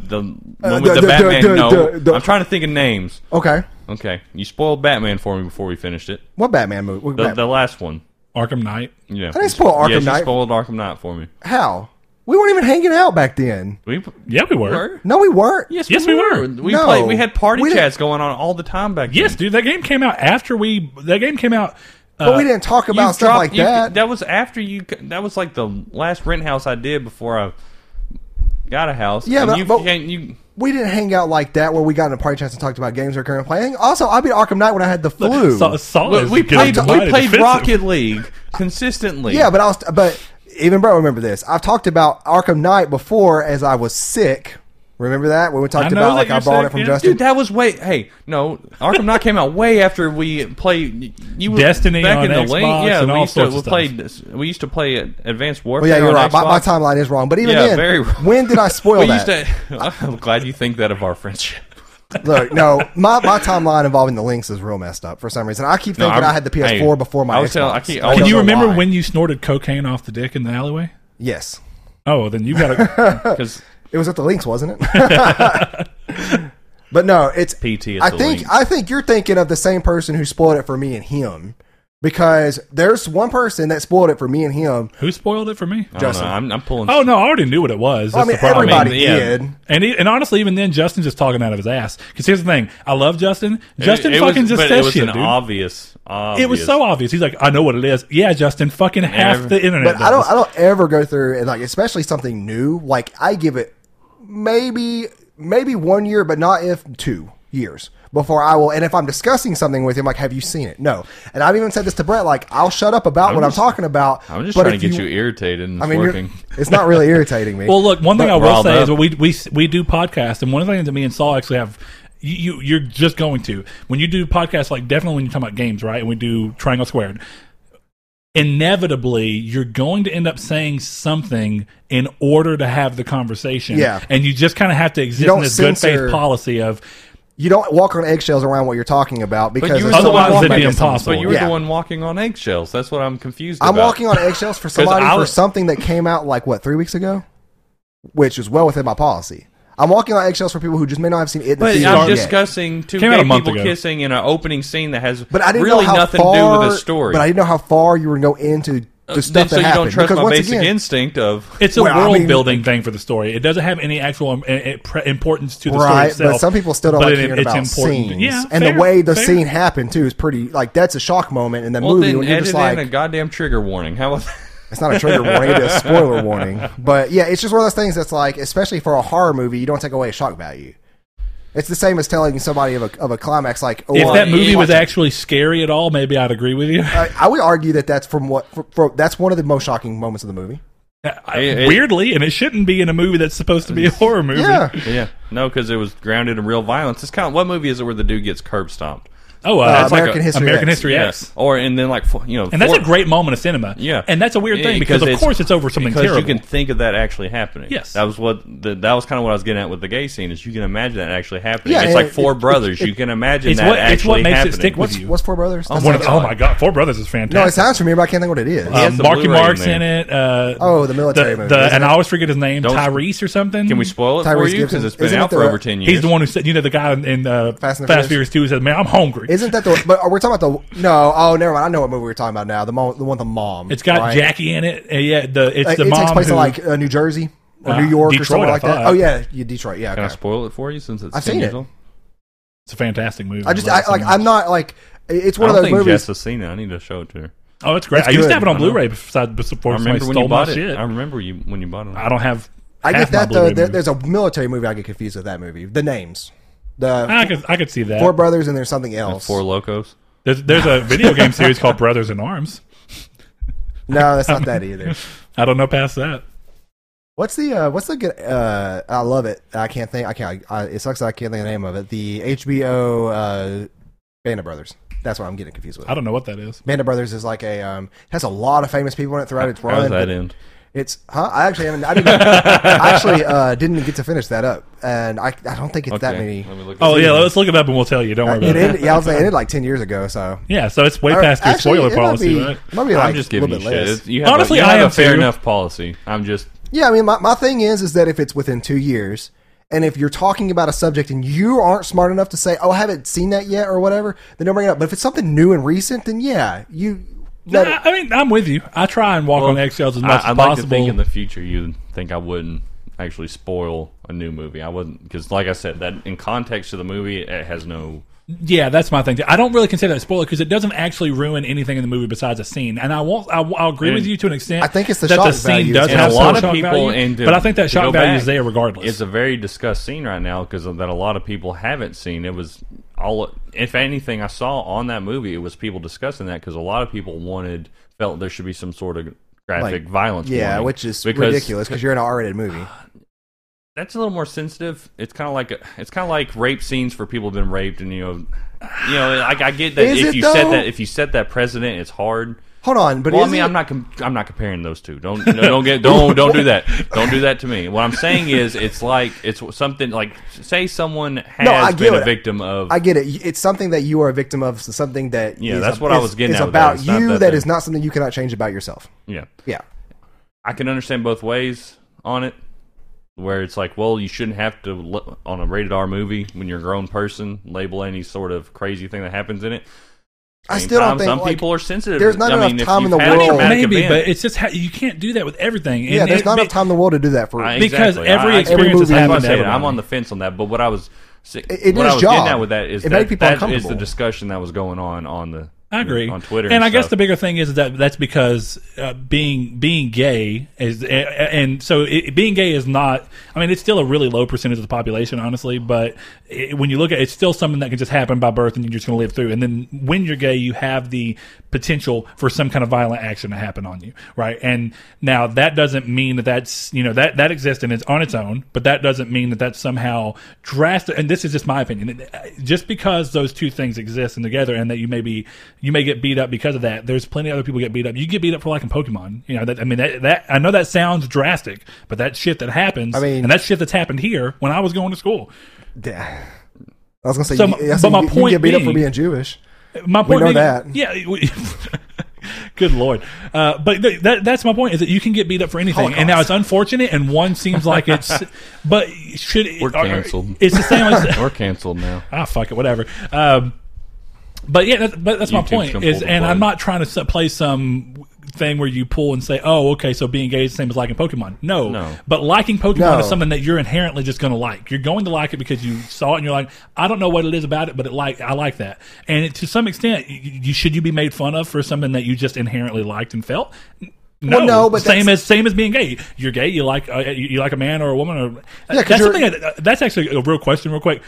Speaker 3: The one
Speaker 1: Uh,
Speaker 3: with
Speaker 1: the-
Speaker 3: the,
Speaker 1: the-
Speaker 3: Batman.
Speaker 1: the-
Speaker 3: no,
Speaker 1: the- the-
Speaker 3: I'm trying to think of names.
Speaker 1: Okay.
Speaker 3: Okay, you spoiled Batman for me before we finished it.
Speaker 1: What Batman movie? What
Speaker 3: The,
Speaker 1: Bat-
Speaker 3: the last one.
Speaker 2: Arkham Knight.
Speaker 3: Yeah,
Speaker 1: I didn't spoil Arkham
Speaker 3: yeah, she
Speaker 1: Knight.
Speaker 3: spoiled Arkham Knight for me.
Speaker 1: How? We weren't even hanging out back then.
Speaker 3: We
Speaker 2: Yeah, we were.
Speaker 1: No, we weren't.
Speaker 2: Yes, we were.
Speaker 3: We
Speaker 1: No.
Speaker 3: played. We had party
Speaker 1: We didn't-
Speaker 3: chats going on all the time back.
Speaker 2: Yes, dude, that game came out after we. That game came out. Uh,
Speaker 1: But we didn't talk
Speaker 3: then.
Speaker 1: about
Speaker 3: You
Speaker 1: stuff
Speaker 3: dropped-
Speaker 1: like
Speaker 3: you-
Speaker 1: that.
Speaker 3: That was after you. That was like the last rent house I did before I got a house.
Speaker 1: Yeah,
Speaker 3: and
Speaker 1: but-
Speaker 3: you,
Speaker 1: but-
Speaker 3: can't- you-
Speaker 1: We didn't hang out like that where we got in a party chats and talked about games we're currently playing. Also, I beat Arkham Knight when I had the flu.
Speaker 2: Saul, Saul
Speaker 3: we,
Speaker 2: is
Speaker 3: we
Speaker 2: getting
Speaker 3: played.
Speaker 2: mighty
Speaker 3: We played
Speaker 2: defensive.
Speaker 3: Rocket League consistently.
Speaker 1: yeah, but I was. But even bro, remember this. I've talked about Arkham Knight before as I was sick. Remember that when we talked
Speaker 2: know
Speaker 1: about
Speaker 2: that
Speaker 1: like I
Speaker 2: you're
Speaker 1: borrowed
Speaker 2: sick,
Speaker 1: it from
Speaker 2: yeah.
Speaker 1: Justin.
Speaker 3: Dude, that was way. Hey, no, Arkham Knight came out way after we played. You were
Speaker 2: Destiny
Speaker 3: back
Speaker 2: on
Speaker 3: in the
Speaker 2: Xbox
Speaker 3: late- Yeah,
Speaker 2: and
Speaker 3: we
Speaker 2: all
Speaker 3: used
Speaker 2: sorts
Speaker 3: to
Speaker 2: of
Speaker 3: we played. We used to play Advanced Warfare.
Speaker 1: well, yeah, you're
Speaker 3: on
Speaker 1: right. My, my
Speaker 3: Xbox.
Speaker 1: timeline is wrong. But even
Speaker 3: Yeah,
Speaker 1: then,
Speaker 3: very wrong.
Speaker 1: when
Speaker 3: <laughs>
Speaker 1: did I spoil
Speaker 3: We
Speaker 1: that?
Speaker 3: used to. <laughs> I'm glad you think that of
Speaker 1: <laughs>
Speaker 3: our friendship.
Speaker 1: Look, no, my, my timeline involving the links is real messed up for some reason. I keep
Speaker 3: No,
Speaker 1: thinking
Speaker 3: I'm-
Speaker 1: I had the PS4
Speaker 3: hey,
Speaker 1: before my
Speaker 3: I was
Speaker 1: Xbox.
Speaker 3: telling- I keep-
Speaker 1: I
Speaker 3: I
Speaker 2: Can
Speaker 1: don't
Speaker 2: you
Speaker 1: know
Speaker 2: remember
Speaker 1: why.
Speaker 2: when you snorted cocaine off the dick in the alleyway?
Speaker 1: Yes,
Speaker 2: Oh, then you got
Speaker 3: <laughs>
Speaker 2: to.
Speaker 3: Because
Speaker 1: it was at the links, wasn't it? <laughs> but no, it's
Speaker 3: PT. Is
Speaker 1: I
Speaker 3: the
Speaker 1: think
Speaker 3: link.
Speaker 1: I think you're thinking of the same person who spoiled it for me and him because there's one person that spoiled it for me and him.
Speaker 2: Who spoiled it for me?
Speaker 3: I don't know,
Speaker 1: Justin.
Speaker 3: I'm, I'm pulling.
Speaker 2: Oh no, I already knew what it was.
Speaker 1: Well,
Speaker 2: That's
Speaker 1: I mean,
Speaker 2: the problem.
Speaker 1: everybody
Speaker 3: I mean, yeah.
Speaker 1: did.
Speaker 2: And he, and honestly, even then, Justin's just talking out of his ass. Because here's the thing: I love Justin.
Speaker 3: It-
Speaker 2: Justin
Speaker 3: it was-
Speaker 2: fucking just
Speaker 3: but
Speaker 2: says
Speaker 3: It was
Speaker 2: shit,
Speaker 3: an
Speaker 2: dude.
Speaker 3: obvious, obvious.
Speaker 2: It was so obvious. He's like, I know what it is. Yeah, Justin, fucking half
Speaker 3: every-
Speaker 2: the internet.
Speaker 1: But I don't
Speaker 2: does.
Speaker 1: I don't ever go through and like especially something new. Like I give it maybe maybe one year, but not if two years. before I will. And if I'm discussing something with you, I'm like, "Have you seen it?" No. And I've even said this to Brett. Like, I'll shut up about
Speaker 3: I'm
Speaker 1: what
Speaker 3: just-
Speaker 1: I'm talking about.
Speaker 3: I'm just
Speaker 1: but
Speaker 3: trying
Speaker 1: if
Speaker 3: to get you, irritated and
Speaker 1: I
Speaker 3: it's
Speaker 1: mean, you're,
Speaker 3: working.
Speaker 1: it's not really
Speaker 3: <laughs>
Speaker 1: irritating me.
Speaker 2: Well, look, one thing
Speaker 3: But
Speaker 2: I will
Speaker 3: riled
Speaker 2: say is
Speaker 3: up.
Speaker 2: we we we do podcasts, and one of the things that me and Saul actually have. You, you you're just going to when you do podcasts like definitely when you talk about games right and we do triangle squared inevitably you're going to end up saying something in order to have the conversation
Speaker 1: Yeah.
Speaker 2: and you just kind of have to exist in
Speaker 1: don't
Speaker 2: this good
Speaker 1: censor-
Speaker 2: faith policy of
Speaker 1: you don't walk on eggshells around what you're talking about because
Speaker 3: you
Speaker 1: if
Speaker 3: were
Speaker 1: someone
Speaker 3: otherwise
Speaker 1: walked
Speaker 3: it'd
Speaker 1: back
Speaker 3: be
Speaker 1: in someone-
Speaker 2: impossible.
Speaker 3: But you were
Speaker 1: Yeah.
Speaker 3: the one walking on eggshells. That's what I'm confused
Speaker 1: I'm
Speaker 3: about.
Speaker 1: walking on eggshells
Speaker 3: <laughs>
Speaker 1: for somebody
Speaker 3: I
Speaker 1: for
Speaker 3: was-
Speaker 1: something that came out like what three weeks ago, which is well within my policy. I'm walking on eggshells for people who just may not have seen it. In
Speaker 3: But
Speaker 1: the
Speaker 3: I'm
Speaker 1: theater yet.
Speaker 3: discussing two
Speaker 2: Came out
Speaker 3: gay
Speaker 2: a month
Speaker 3: people
Speaker 2: ago.
Speaker 3: kissing in an opening scene that has
Speaker 1: But I didn't
Speaker 3: really
Speaker 1: know how
Speaker 3: nothing
Speaker 1: far,
Speaker 3: to do with the story. Uh,
Speaker 1: But I didn't know how far you were going to go into the
Speaker 3: then,
Speaker 1: stuff
Speaker 3: so
Speaker 1: that
Speaker 3: you
Speaker 1: happened.
Speaker 3: don't trust
Speaker 1: because
Speaker 3: my
Speaker 1: once
Speaker 3: basic
Speaker 1: again,
Speaker 3: instinct of
Speaker 2: it's a
Speaker 1: Well, I mean-
Speaker 2: world building thing for the story it doesn't have any actual um, i- i- pre- importance to the story
Speaker 1: right?
Speaker 2: itself
Speaker 1: But some people still don't
Speaker 2: but
Speaker 1: like
Speaker 2: it-
Speaker 1: hearing
Speaker 2: it's
Speaker 1: about
Speaker 2: important.
Speaker 1: scenes.
Speaker 2: yeah
Speaker 1: and
Speaker 2: fair,
Speaker 1: the way the
Speaker 2: fair.
Speaker 1: scene happened too is pretty like that's a shock moment in the
Speaker 3: well,
Speaker 1: movie
Speaker 3: then
Speaker 1: when you're
Speaker 3: edit
Speaker 1: just
Speaker 3: in
Speaker 1: like
Speaker 3: a goddamn trigger warning. How about
Speaker 1: It's not a trigger warning, it'd be
Speaker 2: <laughs>
Speaker 1: a spoiler warning. But yeah, it's just one of those things that's like, especially for a horror movie, you don't take away shock value. It's the same as telling somebody of a, of a climax, like, oh,
Speaker 2: if
Speaker 1: I-
Speaker 2: that movie was
Speaker 1: I-
Speaker 2: actually scary at all maybe i'd agree
Speaker 1: <laughs>
Speaker 2: with you
Speaker 1: I, I would argue that that's from what for, for, that's one of the most shocking moments of the movie.
Speaker 2: I-
Speaker 3: It-
Speaker 2: <laughs>
Speaker 3: it-
Speaker 2: weirdly, and it shouldn't be in a movie that's supposed to be a horror movie.
Speaker 1: Yeah,
Speaker 3: yeah, no, because it was grounded in real violence. It's kind of what movie is it where the dude gets curb stomped?
Speaker 2: Oh, uh,
Speaker 1: Uh,
Speaker 2: that's
Speaker 1: American
Speaker 2: like a-
Speaker 1: History
Speaker 2: American
Speaker 1: X.
Speaker 2: History X.
Speaker 3: Yeah. Or and then like fo- you know,
Speaker 2: And that's
Speaker 3: four-
Speaker 2: a great moment of cinema.
Speaker 3: Yeah,
Speaker 2: And that's a weird
Speaker 3: Yeah,
Speaker 2: thing because, of course it's over something
Speaker 3: because
Speaker 2: terrible.
Speaker 3: You can think of that actually happening.
Speaker 2: Yes.
Speaker 3: that was what the, that was kind of what I was getting at with the gay scene is you can imagine that actually happening.
Speaker 1: Yeah,
Speaker 3: it's
Speaker 1: and
Speaker 3: like
Speaker 1: it-
Speaker 3: four
Speaker 1: it-
Speaker 3: brothers.
Speaker 1: it-
Speaker 3: you can imagine
Speaker 2: it's
Speaker 3: that
Speaker 2: what- it's
Speaker 3: actually
Speaker 2: what makes it
Speaker 3: happening.
Speaker 2: stick with
Speaker 1: what's
Speaker 2: you.
Speaker 1: what's Four Brothers? That's
Speaker 2: One
Speaker 1: not
Speaker 2: of the-
Speaker 1: good.
Speaker 2: oh my god, Four Brothers is fantastic.
Speaker 1: no, it sounds familiar, but I can't think what it is.
Speaker 3: Yeah.
Speaker 2: um,
Speaker 3: Yes, the
Speaker 2: Marky
Speaker 3: Blu-ray
Speaker 2: Mark's
Speaker 3: in
Speaker 2: in it. Uh,
Speaker 1: Oh, the military
Speaker 2: the,
Speaker 1: movie,
Speaker 2: the-
Speaker 1: isn't
Speaker 2: and
Speaker 1: it?
Speaker 2: I always forget his name,
Speaker 3: Don't-
Speaker 2: Tyrese or something.
Speaker 3: Can we spoil it
Speaker 1: Tyrese
Speaker 3: for you?
Speaker 1: Gibson.
Speaker 3: Because it's been
Speaker 1: Isn't
Speaker 3: out
Speaker 1: it
Speaker 3: for
Speaker 1: the-
Speaker 3: over ten years.
Speaker 2: He's the one who said, you know, the guy in, in uh,
Speaker 1: Fast and the
Speaker 2: Fast
Speaker 1: Furious.
Speaker 2: Furious Two who said, "Man, I'm hungry."
Speaker 1: Isn't that the? But we're talking about the no. Oh, never mind. I know what movie we're talking about now. The mo- the one with the mom.
Speaker 2: it's got
Speaker 1: right?
Speaker 2: Jackie in it. And yeah, the it's
Speaker 1: Like,
Speaker 2: the
Speaker 1: it
Speaker 2: mom
Speaker 1: takes place
Speaker 2: who,
Speaker 1: in like uh, New Jersey or
Speaker 2: Uh,
Speaker 1: New York or
Speaker 2: Detroit,
Speaker 1: somewhere
Speaker 2: I
Speaker 1: like that.
Speaker 2: thought.
Speaker 1: Oh yeah, you Detroit. Yeah,
Speaker 3: Can I
Speaker 1: okay.
Speaker 3: spoil it for you since it's
Speaker 1: I've
Speaker 3: 10
Speaker 1: seen
Speaker 3: years
Speaker 1: it.
Speaker 3: old?
Speaker 2: it's a fantastic movie.
Speaker 1: I just
Speaker 2: love
Speaker 1: I,
Speaker 2: it so
Speaker 1: like
Speaker 2: much.
Speaker 1: I'm not like it's
Speaker 3: I
Speaker 1: one of
Speaker 3: don't
Speaker 1: those
Speaker 3: think
Speaker 1: movies.
Speaker 3: Jess has seen it. I need to show it to her.
Speaker 2: Oh, it's great.
Speaker 1: It's
Speaker 2: I used
Speaker 1: good.
Speaker 2: to have it on
Speaker 3: I know.
Speaker 2: Blu-ray before, before
Speaker 3: I
Speaker 2: somebody
Speaker 3: remember when
Speaker 2: stole
Speaker 3: you
Speaker 2: my
Speaker 3: bought
Speaker 2: shit.
Speaker 3: it. I remember you when you bought it.
Speaker 2: I don't have.
Speaker 1: I
Speaker 2: half
Speaker 1: get
Speaker 2: my
Speaker 1: that
Speaker 2: Blu-ray
Speaker 1: though. There,
Speaker 2: movies.
Speaker 1: there's a military movie I get confused with that movie. The names, the
Speaker 2: I could, I could see that.
Speaker 1: Four Brothers, and there's something else.
Speaker 3: Four locos.
Speaker 2: There's, there's a video game series called Brothers in Arms.
Speaker 1: No, that's not
Speaker 2: <laughs>
Speaker 1: that either.
Speaker 2: I don't know past that.
Speaker 1: What's the uh, what's the good? Uh, I love it. I can't think. I can't. I, it sucks. that I can't think of the name of it. The HBO uh, Band of Brothers. That's what I'm getting confused with.
Speaker 2: I don't know what that is.
Speaker 1: Band of Brothers is like a um, has a lot of famous people in it throughout its
Speaker 3: How does
Speaker 1: run.
Speaker 3: that
Speaker 1: but
Speaker 3: end?
Speaker 1: It's huh? I actually haven't. I didn't. I actually uh, didn't get to finish that up, and I I don't think it's that
Speaker 3: Okay,
Speaker 1: many.
Speaker 3: let me look
Speaker 2: Oh
Speaker 3: at
Speaker 2: yeah, let's look it up and we'll tell you. Don't worry about
Speaker 1: It
Speaker 2: it.
Speaker 1: ended, yeah, I was saying it ended like ten years ago. So
Speaker 2: Yeah, so it's way
Speaker 1: Or
Speaker 2: past your
Speaker 1: actually,
Speaker 2: spoiler
Speaker 1: it might
Speaker 2: policy.
Speaker 1: be-
Speaker 2: right?
Speaker 1: might be
Speaker 3: I'm
Speaker 1: like
Speaker 3: just
Speaker 1: a little
Speaker 3: giving you
Speaker 1: bit less.
Speaker 3: shit. It's- You have
Speaker 2: Honestly,
Speaker 3: a, you
Speaker 2: I
Speaker 3: have
Speaker 2: am
Speaker 3: a fair
Speaker 2: too.
Speaker 3: enough policy. I'm just
Speaker 1: Yeah, I mean, my, my thing is, is that if it's within two years, and if you're talking about a subject and you aren't smart enough to say, "Oh, I haven't seen that yet" or whatever, then don't bring it up. But if it's something new and recent, then yeah, you.
Speaker 2: No,
Speaker 1: Let it,
Speaker 2: I I mean, I'm with you. I try and walk on eggshells as much
Speaker 3: I, I'd
Speaker 2: as
Speaker 3: like to
Speaker 2: possible.
Speaker 3: think in the future you think I wouldn't actually spoil a new movie. I wouldn't because, like I said, that in context of the movie, it has no.
Speaker 2: yeah, that's my thing. too. I don't really consider that a spoiler because it doesn't actually ruin anything in the movie besides a scene. And I won't. I, will agree
Speaker 3: And-
Speaker 2: with you to an extent.
Speaker 1: I think it's the
Speaker 2: that
Speaker 1: shock
Speaker 2: the scene
Speaker 1: value
Speaker 2: does
Speaker 1: is-
Speaker 3: And
Speaker 2: have
Speaker 3: a
Speaker 2: some
Speaker 3: lot of
Speaker 2: shock
Speaker 3: people,
Speaker 2: value,
Speaker 3: and to-
Speaker 2: but I think that
Speaker 3: to
Speaker 2: shock
Speaker 3: go
Speaker 2: value is
Speaker 3: back,
Speaker 2: there regardless.
Speaker 3: It's a very discussed scene right now because that a lot of people haven't seen. It was all, if anything, I saw on that movie. It was people discussing that because a lot of people wanted felt there should be some sort of graphic
Speaker 1: Like,
Speaker 3: violence.
Speaker 1: yeah,
Speaker 3: warning.
Speaker 1: which is
Speaker 3: Because-
Speaker 1: ridiculous because you're in an R-rated
Speaker 3: <sighs>
Speaker 1: movie.
Speaker 3: that's a little more sensitive. It's kind of like a, it's kind of like rape scenes for people who've been raped, and you know, you know, like I get that
Speaker 1: Is
Speaker 3: if
Speaker 1: it
Speaker 3: you
Speaker 1: though?
Speaker 3: set that if you set that precedent, it's hard.
Speaker 1: Hold on, but
Speaker 3: well, I
Speaker 1: is
Speaker 3: mean,
Speaker 1: it-
Speaker 3: I'm not com- I'm not comparing those two. Don't no, don't get
Speaker 1: <laughs>
Speaker 3: don't don't do that. Don't do that to me. What I'm saying is, it's like it's something like say someone has
Speaker 1: I get
Speaker 3: been
Speaker 1: it.
Speaker 3: a victim of.
Speaker 1: I get it. It's something that you are a victim of. So something that
Speaker 3: Yeah,
Speaker 1: is
Speaker 3: that's
Speaker 1: a-
Speaker 3: what I
Speaker 1: is-
Speaker 3: was getting
Speaker 1: is
Speaker 3: at with that.
Speaker 1: about
Speaker 3: It's not
Speaker 1: you.
Speaker 3: that
Speaker 1: that
Speaker 3: thing.
Speaker 1: is not something you cannot change about yourself.
Speaker 3: yeah,
Speaker 1: Yeah.
Speaker 3: I can understand both ways on it. Where it's like, well, you shouldn't have to l- on a rated R movie when you're a grown person label any sort of crazy thing that happens in it.
Speaker 1: I
Speaker 3: same
Speaker 1: still
Speaker 3: time,
Speaker 1: don't think
Speaker 3: some
Speaker 1: like,
Speaker 3: people are sensitive.
Speaker 1: there's not
Speaker 3: I
Speaker 1: enough
Speaker 3: mean, if
Speaker 1: time
Speaker 3: you've
Speaker 1: in the
Speaker 3: had a
Speaker 1: world-
Speaker 3: traumatic
Speaker 2: maybe,
Speaker 3: event-
Speaker 2: but it's just how, you can't do that with everything.
Speaker 1: Yeah,
Speaker 2: And
Speaker 1: there's
Speaker 2: it-
Speaker 1: not
Speaker 2: be-
Speaker 1: enough time in the world to do that for.
Speaker 3: I-
Speaker 2: because
Speaker 3: Exactly.
Speaker 2: every
Speaker 3: I- I-
Speaker 2: experience
Speaker 1: Every
Speaker 2: has
Speaker 1: movie
Speaker 3: that's why I
Speaker 2: happened.
Speaker 1: has
Speaker 2: to
Speaker 3: said
Speaker 1: happened
Speaker 2: everyone.
Speaker 3: I'm on the fence on that. But what I was,
Speaker 1: it
Speaker 3: what
Speaker 1: is
Speaker 3: I was
Speaker 1: job.
Speaker 3: getting at with that is
Speaker 1: It made
Speaker 3: that
Speaker 1: people
Speaker 3: that is the
Speaker 1: uncomfortable.
Speaker 3: discussion that was going on on the
Speaker 2: I agree
Speaker 3: on Twitter
Speaker 2: and,
Speaker 3: and
Speaker 2: I guess
Speaker 3: stuff.
Speaker 2: the bigger thing is that that's because uh, being being gay is, and, and so it, being gay is not. I mean, it's still a really low percentage of the population, honestly. But it, when you look at, it, it's still something that can just happen by birth, and you're just going to live through. And then when you're gay, you have the potential for some kind of violent action to happen on you, right? And now that doesn't mean that that's you know that that exists and it's on its own, but that doesn't mean that that's somehow drastic. And this is just my opinion. Just because those two things exist and together, and that you may be you may get beat up because of that. There's plenty of other people get beat up. You get beat up for liking Pokemon. You know that. I mean that, that I know that sounds drastic, but that shit that happens. I
Speaker 1: mean-
Speaker 2: and that shit that's happened here when I was going to school.
Speaker 1: Yeah. I was gonna say,
Speaker 2: So
Speaker 1: you,
Speaker 2: my-
Speaker 1: yeah,
Speaker 2: but
Speaker 1: so
Speaker 2: my
Speaker 1: you- you
Speaker 2: point
Speaker 1: get beat up for
Speaker 2: being-
Speaker 1: being Jewish.
Speaker 2: my point
Speaker 1: know
Speaker 2: being-
Speaker 1: that.
Speaker 2: yeah it- we- <laughs> good lord uh, but th- that, that's my point is that you can get beat up for anything and now it's unfortunate and one seems like
Speaker 3: <laughs>
Speaker 2: it's but should it,
Speaker 3: We're
Speaker 2: are-
Speaker 3: canceled.
Speaker 2: it's the same
Speaker 3: <laughs>
Speaker 2: as
Speaker 3: We're canceled now.
Speaker 2: ah fuck it whatever um, but yeah that's, but that's my
Speaker 3: YouTube's
Speaker 2: point
Speaker 3: gonna
Speaker 2: is
Speaker 3: pull the
Speaker 2: and
Speaker 3: plug.
Speaker 2: i'm not trying to s- play some thing where you pull and say oh okay so being gay is the same as liking pokemon no,
Speaker 3: No.
Speaker 2: but liking pokemon
Speaker 1: No.
Speaker 2: is something that you're inherently just going to like you're going to like it because you saw it and you're like i don't know what it is about it but it like i like that and it, to some extent you, you should you be made fun of for something that you just inherently liked and felt no,
Speaker 1: Well, no, but
Speaker 2: same
Speaker 1: that's-
Speaker 2: as same as being gay. You're gay. You like uh, you, you like a man or a woman. Or, that's
Speaker 1: you're-
Speaker 2: something. That, uh, that's actually a real question, real quick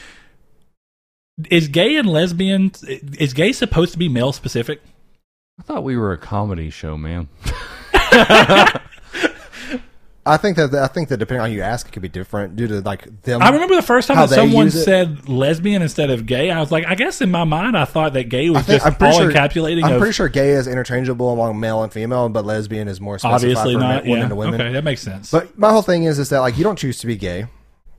Speaker 2: is gay and lesbian is gay supposed to be male specific
Speaker 3: I thought we were a comedy show, man.
Speaker 1: I think that I think that depending on who you ask, it could be different due to like them.
Speaker 2: i remember the first time
Speaker 1: Um, How
Speaker 2: that
Speaker 1: they
Speaker 2: someone
Speaker 1: use it?
Speaker 2: said lesbian instead of gay i was like i guess in my mind i thought that gay was
Speaker 1: think-
Speaker 2: just all encapulating
Speaker 1: I'm
Speaker 2: of,
Speaker 1: pretty sure gay is interchangeable among male and female, but lesbian is more specified
Speaker 2: obviously
Speaker 1: for men-
Speaker 2: not
Speaker 1: women
Speaker 2: yeah
Speaker 1: to women.
Speaker 2: okay that makes sense
Speaker 1: But my whole thing is is that like you don't choose to be gay,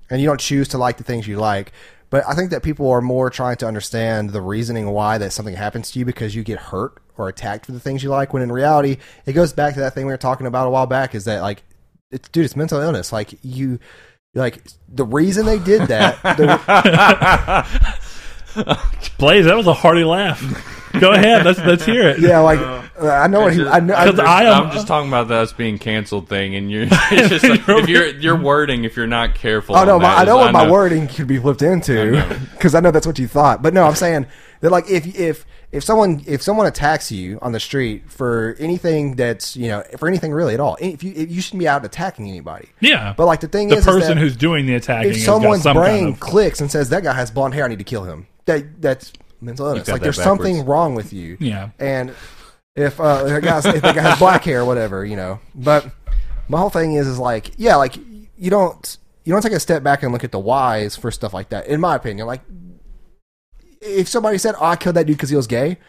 Speaker 1: and you don't choose to like the things you like. But I think that people are more trying to understand the reasoning why that something happens to you because you get hurt or attacked for the things you like. When in reality, it goes back to that thing we were talking about a while back. Is that like, it's, dude, it's mental illness. Like you, like the reason they did that. the,
Speaker 2: blaze that was a
Speaker 1: <laughs>
Speaker 2: hearty laugh go ahead let's let's hear it
Speaker 1: yeah, like I know what he. I know.
Speaker 2: Because <laughs> I am-
Speaker 3: I'm just talking about the us being canceled thing, and you're
Speaker 2: <laughs>
Speaker 3: <laughs> it's just like, if you're your wording, if you're not careful.
Speaker 1: Oh no,
Speaker 3: on
Speaker 1: my,
Speaker 3: that
Speaker 1: I
Speaker 3: is-
Speaker 1: know what my wording could be flipped into because I, know that's what you thought. But no, I'm saying that like if if if someone if someone attacks you on the street for anything that's you know for anything really at all, if you if you shouldn't be out attacking anybody.
Speaker 2: yeah
Speaker 1: But like the thing
Speaker 2: the
Speaker 1: is, is that
Speaker 2: person who's doing the attacking
Speaker 1: if
Speaker 2: has got
Speaker 1: someone's
Speaker 2: some
Speaker 1: brain
Speaker 2: kind of
Speaker 1: clicks and says that guy has blonde hair, I need to kill him. That that's mental illness.
Speaker 3: got
Speaker 1: Like
Speaker 3: that
Speaker 1: there's something
Speaker 3: backwards.
Speaker 1: wrong with you.
Speaker 2: Yeah.
Speaker 1: And if uh, if a guy if the guy has black hair, whatever, you know. But my whole thing is is like yeah, like you don't you don't take a step back and look at the whys for stuff like that. In my opinion, like if somebody said, "Oh, I killed that dude because he was gay,"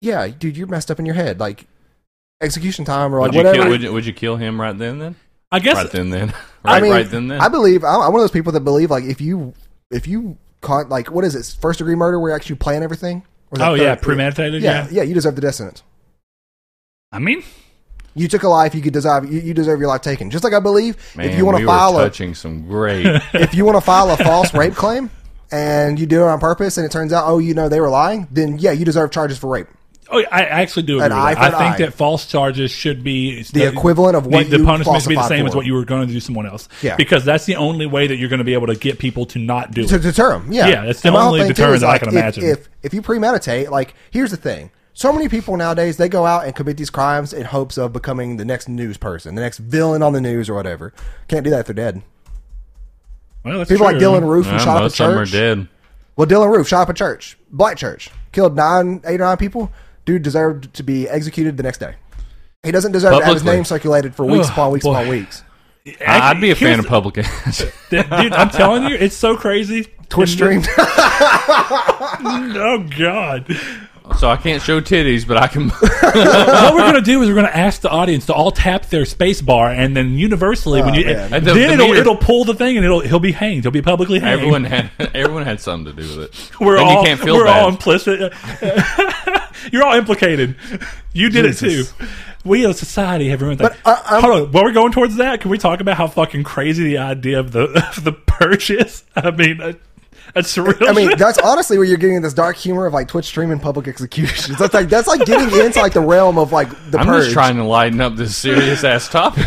Speaker 1: yeah, dude, you're messed up in your head. Like execution time or like
Speaker 3: Would you,
Speaker 1: whatever.
Speaker 3: kill, would, you, would you kill him right then? Then
Speaker 2: i guess
Speaker 3: right then, then right,
Speaker 1: I mean,
Speaker 3: right then, then.
Speaker 1: I believe I'm I'm one of those people that believe like if you if you caught like what is it first degree murder where you actually plan everything. Or is that
Speaker 2: oh yeah
Speaker 1: third-
Speaker 2: premeditated
Speaker 1: yeah,
Speaker 2: yeah.
Speaker 1: yeah, You deserve the death sentence.
Speaker 2: i mean
Speaker 1: You took a life, you could deserve you, you deserve your life taken. Just like I believe
Speaker 3: Man,
Speaker 1: if you want
Speaker 3: we
Speaker 1: to
Speaker 3: were
Speaker 1: file a,
Speaker 3: touching some
Speaker 1: <laughs>
Speaker 3: great.
Speaker 1: if you want to file
Speaker 3: <laughs>
Speaker 1: a false rape claim and you do it on purpose and it turns out oh you know they were lying then yeah you deserve charges for rape.
Speaker 2: Oh, I actually do agree.
Speaker 1: An
Speaker 2: With
Speaker 1: eye
Speaker 2: that.
Speaker 1: for
Speaker 2: I
Speaker 1: an
Speaker 2: think
Speaker 1: eye.
Speaker 2: that false charges should be it's
Speaker 1: The equivalent of what you
Speaker 2: the, the punishment should be the
Speaker 1: falsified
Speaker 2: same as
Speaker 1: for.
Speaker 2: what you were going to do someone else.
Speaker 1: Yeah.
Speaker 2: because that's the only way that you're going to be able to get people to not do
Speaker 1: to
Speaker 2: it.
Speaker 1: deter them. Yeah,
Speaker 2: Yeah, that's the
Speaker 1: And my whole
Speaker 2: only
Speaker 1: thing,
Speaker 2: deterrent
Speaker 1: is,
Speaker 2: that I can
Speaker 1: if-
Speaker 2: imagine.
Speaker 1: If, if you premeditate, like here's the thing: so many people nowadays they go out and commit these crimes in hopes of becoming the next news person, the next villain on the news or whatever. Can't do that if they're dead.
Speaker 2: Well, that's
Speaker 1: People like
Speaker 2: true.
Speaker 1: Dylan Roof who
Speaker 3: Yeah,
Speaker 1: shot up a
Speaker 3: most of them are
Speaker 1: church.
Speaker 3: dead.
Speaker 1: Well, Dylan Roof shot up a church, black church, killed nine, eight or nine people. Dude deserved to be executed the next day. He doesn't deserve to have his
Speaker 3: Publicly.
Speaker 1: name circulated for weeks
Speaker 2: Ugh,
Speaker 1: upon weeks
Speaker 2: boy.
Speaker 1: upon weeks.
Speaker 3: I- I'd be a fan
Speaker 2: Here's-
Speaker 3: of Publicans.
Speaker 2: Dude, I'm telling you, it's so crazy.
Speaker 1: <laughs> Twitch stream.
Speaker 2: <laughs> Oh God!
Speaker 3: <laughs> so I can't show titties, but
Speaker 2: <laughs>
Speaker 3: I can.
Speaker 2: what we're gonna do is we're gonna ask the audience to all tap their space bar, and then universally, when you
Speaker 1: Oh, man.
Speaker 3: And the-
Speaker 2: then
Speaker 3: the
Speaker 2: it'll
Speaker 3: meter-
Speaker 2: it'll pull the thing, and it'll he'll be hanged. He'll be publicly hanged.
Speaker 3: everyone had everyone had something to do with it.
Speaker 2: we're
Speaker 3: then
Speaker 2: all
Speaker 3: you can't feel
Speaker 2: we're
Speaker 3: bad.
Speaker 2: all implicit. <laughs> You're all implicated. You did
Speaker 1: Jesus.
Speaker 2: it too. We as a society have ruined that.
Speaker 1: But, uh, um,
Speaker 2: Hold on, while we're going towards that, can we talk about how fucking crazy the idea of the <laughs> of the purge is? <laughs> I mean, uh, that's real.
Speaker 1: I mean,
Speaker 2: <laughs> shit.
Speaker 1: that's honestly where you're getting this dark humor of like Twitch streaming public executions. That's like that's like getting into like the realm of like the
Speaker 3: I'm
Speaker 1: purge.
Speaker 3: just trying to lighten up this serious ass
Speaker 2: <laughs>
Speaker 3: topic.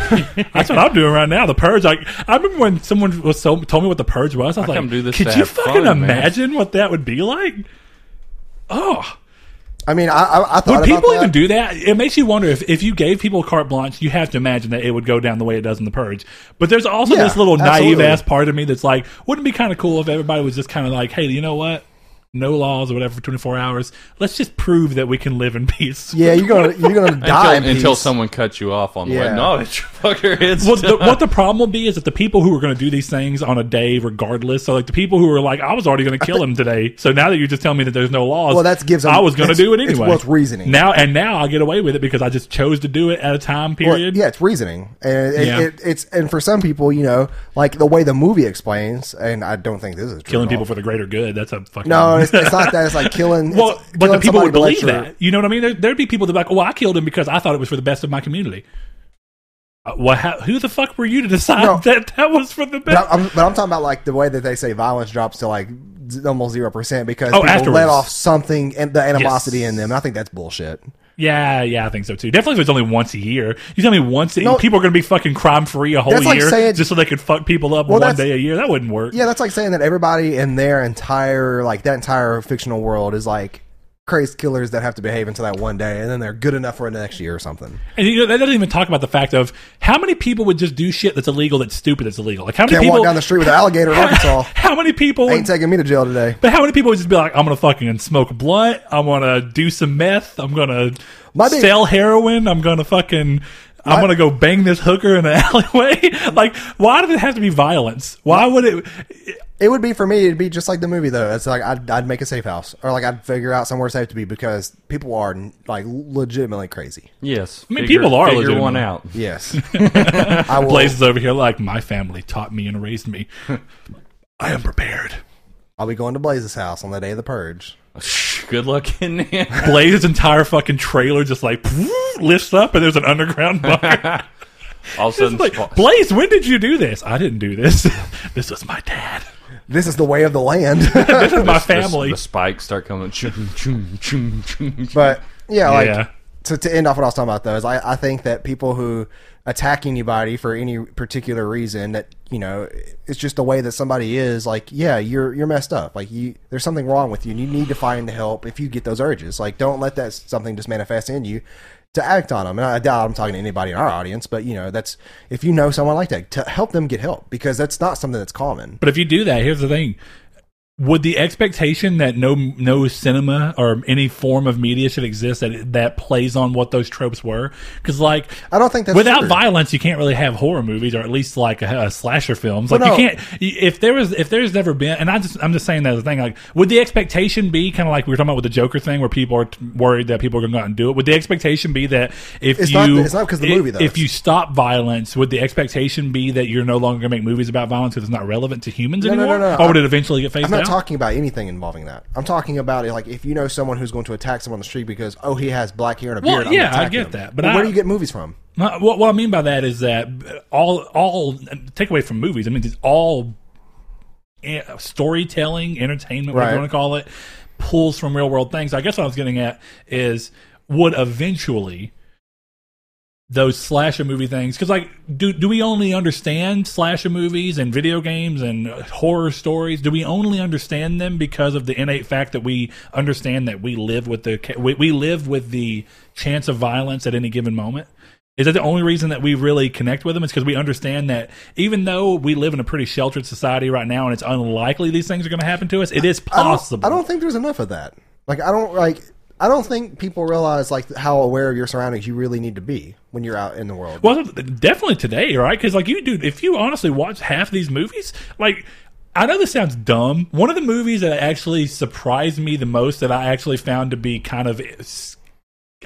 Speaker 2: that's what I'm doing right now. The purge. Like, I remember when someone was so, told me what the purge was. I was
Speaker 3: I come
Speaker 2: like,
Speaker 3: do this
Speaker 2: could
Speaker 3: to
Speaker 2: you
Speaker 3: have
Speaker 2: fucking
Speaker 3: fun, man."
Speaker 2: imagine what that would be like? Oh,
Speaker 1: I mean, I I, I thought
Speaker 2: Would
Speaker 1: about
Speaker 2: people
Speaker 1: that.
Speaker 2: even do that? It makes you wonder if, if you gave people carte blanche, you have to imagine that it would go down the way it does in The Purge. But there's also
Speaker 1: Yeah,
Speaker 2: this little naive
Speaker 1: absolutely.
Speaker 2: ass part of me that's like, wouldn't it be kind of cool if everybody was just kind of like, hey, you know what? No laws or whatever for 24 hours. Let's just prove that we can live in <laughs> peace.
Speaker 1: yeah, you're gonna you're
Speaker 2: <laughs>
Speaker 1: gonna die
Speaker 3: until,
Speaker 1: in
Speaker 3: until
Speaker 1: peace.
Speaker 3: someone cuts you off on the way.
Speaker 1: Yeah.
Speaker 3: No, it's fucker. It's
Speaker 2: Well, the, what the problem will be is that the people who are going to do these things on a day, regardless, so like the people who are like, I was already going to kill him today, so now that you're just telling me that there's no laws,
Speaker 1: Well, that's gives them-
Speaker 2: I was going to
Speaker 1: it's-
Speaker 2: do it
Speaker 1: it's
Speaker 2: anyway.
Speaker 1: what's reasoning.
Speaker 2: now, and now I get away with it because I just chose to do it at a time
Speaker 1: Well,
Speaker 2: period.
Speaker 1: yeah, it's reasoning, and it,
Speaker 2: Yeah.
Speaker 1: it, it's and for some people, you know, like the way the movie explains, and I don't think this is true
Speaker 2: killing
Speaker 1: at all.
Speaker 2: people for the greater good. That's a fucking
Speaker 1: No, it's, it's not that. It's like killing.
Speaker 2: <laughs> well,
Speaker 1: it's
Speaker 2: but the
Speaker 1: killing
Speaker 2: people
Speaker 1: somebody
Speaker 2: would
Speaker 1: to let
Speaker 2: believe
Speaker 1: your-
Speaker 2: that. You know what I mean? There, there'd be people that be like, "Oh, I killed him because I thought it was for the best of my community." Uh, well, how, who the fuck were you to decide
Speaker 1: No.
Speaker 2: that that was for the
Speaker 1: But
Speaker 2: best?
Speaker 1: I'm, but I'm talking about like the way that they say violence drops to like z- almost zero percent because
Speaker 2: Oh,
Speaker 1: people
Speaker 2: afterwards.
Speaker 1: let off something and the animosity
Speaker 2: Yes.
Speaker 1: in them. And I think that's bullshit.
Speaker 2: Yeah, yeah, I think so too. Definitely, if it's only once a year, you tell me once a
Speaker 1: No.
Speaker 2: people are going to be fucking crime free a whole
Speaker 1: That's
Speaker 2: year
Speaker 1: like saying-
Speaker 2: just so they could fuck people up
Speaker 1: Well,
Speaker 2: one
Speaker 1: that's-
Speaker 2: day a year. That wouldn't work.
Speaker 1: Yeah, that's like saying that everybody in their entire like that entire fictional world is like crazed killers that have to behave until that one day, and then they're good enough for the next year or something.
Speaker 2: And you know, that doesn't even talk about the fact of how many people would just do shit that's illegal, that's stupid, that's illegal. Like how many
Speaker 1: Can't
Speaker 2: people
Speaker 1: walk down the street with an alligator in
Speaker 2: <laughs>
Speaker 1: Arkansas.
Speaker 2: How many people would
Speaker 1: Ain't taking me to jail today.
Speaker 2: But how many people would just be like, I'm gonna fucking smoke a blunt, I'm gonna do some meth, I'm gonna
Speaker 1: My big-
Speaker 2: sell heroin, I'm gonna fucking I'm gonna go bang this hooker in the <laughs> alleyway. like, why did it have to be violence? Why would it?
Speaker 1: It would be for me. It'd be just like the movie, though. It's like I'd, I'd make a safe house, or like I'd figure out somewhere safe to be because people are like legitimately crazy.
Speaker 3: yes. I
Speaker 2: mean, people are
Speaker 3: figure
Speaker 2: legitimate.
Speaker 3: one out. <laughs>
Speaker 1: Yes, I will.
Speaker 2: Blaze is over here like my family taught me and raised me. <laughs> I am prepared.
Speaker 1: I'll be going to Blaze's house on the day of the purge.
Speaker 3: Good luck in there.
Speaker 2: Blaze's entire fucking trailer just like <laughs> lifts up and there's an <laughs> underground bunker.
Speaker 3: All of a sudden,
Speaker 2: Like,
Speaker 3: spa-
Speaker 2: Blaze, when did you do this? I didn't do this. <laughs> this was my dad.
Speaker 1: This is the way of the land. <laughs>
Speaker 2: This is my
Speaker 3: the-
Speaker 2: family.
Speaker 3: The, spikes start coming. Chum, chum, chum, chum, chum.
Speaker 1: but yeah, like
Speaker 2: Yeah.
Speaker 1: To, to end off what I was talking about, though, is I, I think that people who attack anybody for any particular reason that you know it's just the way that somebody is. Like, yeah, you're you're messed up. Like, you there's something wrong with you, and you need to find help if you get those urges. Like, don't let that something just manifest in you. To act on them, and I doubt I'm talking to anybody in our audience, but you know that's if you know someone like that, to help them get help because that's not something that's common.
Speaker 2: But if you do that, here's the thing: would the expectation that no no cinema or any form of media should exist that that plays on what those tropes were? Because like.
Speaker 1: I don't think that's
Speaker 2: Without
Speaker 1: true.
Speaker 2: violence, you can't really have horror movies, or at least like a, a slasher films. Like
Speaker 1: Well,
Speaker 2: you
Speaker 1: no.
Speaker 2: can't. y- If there was, if there's never been, and I just, I'm just saying that as a thing. Like, would the expectation be kind of like we were talking about with the Joker thing, where people are t- worried that people are going to go out and do it? Would the expectation be that if
Speaker 1: It's
Speaker 2: you,
Speaker 1: not- it's not because the
Speaker 2: i-
Speaker 1: movie, though.
Speaker 2: if you stop violence, would the expectation be that you're no longer going to make movies about violence because it's not relevant to humans
Speaker 1: no,
Speaker 2: anymore?
Speaker 1: no, no.
Speaker 2: Or would it eventually get phased
Speaker 1: I'm not
Speaker 2: out?
Speaker 1: talking about anything involving that. I'm talking about like if you know someone who's going to attack someone on the street because oh he has black hair and a
Speaker 2: Well,
Speaker 1: beard. I'm
Speaker 2: yeah, I
Speaker 1: attacking
Speaker 2: get
Speaker 1: him.
Speaker 2: that, but
Speaker 1: Well,
Speaker 2: I-
Speaker 1: where do you get movies from?
Speaker 2: My- what, what I mean by that is that all all take away from movies. I mean, it's all eh, storytelling, entertainment, whatever you
Speaker 1: Right.
Speaker 2: want to call it, pulls from real world things. I guess what I was getting at is would eventually those slasher movie things because like do do we only understand slasher movies and video games and horror stories do we only understand them because of the innate fact that we understand that we live with the we, we live with the chance of violence at any given moment is that the only reason that we really connect with them is because we understand that even though we live in a pretty sheltered society right now and it's unlikely these things are going to happen to us it is
Speaker 1: I don't-
Speaker 2: possible
Speaker 1: I don't, think there's enough of that. Like I don't like I don't think people realize like how aware of your surroundings you really need to be when you're out in the world.
Speaker 2: Well, definitely today, right? Because like you do, if you honestly watch half these movies, like I know this sounds dumb. One of the movies that actually surprised me the most that I actually found to be kind of s-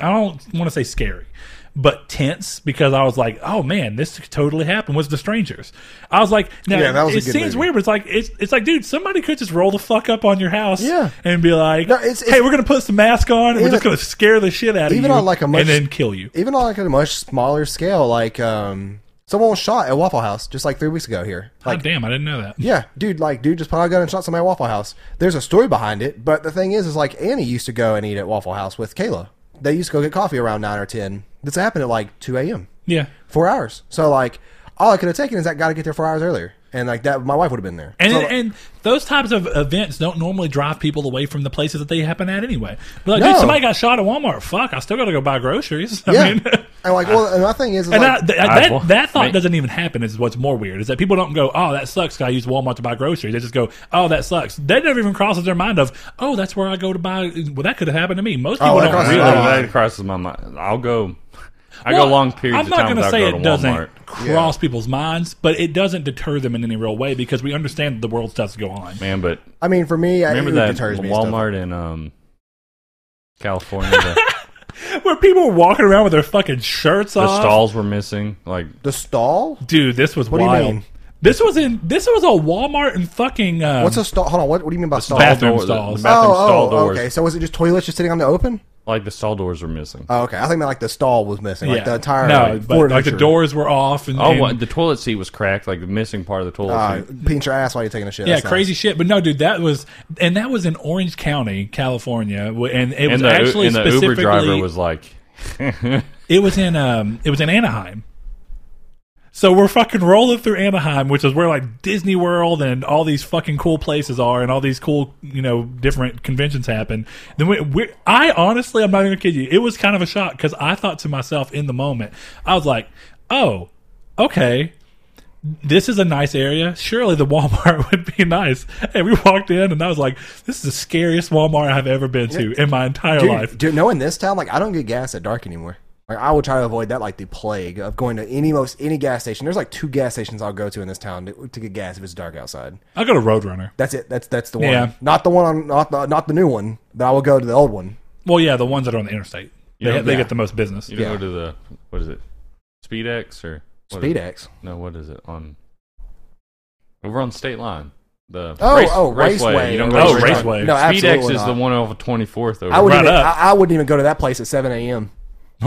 Speaker 2: I don't want to say scary. But tense because I was like, "Oh man, this could totally happened." Was The Strangers? I was like, "Now
Speaker 1: Yeah, that was a
Speaker 2: it
Speaker 1: good
Speaker 2: seems
Speaker 1: movie.
Speaker 2: weird, but it's like it's it's like, dude, somebody could just roll the fuck up on your house,
Speaker 1: Yeah.
Speaker 2: and be like,
Speaker 1: No, it's-
Speaker 2: hey,
Speaker 1: it's-
Speaker 2: we're gonna put some mask on, and we're
Speaker 1: Even-
Speaker 2: just gonna scare the shit out of
Speaker 1: even
Speaker 2: you,
Speaker 1: on, like, a much-
Speaker 2: and then kill you."
Speaker 1: Even on like a much smaller scale, like um, someone was shot at Waffle House just like three weeks ago here. Like
Speaker 2: oh, damn, I didn't know that.
Speaker 1: Yeah, dude, like, dude just put out a gun and shot somebody at Waffle House. There's a story behind it, but the thing is, is like Annie used to go and eat at Waffle House with Kayla. They used to go get coffee around nine or ten. This happened at like two a.m.
Speaker 2: Yeah,
Speaker 1: Four hours. So like, all I could have taken is that guy to get there four hours earlier. and like that, my wife would have been there.
Speaker 2: And,
Speaker 1: So-
Speaker 2: and those types of events don't normally drive people away from the places that they happen at anyway. But like,
Speaker 1: No.
Speaker 2: dude, somebody got shot at Walmart. Fuck, I still got to go buy groceries. <laughs> I
Speaker 1: yeah,
Speaker 2: mean,
Speaker 1: and like, well, and my thing is, is
Speaker 2: and
Speaker 1: like,
Speaker 2: I, th-
Speaker 3: I-
Speaker 2: that, that thought
Speaker 3: me-
Speaker 2: doesn't even happen. Is what's more weird is that people don't go, "Oh, that sucks." 'cause I use Walmart to buy groceries. They just go, "Oh, that sucks." That never even crosses their mind of, "Oh, that's where I go to buy." Well, that could have happened to me. Most people
Speaker 1: Oh, that
Speaker 2: don't
Speaker 1: crosses
Speaker 2: really.
Speaker 1: my mind.
Speaker 3: that crosses my mind. I'll go. I
Speaker 2: Well,
Speaker 3: go long periods
Speaker 2: I'm not
Speaker 3: of time
Speaker 2: gonna
Speaker 3: without
Speaker 2: say
Speaker 3: going
Speaker 2: it
Speaker 3: to
Speaker 2: doesn't
Speaker 3: Walmart.
Speaker 2: cross people's minds, but it doesn't deter them in any real way because we understand that the world stuff's go on.
Speaker 3: Man, but
Speaker 1: I mean, for me, I,
Speaker 3: remember
Speaker 1: it
Speaker 3: that
Speaker 1: deters me. and stuff.
Speaker 3: Walmart in um, California?
Speaker 2: <laughs>
Speaker 3: The,
Speaker 2: Where people were walking around with their fucking shirts
Speaker 3: the
Speaker 2: off.
Speaker 3: stalls were missing. Like
Speaker 1: the stall.
Speaker 2: Dude, this was
Speaker 1: What do you
Speaker 2: wild.
Speaker 1: mean?
Speaker 2: This was in this was a Walmart and fucking um,
Speaker 1: What's a stall? Hold on, what, what do you mean by stall?
Speaker 2: bathroom
Speaker 3: door- the-
Speaker 2: stalls.
Speaker 3: The, bathroom
Speaker 1: oh,
Speaker 3: stall
Speaker 1: oh,
Speaker 3: doors.
Speaker 1: okay. So was it just toilets just sitting on the open?
Speaker 3: Like the stall doors were missing.
Speaker 2: Uh,
Speaker 1: Oh, okay. I think that like the stall was missing, like the entire
Speaker 2: no,
Speaker 1: like,
Speaker 2: but, like the
Speaker 1: furniture.
Speaker 2: doors were off and,
Speaker 3: Oh,
Speaker 2: and-
Speaker 3: what, the toilet seat was cracked. Like the missing part of the toilet
Speaker 1: Uh,
Speaker 3: seat.
Speaker 1: pinch your ass while you're taking a shit.
Speaker 2: yeah,
Speaker 1: That's nice.
Speaker 2: crazy shit. But no, dude, that was and that was in Orange County, California, w- and it was
Speaker 3: And the,
Speaker 2: actually
Speaker 3: and the
Speaker 2: specifically
Speaker 3: Uber driver was like,
Speaker 2: it was in um it was in Anaheim. So we're fucking rolling through Anaheim, which is where like Disney World and all these fucking cool places are, and all these cool you know different conventions happen. Then we, we I honestly, I'm not even gonna kid you, it was kind of a shock because I thought to myself in the moment, I was like, oh, okay. This is a nice area. Surely the <laughs> Walmart would be nice. And we walked in, and I was like, "This is the scariest Walmart I've ever been to in my entire
Speaker 1: Dude,
Speaker 2: life."
Speaker 1: dude, no, in this town, like I don't get gas at dark anymore. Like I will try to avoid that like the plague of going to any most any gas station. There's like two gas stations I'll go to in this town to, to get gas if it's dark outside.
Speaker 2: I go to Roadrunner.
Speaker 1: That's it. That's that's the one.
Speaker 2: Yeah.
Speaker 1: Not the one on not the not the new one. But I will go to the old one.
Speaker 2: Well, yeah, the ones that are on the interstate. They,
Speaker 3: Yeah.
Speaker 2: they
Speaker 1: Yeah.
Speaker 2: get the most business. <laughs>
Speaker 3: "You go
Speaker 1: Yeah.
Speaker 3: to the what is it? SpeedX or what is it?
Speaker 1: SpeedX.
Speaker 3: No, what is it on? We're on state line. The
Speaker 1: Oh, oh, Raceway.
Speaker 3: You don't
Speaker 2: Oh,
Speaker 3: go to
Speaker 2: Raceway.
Speaker 1: No,
Speaker 3: SpeedX
Speaker 1: absolutely
Speaker 3: is the
Speaker 1: not.
Speaker 3: one off of 24th. Over.
Speaker 1: I wouldn't.
Speaker 2: Right
Speaker 1: even, I,
Speaker 2: up.
Speaker 1: I wouldn't even go to that place at 7 a.m.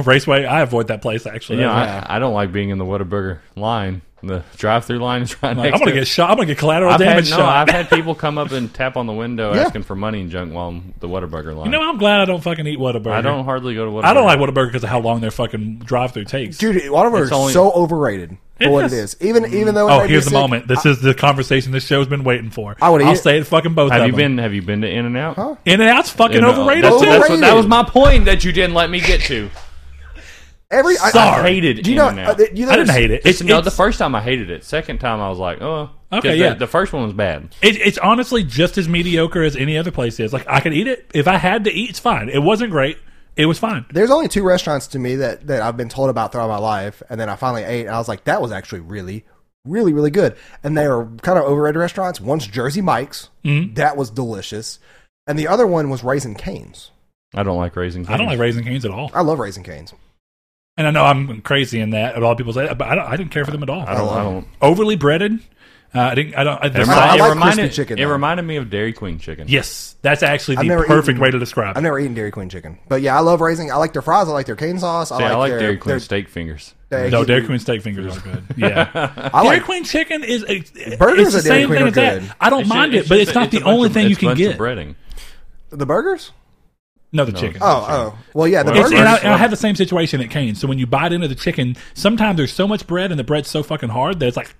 Speaker 2: Raceway, I avoid that place actually.
Speaker 3: You know,
Speaker 1: Yeah.
Speaker 3: I, I don't like being in the Whataburger line. The drive-through line is right
Speaker 2: I'm, like,
Speaker 3: next
Speaker 2: I'm gonna
Speaker 3: to
Speaker 2: get shot. I'm gonna get collateral
Speaker 3: I've had,
Speaker 2: damage
Speaker 3: no,
Speaker 2: shot.
Speaker 3: I've had people come up and tap on the window
Speaker 1: Yeah.
Speaker 3: asking for money and junk while I'm the Whataburger
Speaker 2: <laughs>
Speaker 3: line.
Speaker 2: you know, I'm glad I don't fucking eat Whataburger.
Speaker 3: I don't hardly go to Whataburger.
Speaker 2: I don't like Whataburger because of how long their fucking drive-through takes.
Speaker 1: Dude, Whataburger
Speaker 3: It's only-
Speaker 1: is so overrated for
Speaker 2: It
Speaker 1: what it
Speaker 2: is.
Speaker 1: is. Even even though it
Speaker 2: oh,
Speaker 1: made me
Speaker 2: here's the
Speaker 1: sick,
Speaker 2: moment. This is the conversation this show's been waiting for.
Speaker 1: I would've
Speaker 2: I'll
Speaker 1: eat-
Speaker 2: stay at fucking both
Speaker 3: Have
Speaker 2: of
Speaker 3: you
Speaker 2: them.
Speaker 3: been? Have you been to In and Out? Huh?
Speaker 2: In and out's fucking overrated.
Speaker 3: That's,
Speaker 2: too.
Speaker 3: that's what, that
Speaker 1: Overrated.
Speaker 3: was my point that you didn't let me get to.
Speaker 1: Every I,
Speaker 3: I
Speaker 2: Sorry.
Speaker 3: hated
Speaker 1: do you know?
Speaker 3: In-N-Out.
Speaker 1: uh, do you know
Speaker 2: I didn't
Speaker 1: there's-
Speaker 2: hate it.
Speaker 3: It's,
Speaker 2: It's,
Speaker 3: no, the
Speaker 2: it's-
Speaker 3: first time I hated it. Second time I was like, oh, 'cause
Speaker 2: Okay,
Speaker 3: the,
Speaker 2: yeah.
Speaker 3: The first one was bad.
Speaker 2: It, it's honestly just as mediocre as any other place is. Like I could eat it if I had to eat. It's fine. It wasn't great. It was fine.
Speaker 1: There's only two restaurants to me that, that I've been told about throughout my life, and then I finally ate, and I was like, that was actually really, really, really good. And they are kind of overrated restaurants. One's Jersey Mike's, that was delicious, and the other one was Raisin Canes.
Speaker 3: I don't like raising.
Speaker 2: I don't
Speaker 3: Cane's.
Speaker 2: like Raising Cane's at all.
Speaker 1: I love Raisin Canes.
Speaker 2: And I know I'm crazy in that. A lot of people say, that, but I, don't, I didn't care for them at all.
Speaker 3: I don't. I
Speaker 1: love
Speaker 3: don't.
Speaker 2: overly breaded. Uh, I didn't. I don't. I,
Speaker 3: It,
Speaker 2: that's
Speaker 1: I
Speaker 2: not-
Speaker 1: like crispy
Speaker 3: reminded,
Speaker 1: chicken,
Speaker 3: It
Speaker 1: though.
Speaker 3: reminded me of Dairy Queen chicken.
Speaker 2: yes, that's actually
Speaker 1: I've
Speaker 2: the
Speaker 1: never
Speaker 2: perfect
Speaker 1: eaten-
Speaker 2: way to describe.
Speaker 1: I've
Speaker 2: it.
Speaker 1: never eaten Dairy Queen chicken, but yeah, I love Raisin. I like their fries. I like their cane sauce. I
Speaker 3: See,
Speaker 1: like,
Speaker 3: I like
Speaker 1: their,
Speaker 3: Dairy Queen
Speaker 1: their-
Speaker 3: steak fingers.
Speaker 1: they-
Speaker 2: No, Dairy Queen steak fingers are good. Yeah,
Speaker 1: <laughs> I
Speaker 2: Dairy
Speaker 1: like
Speaker 2: Queen chicken is it's
Speaker 1: Burgers
Speaker 2: the
Speaker 1: at Dairy
Speaker 2: same
Speaker 1: Queen
Speaker 2: thing
Speaker 1: are
Speaker 2: as that.
Speaker 1: good.
Speaker 2: I don't
Speaker 3: It's ju-
Speaker 2: mind it, but it's,
Speaker 3: just a-
Speaker 2: not the
Speaker 3: a bunch
Speaker 2: only
Speaker 3: of-
Speaker 2: thing you
Speaker 3: it's a
Speaker 2: can
Speaker 3: bunch
Speaker 2: get.
Speaker 3: Of breading.
Speaker 1: the burgers.
Speaker 2: No, the chicken.
Speaker 1: Oh, oh, well, yeah, the
Speaker 3: Well,
Speaker 2: It's,
Speaker 1: burgers.
Speaker 2: and, I,
Speaker 3: Burgers.
Speaker 2: and I had the same situation at Cane's. So when you bite into the chicken, sometimes there's so much bread and the bread's so fucking hard that it's like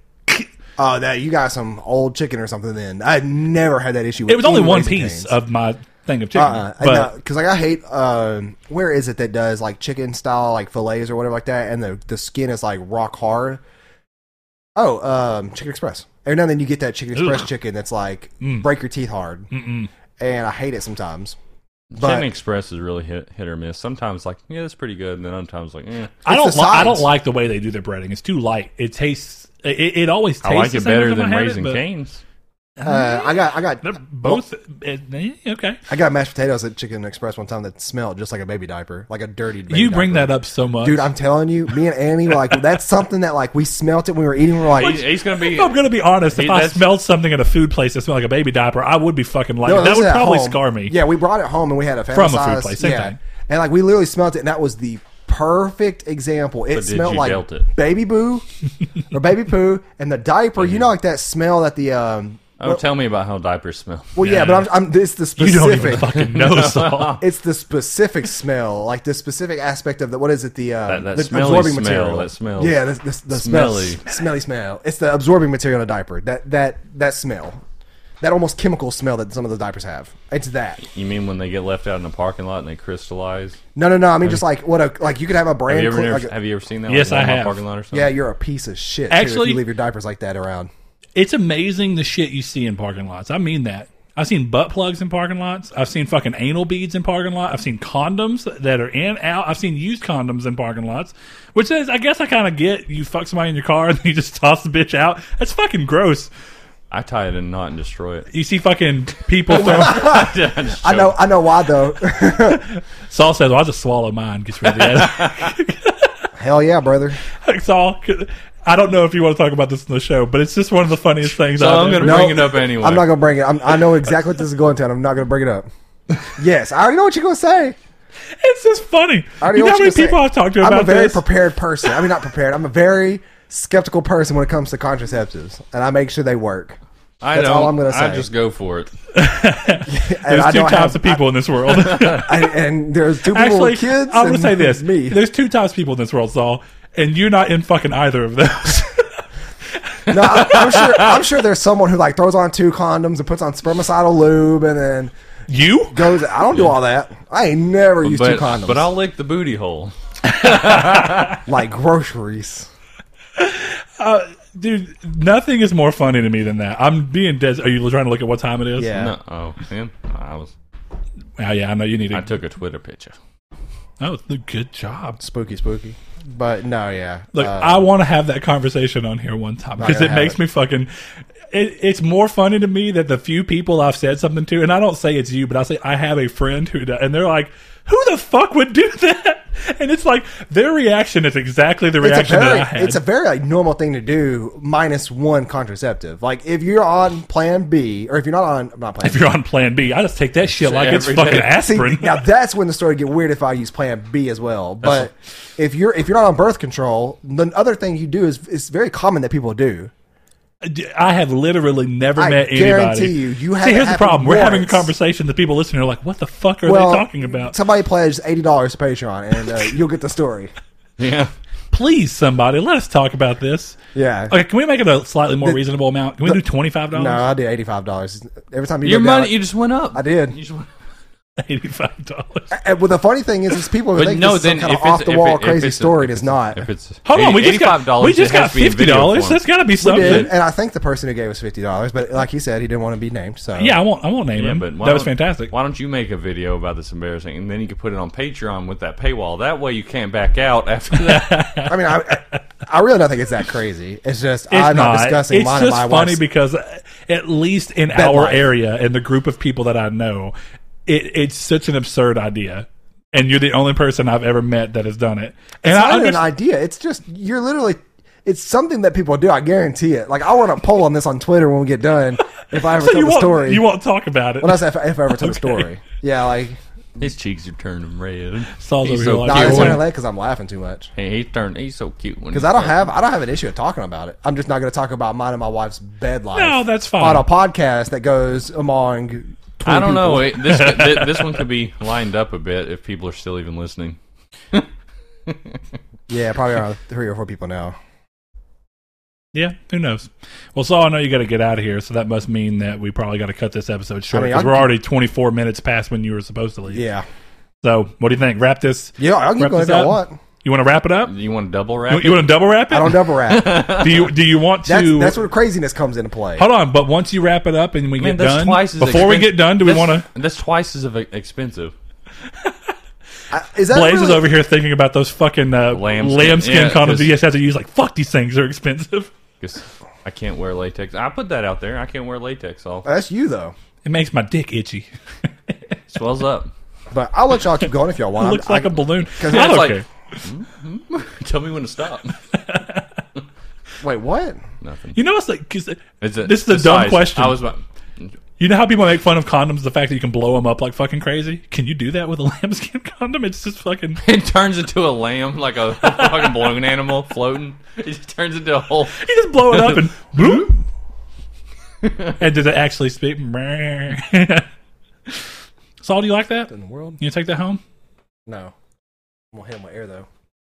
Speaker 1: oh, that you got some old chicken or something. Then I never had that issue. with
Speaker 2: it was only
Speaker 1: any
Speaker 2: one
Speaker 1: Raisin
Speaker 2: piece Uh,
Speaker 1: Cane's.
Speaker 2: of my thing of chicken.
Speaker 1: Uh,
Speaker 2: but
Speaker 1: because like I hate um, where is it that does like chicken style like fillets or whatever like that, and the the skin is like rock hard. Oh, um, Chicken Express. Every now and then you get that Chicken Express
Speaker 2: Ugh.
Speaker 1: chicken that's like
Speaker 2: Mm.
Speaker 1: break your teeth hard,
Speaker 2: mm-mm.
Speaker 1: and I hate it sometimes.
Speaker 3: Chicken
Speaker 1: But
Speaker 3: Express is really hit, hit or miss. Sometimes like yeah, that's pretty good, and then other times like eh.
Speaker 2: I
Speaker 1: It's
Speaker 2: don't.
Speaker 1: the
Speaker 2: Li- I
Speaker 1: sides.
Speaker 2: don't like the way they do their breading. It's too light. It tastes. It, it always tastes.
Speaker 3: I like
Speaker 2: the
Speaker 3: it
Speaker 2: same
Speaker 3: better
Speaker 2: every time
Speaker 3: than
Speaker 2: I have it,
Speaker 3: Raising
Speaker 2: but-
Speaker 3: Cane's.
Speaker 1: uh, I got I got
Speaker 2: They're both eh, eh, okay.
Speaker 1: I got mashed potatoes at Chicken Express one time that smelled just like a baby diaper, like a dirty. Baby
Speaker 2: you bring
Speaker 1: diaper.
Speaker 2: that up so much,
Speaker 1: dude. I'm telling you, me and Annie were like <laughs> that's something that like we smelt it when we were eating. We are like,
Speaker 3: He's, he's gonna be.
Speaker 2: If I'm gonna be honest, if
Speaker 3: He-
Speaker 2: I
Speaker 3: that's-
Speaker 2: smelled something at a food place that smelled like a baby diaper, I would be fucking like
Speaker 1: No,
Speaker 2: that
Speaker 1: this
Speaker 2: would
Speaker 1: is at
Speaker 2: probably
Speaker 1: home.
Speaker 2: scar me.
Speaker 1: Yeah, we brought it home and we had a family
Speaker 2: From a food
Speaker 1: size-
Speaker 2: place, same
Speaker 1: yeah.
Speaker 2: thing.
Speaker 1: And like we literally smelled it, and that was the perfect example. It
Speaker 3: did
Speaker 1: smelled
Speaker 3: you
Speaker 1: like
Speaker 3: gelt
Speaker 2: <laughs>
Speaker 3: it?
Speaker 1: baby boo or baby poo, and the diaper. You know, like that smell that the um,
Speaker 3: Oh, tell me about how diapers smell.
Speaker 1: Well, yeah, but I'm, I'm it's the
Speaker 2: You
Speaker 1: specific.
Speaker 2: don't even fucking know,
Speaker 3: <laughs>
Speaker 2: Saul.
Speaker 1: <laughs> it's the specific smell, like the specific aspect of the what is it? The uh,
Speaker 3: That- that
Speaker 1: the
Speaker 3: smelly smell, that smells.
Speaker 1: Yeah, the, the, the smell-
Speaker 3: Smelly.
Speaker 1: smelly smell. It's the absorbing material in a diaper. That that that smell, that almost chemical smell that some of the diapers have. It's that.
Speaker 3: You mean when they get left out in the parking lot and they crystallize?
Speaker 1: No, no, no. I mean, just like what a like you could have a
Speaker 3: Have
Speaker 1: brand.
Speaker 3: you ever,
Speaker 1: clean- like
Speaker 3: never-
Speaker 1: a-
Speaker 3: have you ever seen that?
Speaker 2: Yes, I
Speaker 3: like, Walmart
Speaker 2: have.
Speaker 3: Parking lot or something?
Speaker 1: yeah, you're a piece of shit. too, if
Speaker 2: Actually-
Speaker 1: you leave your diapers like that around.
Speaker 2: It's amazing the shit you see in parking lots. I mean that. I've seen butt plugs in parking lots. I've seen fucking anal beads in parking lot. I've seen condoms that are in out. I've seen used condoms in parking lots, which is I guess I kind of get. You fuck somebody in your car <laughs> and then you just toss the bitch out. That's fucking gross.
Speaker 3: I tie it in a knot and destroy it. <laughs>
Speaker 2: You see fucking
Speaker 1: <laughs>
Speaker 2: people throw.
Speaker 1: I know, I know why
Speaker 2: <laughs>
Speaker 1: though.
Speaker 2: Saul says, well, "I just swallow mine." Gets rid of the
Speaker 1: Hell yeah, brother.
Speaker 2: other. <laughs> Saul, I don't know if you want to talk about this in the show, but it's just one of the funniest things.
Speaker 3: So
Speaker 2: I've
Speaker 3: I'm
Speaker 2: ever-
Speaker 3: gonna bring it up anyway.
Speaker 1: I'm not gonna bring it. I'm, I know exactly what this is going to, and I'm not gonna bring it
Speaker 2: <laughs>
Speaker 1: up. Yes, I already know what you're gonna say.
Speaker 2: It's just funny.
Speaker 1: I already
Speaker 2: You know how
Speaker 1: what
Speaker 2: many
Speaker 1: you're gonna
Speaker 2: people
Speaker 1: say.
Speaker 2: I've talked to
Speaker 1: I'm
Speaker 2: about
Speaker 1: a very
Speaker 2: this?
Speaker 1: prepared person. I mean,
Speaker 2: <laughs>
Speaker 1: not prepared. I'm a very skeptical person when it comes to contraceptives, and I make sure they work.
Speaker 3: I
Speaker 1: That's
Speaker 3: don't.
Speaker 1: all I'm gonna
Speaker 3: I
Speaker 1: say.
Speaker 3: just go for it.
Speaker 1: And
Speaker 2: There's
Speaker 1: I
Speaker 2: two
Speaker 1: don't
Speaker 2: types
Speaker 1: have-
Speaker 2: of people in this world.
Speaker 1: <laughs>
Speaker 2: <laughs>
Speaker 1: I- and there's two people
Speaker 2: Actually,
Speaker 1: with kids.
Speaker 2: I'm gonna
Speaker 1: and <laughs>
Speaker 2: say this:
Speaker 1: Me.
Speaker 2: There's two types of people in this world, Saul, and you're not in fucking either of
Speaker 1: <laughs>
Speaker 2: those.
Speaker 1: No, I, I'm sure. I'm sure there's someone who like throws on two condoms and puts on spermicidal lube and then
Speaker 2: you?
Speaker 1: goes. I don't do all that. I ain't never used
Speaker 3: But,
Speaker 1: two condoms.
Speaker 3: but I'll lick the booty hole.
Speaker 1: like groceries.
Speaker 2: Uh, Dude, nothing is more funny to me than that. I'm being dead. Are you trying to look at what time it is?
Speaker 1: Yeah.
Speaker 3: No, oh man, I was.
Speaker 2: Oh, yeah, I know you need
Speaker 3: I
Speaker 2: to.
Speaker 3: took a Twitter picture. <laughs>
Speaker 2: Oh, good job.
Speaker 1: Spooky, spooky. But no, yeah.
Speaker 2: Look,
Speaker 1: Uh,
Speaker 2: I want to have that conversation on here one time because
Speaker 1: gonna
Speaker 2: it
Speaker 1: have
Speaker 2: makes
Speaker 1: it.
Speaker 2: me fucking. It, it's more funny to me that the few people I've said something to, and I don't say it's you, but I say I have a friend who does, and they're like, "Who the fuck would do <laughs> that?" And it's like their reaction is exactly the
Speaker 1: it's a
Speaker 2: reaction
Speaker 1: very,
Speaker 2: that I had.
Speaker 1: it's a very like normal thing to do, minus one contraceptive. Like if you're on Plan B, or if you're not on, I'm not Plan
Speaker 2: if you're on Plan B, I just take that shit like it's
Speaker 3: Every
Speaker 2: fucking
Speaker 3: day.
Speaker 1: <laughs> See,
Speaker 2: aspirin.
Speaker 1: now that's when the story would get weird if I use Plan B as well. But if you're if you're not on birth control, the other thing you do is it's very common that people do.
Speaker 2: I have literally never
Speaker 1: I
Speaker 2: met anybody.
Speaker 1: guarantee you, you
Speaker 2: See,
Speaker 1: haven't
Speaker 2: here's the
Speaker 1: happened
Speaker 2: problem: we're having a
Speaker 1: once.
Speaker 2: conversation. The people listening are like, "What the fuck are they talking about?"
Speaker 1: Somebody pledged eighty dollars to Patreon, and uh, you'll get the
Speaker 2: <laughs>
Speaker 1: story.
Speaker 3: Yeah,
Speaker 2: Please, somebody, let us talk about this.
Speaker 1: Yeah.
Speaker 2: Okay, can we make it a slightly more reasonable amount? Can we do twenty five
Speaker 1: No,
Speaker 2: dollars?
Speaker 1: I did eighty five dollars every time you
Speaker 3: your
Speaker 1: go down-
Speaker 3: money. You just went up.
Speaker 1: I did.
Speaker 3: You just went,
Speaker 2: <laughs> Eighty five dollars.
Speaker 1: And, well, the funny thing is, is people
Speaker 3: but
Speaker 1: think
Speaker 3: no,
Speaker 1: this is
Speaker 3: then
Speaker 1: some kind
Speaker 3: if
Speaker 1: of
Speaker 3: it's-
Speaker 1: off the wall
Speaker 3: if it- if
Speaker 1: crazy
Speaker 3: it's a-
Speaker 1: story, and
Speaker 3: if
Speaker 1: it's
Speaker 3: it's-
Speaker 1: not.
Speaker 3: If it's
Speaker 2: Hold on, we just got
Speaker 3: $85,
Speaker 2: we
Speaker 3: it
Speaker 2: just
Speaker 3: has
Speaker 2: got
Speaker 3: to be in
Speaker 2: fifty
Speaker 3: video
Speaker 2: dollars.
Speaker 3: form.
Speaker 2: That's got to be
Speaker 1: We
Speaker 2: something.
Speaker 1: did, and I think the person who gave us fifty dollars, but like he said, he didn't want to be named. So
Speaker 2: Yeah, I won't. I won't name
Speaker 3: Yeah,
Speaker 2: him.
Speaker 3: but why
Speaker 2: that was
Speaker 3: don't-
Speaker 2: fantastic.
Speaker 3: Why don't you make a video about this embarrassing, and then you can put it on Patreon with that paywall. That way, you can't back out after that.
Speaker 1: I mean, I, I, I really don't think it's that crazy. It's just
Speaker 2: It's
Speaker 1: I'm not, discussing
Speaker 2: It's
Speaker 1: mine
Speaker 2: just
Speaker 1: and my
Speaker 2: funny
Speaker 1: wife's.
Speaker 2: because uh, at least in
Speaker 1: Bed
Speaker 2: our
Speaker 1: life.
Speaker 2: area and the group of people that I know, it, it's such an absurd idea, and you're the only person I've ever met that has done it. And
Speaker 1: it's
Speaker 2: I
Speaker 1: not even an
Speaker 2: understand.
Speaker 1: idea. It's just you're literally. It's something that people do. I guarantee it. Like I want to poll on this on Twitter when we get done. If I ever
Speaker 2: So
Speaker 1: tell
Speaker 2: you
Speaker 1: the
Speaker 2: won't,
Speaker 1: story,
Speaker 2: you won't talk about it.
Speaker 1: Well, that's if, if I ever
Speaker 2: <laughs>
Speaker 1: tell the story. Yeah, like
Speaker 3: <laughs> His cheeks are turning red.
Speaker 2: Saul's
Speaker 3: He's
Speaker 2: over here
Speaker 3: so
Speaker 2: like,
Speaker 1: not
Speaker 2: "Yeah,
Speaker 1: necessarily
Speaker 2: well,
Speaker 1: because I'm laughing too much.
Speaker 3: Hey, he turned. He's so cute when
Speaker 1: Because I don't have I don't have an issue with talking about it. I'm just not going to talk about mine and my wife's bed life.
Speaker 2: No, that's fine.
Speaker 1: On a podcast that goes among. 20
Speaker 3: I don't know.
Speaker 1: people.
Speaker 3: It- this could- thi- this one could be <laughs> lined up a bit if people are still even listening.
Speaker 1: Yeah, probably around <laughs> three or four people now.
Speaker 2: yeah, who knows? Well, Saul, I know you got to get out of here, so that must mean that we probably got to cut this episode short
Speaker 1: mean,
Speaker 2: because
Speaker 1: I'll-
Speaker 2: we're already 24 minutes past when you were supposed to leave.
Speaker 1: Yeah,
Speaker 2: So, what do you think? Wrap this.
Speaker 1: yeah. I can
Speaker 2: Wrap
Speaker 1: go
Speaker 2: this
Speaker 1: if I
Speaker 2: up?
Speaker 1: want.
Speaker 2: You want to wrap it up?
Speaker 3: You want to double
Speaker 2: You,
Speaker 3: wrap?
Speaker 2: you
Speaker 3: it?
Speaker 2: want to double wrap it?
Speaker 1: I don't double
Speaker 2: <laughs>
Speaker 1: wrap. That's
Speaker 2: do you do you want to?
Speaker 1: that's where craziness comes into play.
Speaker 2: Hold on, but once you wrap it up and we get
Speaker 3: Man, that's
Speaker 2: done,
Speaker 3: twice as
Speaker 2: before we
Speaker 3: expen-
Speaker 2: get done, do we
Speaker 3: that's-
Speaker 2: want to?
Speaker 3: That's twice as of- e-, expensive.
Speaker 1: I- Is that
Speaker 2: Blaze is
Speaker 1: really-
Speaker 2: over here thinking about those fucking uh,
Speaker 3: Lambskin.
Speaker 2: lambskin
Speaker 3: Yeah,
Speaker 2: condoms
Speaker 3: 'cause-
Speaker 2: you just have to use. Like, fuck, these things are expensive. <laughs>
Speaker 3: 'Cause I can't wear latex. I put that out there. I can't wear latex. All
Speaker 1: Oh, That's you though.
Speaker 2: It makes my dick itchy. <laughs>
Speaker 3: swells up.
Speaker 1: But I'll let y'all keep going if y'all want.
Speaker 2: It <laughs>
Speaker 1: I'm-
Speaker 2: looks like
Speaker 1: I- <laughs>
Speaker 2: a balloon. I
Speaker 1: it's
Speaker 2: don't
Speaker 3: like-
Speaker 2: care.
Speaker 3: <laughs> Tell me when to stop.
Speaker 1: wait. What?
Speaker 3: Nothing.
Speaker 2: You know what's like? 'cause
Speaker 3: It's a-
Speaker 2: this is a
Speaker 3: it's
Speaker 2: dumb
Speaker 3: size.
Speaker 2: question.
Speaker 3: I was about.
Speaker 2: you know how people make fun of condoms? The fact that you can blow them up like fucking crazy. Can you do that with a <laughs> lambskin condom? It's just fucking.
Speaker 3: <laughs> It turns into a lamb, like <laughs> a fucking balloon animal floating. It just turns into a whole.
Speaker 2: <laughs> You just blow it up and boom. and does it actually speak? <laughs> Saul, do you like that?
Speaker 1: in the world?
Speaker 2: You take that home?
Speaker 1: No. I'm gonna hit my air
Speaker 2: <laughs>
Speaker 1: though.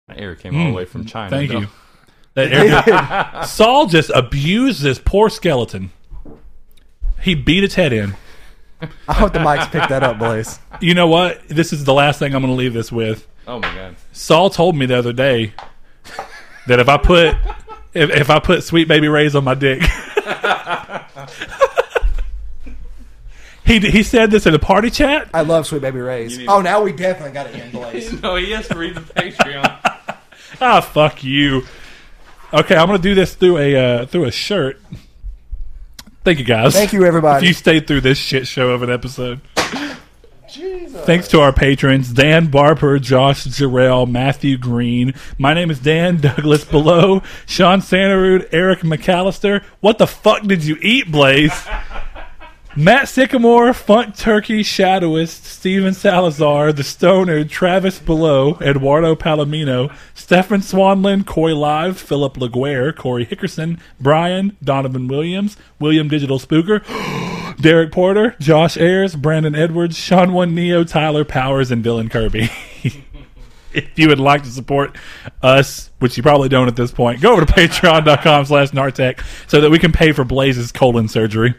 Speaker 3: My air came all the way from China.
Speaker 2: Hmm. Thank
Speaker 3: though.
Speaker 2: you. That air- Saul just abused this poor skeleton. He beat its head in.
Speaker 1: I hope the mics pick that up, Blaze.
Speaker 2: You know what? This is the last thing I'm going to leave this with.
Speaker 3: Oh my god.
Speaker 2: Saul told me the other day that if I put if, if I put sweet baby rays on my dick, <laughs> he he said this in a party chat.
Speaker 1: I love Sweet Baby Ray's.
Speaker 3: You need-
Speaker 1: Oh, now we definitely got it in, <laughs> Blaze.
Speaker 3: No, he has to read the Patreon.
Speaker 2: Ah, fuck you. Okay, I'm gonna do this through a uh, through a shirt. Thank you guys.
Speaker 1: Thank you,
Speaker 2: If
Speaker 1: everybody.
Speaker 2: you stayed through this shit show of an episode.
Speaker 1: Jesus.
Speaker 2: Thanks to our patrons, Dan Barper, Josh Jarrell, Matthew Green. My name is Dan Douglas Below, Sean Santarud, Eric McAllister. What the fuck did you eat, Blaze? Matt Sycamore, Funk Turkey Shadowist, Steven Salazar, The Stoner, Travis Below, Eduardo Palomino, Stefan Swanlin, Coy Live, Philip Laguerre, Corey Hickerson, Brian, Donovan Williams, William Digital Spooker, <gasps> Derek Porter, Josh Ayers, Brandon Edwards, Sean One Neo, Tyler Powers, and Dylan Kirby. <laughs> if you would like to support us, which you probably <laughs> don't at this point, go over to patreon.com slash Nartec so that we can pay for Blaze's colon surgery.